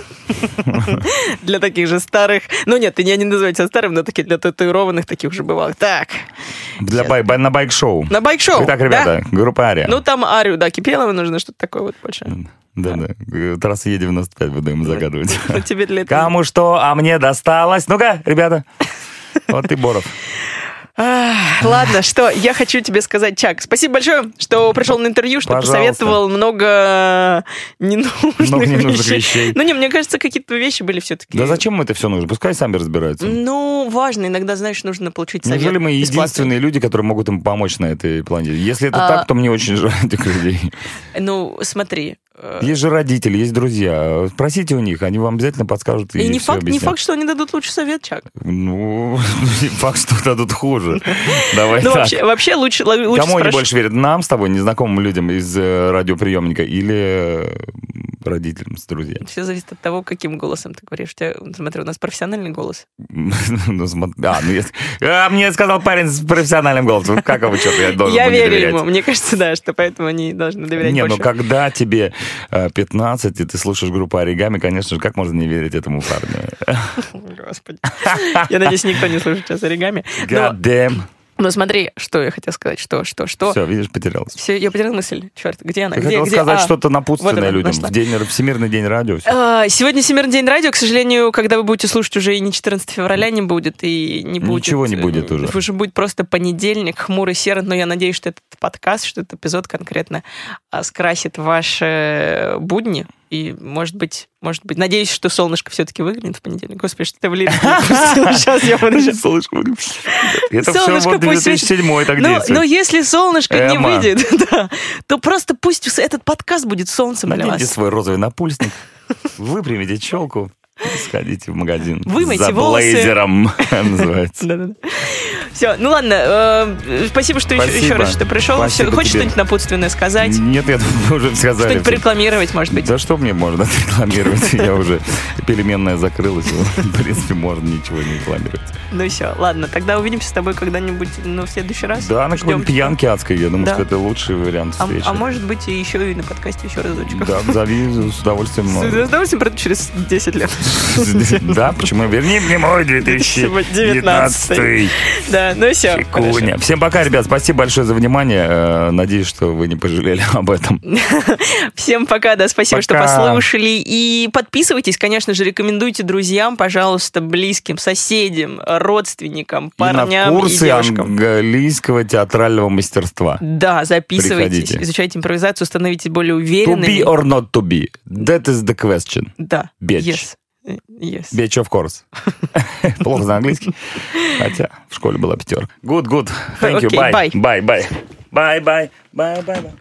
[SPEAKER 1] Для таких же старых. Ну, нет, ты не, не называй тебя старым, но такие для татуированных таких уже бывало. Так,
[SPEAKER 3] Для бай- бай- на байк-шоу.
[SPEAKER 1] на байк-шоу.
[SPEAKER 3] Итак,
[SPEAKER 1] да?
[SPEAKER 3] ребята, группа Ария.
[SPEAKER 1] Ну, там Арию, да, Кипелова нужно что-то такое вот больше.
[SPEAKER 3] Да, да. Э, Трасса Е95 буду им загадывать.
[SPEAKER 1] Ну, тебе для этого.
[SPEAKER 3] Кому что, а мне досталось. Ну-ка, ребята. Вот
[SPEAKER 1] (laughs)
[SPEAKER 3] и Боров.
[SPEAKER 1] Ах, Ладно, что я хочу тебе сказать, Чак. Спасибо большое, что пришел на интервью, что
[SPEAKER 3] Пожалуйста.
[SPEAKER 1] посоветовал много ненужных,
[SPEAKER 3] Много ненужных
[SPEAKER 1] вещей.
[SPEAKER 3] вещей.
[SPEAKER 1] Ну не, мне кажется, какие-то вещи были все-таки.
[SPEAKER 3] Да зачем им это все нужно? Пускай сами разбираются.
[SPEAKER 1] Ну, важно, иногда, знаешь, нужно получить совет.
[SPEAKER 3] Неужели мы
[SPEAKER 1] бесплатный.
[SPEAKER 3] единственные люди, которые могут им помочь на этой планете? Если это
[SPEAKER 1] А.
[SPEAKER 3] так, то мне очень (laughs) жаль этих людей.
[SPEAKER 1] Ну, смотри. э,
[SPEAKER 3] Есть же родители, есть друзья. Спросите у них, они вам обязательно подскажут.
[SPEAKER 1] И не
[SPEAKER 3] всё
[SPEAKER 1] факт, не
[SPEAKER 3] объяснят.
[SPEAKER 1] факт, что они дадут лучший совет, Чак.
[SPEAKER 3] Ну, (laughs) не факт, что
[SPEAKER 1] (laughs)
[SPEAKER 3] дадут хуже. Давай
[SPEAKER 1] Ну,
[SPEAKER 3] так.
[SPEAKER 1] вообще, вообще лучше, ло- лучше
[SPEAKER 3] Кому они
[SPEAKER 1] спрашивать.
[SPEAKER 3] больше верят? Нам с тобой, незнакомым людям из э, радиоприемника или э, родителям с друзьями? (laughs)
[SPEAKER 1] Все зависит от того, каким голосом ты говоришь. У тебя, смотри, у нас профессиональный голос.
[SPEAKER 3] Ну, смо- а, ну, если- А, мне сказал парень с профессиональным голосом. Как его черт, я должен
[SPEAKER 1] я
[SPEAKER 3] был не
[SPEAKER 1] верю
[SPEAKER 3] доверять.
[SPEAKER 1] ему. Мне кажется, да, что поэтому они должны доверять
[SPEAKER 3] Не,
[SPEAKER 1] больше.
[SPEAKER 3] ну когда тебе э, 15, и ты слушаешь группу оригами, конечно же, как можно не верить
[SPEAKER 1] (laughs)
[SPEAKER 3] этому парню?
[SPEAKER 1] Господи. Я надеюсь, никто не слушает сейчас оригами. Но,
[SPEAKER 3] God damn.
[SPEAKER 1] но Ну, смотри, что я хотела сказать. Что, что, что.
[SPEAKER 3] Все, видишь, потерялся.
[SPEAKER 1] Все, я потеряла мысль. Черт, где она?
[SPEAKER 3] Ты
[SPEAKER 1] где,
[SPEAKER 3] хотел
[SPEAKER 1] где?
[SPEAKER 3] сказать
[SPEAKER 1] А,
[SPEAKER 3] что-то напутственное
[SPEAKER 1] вот она,
[SPEAKER 3] людям.
[SPEAKER 1] нашла.
[SPEAKER 3] В день, Всемирный день радио. всё.
[SPEAKER 1] А, Сегодня Всемирный день радио, к сожалению, когда вы будете слушать, уже и не 14 февраля не будет, и не будет...
[SPEAKER 3] Ничего не будет
[SPEAKER 1] э,
[SPEAKER 3] уже.
[SPEAKER 1] Уже будет просто понедельник, хмурый серый, но я надеюсь, что этот подкаст, что этот эпизод конкретно а, скрасит ваши будни, и, может быть, может быть, надеюсь, что солнышко все-таки выглянет в понедельник. Господи, что ты в
[SPEAKER 3] (laughs)
[SPEAKER 1] лирику не пустила? Сейчас я буду сейчас (laughs)
[SPEAKER 3] Солнышко, Это все
[SPEAKER 1] Солнышко
[SPEAKER 3] вот
[SPEAKER 1] пусть светит.
[SPEAKER 3] 2007 так
[SPEAKER 1] но, но
[SPEAKER 3] действует.
[SPEAKER 1] Ну, если солнышко не
[SPEAKER 3] А Эмма.
[SPEAKER 1] выйдет, (laughs) да, то просто пусть этот подкаст будет солнцем для
[SPEAKER 3] Наденьте
[SPEAKER 1] вас.
[SPEAKER 3] свой розовый напульсник, (laughs) выпрямите челку и сходите в магазин.
[SPEAKER 1] Вымойте
[SPEAKER 3] За
[SPEAKER 1] волосы.
[SPEAKER 3] блейзером, (laughs) называется.
[SPEAKER 1] Все, ну ладно, э, спасибо, что еще,
[SPEAKER 3] Спасибо.
[SPEAKER 1] еще раз что пришел. Всё,
[SPEAKER 3] Спасибо
[SPEAKER 1] хочешь
[SPEAKER 3] тебе.
[SPEAKER 1] что-нибудь напутственное сказать?
[SPEAKER 3] Нет, я думаю, уже сказали.
[SPEAKER 1] Что-нибудь порекламировать, может быть?
[SPEAKER 3] Да что мне можно (laughs) рекламировать? Я уже переменная закрылась. В принципе, можно ничего не рекламировать.
[SPEAKER 1] Ну все, ладно, тогда увидимся с тобой когда-нибудь, ну, в следующий раз.
[SPEAKER 3] Да, на
[SPEAKER 1] Ждем
[SPEAKER 3] какой-нибудь пьянке адской. Я думаю,
[SPEAKER 1] Да.
[SPEAKER 3] что это лучший вариант
[SPEAKER 1] А,
[SPEAKER 3] встречи.
[SPEAKER 1] а может быть, и еще и на подкасте еще разочек.
[SPEAKER 3] Да, зови с
[SPEAKER 1] С
[SPEAKER 3] удовольствием. э,
[SPEAKER 1] удовольствием, правда, через 10 лет.
[SPEAKER 3] (laughs)
[SPEAKER 1] (laughs)
[SPEAKER 3] Да, почему? Верни мне мой 2019
[SPEAKER 1] 2019. Да, ну все.
[SPEAKER 3] Куня. Всем пока, ребят. Спасибо большое за внимание. Э, Надеюсь, что вы не пожалели (laughs) об этом.
[SPEAKER 1] Всем пока, да, спасибо,
[SPEAKER 3] Пока.
[SPEAKER 1] что послушали. И подписывайтесь, конечно же, рекомендуйте друзьям, пожалуйста, близким, соседям, родственникам, парням
[SPEAKER 3] и
[SPEAKER 1] и,
[SPEAKER 3] на курсы
[SPEAKER 1] девушкам.
[SPEAKER 3] английского театрального мастерства.
[SPEAKER 1] Да, записывайтесь,
[SPEAKER 3] Приходите.
[SPEAKER 1] изучайте импровизацию, становитесь более
[SPEAKER 3] To be
[SPEAKER 1] уверенными.
[SPEAKER 3] or not to be. That is the question.
[SPEAKER 1] Да.
[SPEAKER 3] Bitch.
[SPEAKER 1] Yes. Yes.
[SPEAKER 3] Bitch, of
[SPEAKER 1] (laughs)
[SPEAKER 3] course. Плохо за английский. Хотя в школе была пятерка. Good, good. Thank you.
[SPEAKER 1] Окей,
[SPEAKER 3] Bye.
[SPEAKER 1] bye.
[SPEAKER 3] Bye, bye. Bye, bye. Bye, bye, bye.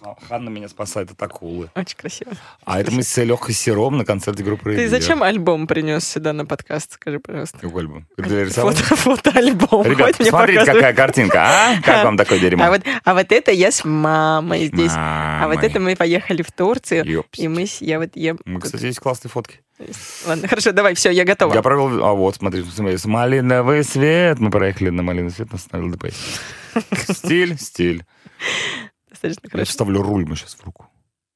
[SPEAKER 3] Ха- Ханна меня спасает от акулы.
[SPEAKER 1] Очень красиво.
[SPEAKER 3] А это мы с Лехой Сером на концерте группы
[SPEAKER 1] Ты
[SPEAKER 3] «Радио».
[SPEAKER 1] зачем альбом принес сюда на подкаст, скажи, пожалуйста?
[SPEAKER 3] Какой альбом? Когда я рисовал?
[SPEAKER 1] Фото, фотоальбом.
[SPEAKER 3] Ребят,
[SPEAKER 1] Хоть мне
[SPEAKER 3] смотрите,
[SPEAKER 1] показывай.
[SPEAKER 3] какая картинка, а? Как вам такое дерьмо?
[SPEAKER 1] А вот, а вот это я с мамой здесь. А вот это мы поехали в Турцию.
[SPEAKER 3] Ёпс.
[SPEAKER 1] И мы, с- я вот ем.
[SPEAKER 3] Мы, кстати, есть классные фотки.
[SPEAKER 1] Ладно, хорошо, давай, все, я готова.
[SPEAKER 3] Я провел... А вот, смотри, смотри, с малиновый свет. Мы проехали на малиновый свет,
[SPEAKER 1] (laughs)
[SPEAKER 3] нас остановил ДПС. Стиль, стиль.
[SPEAKER 1] Достаточно
[SPEAKER 3] Я
[SPEAKER 1] хорошо.
[SPEAKER 3] вставлю руль мы сейчас в руку.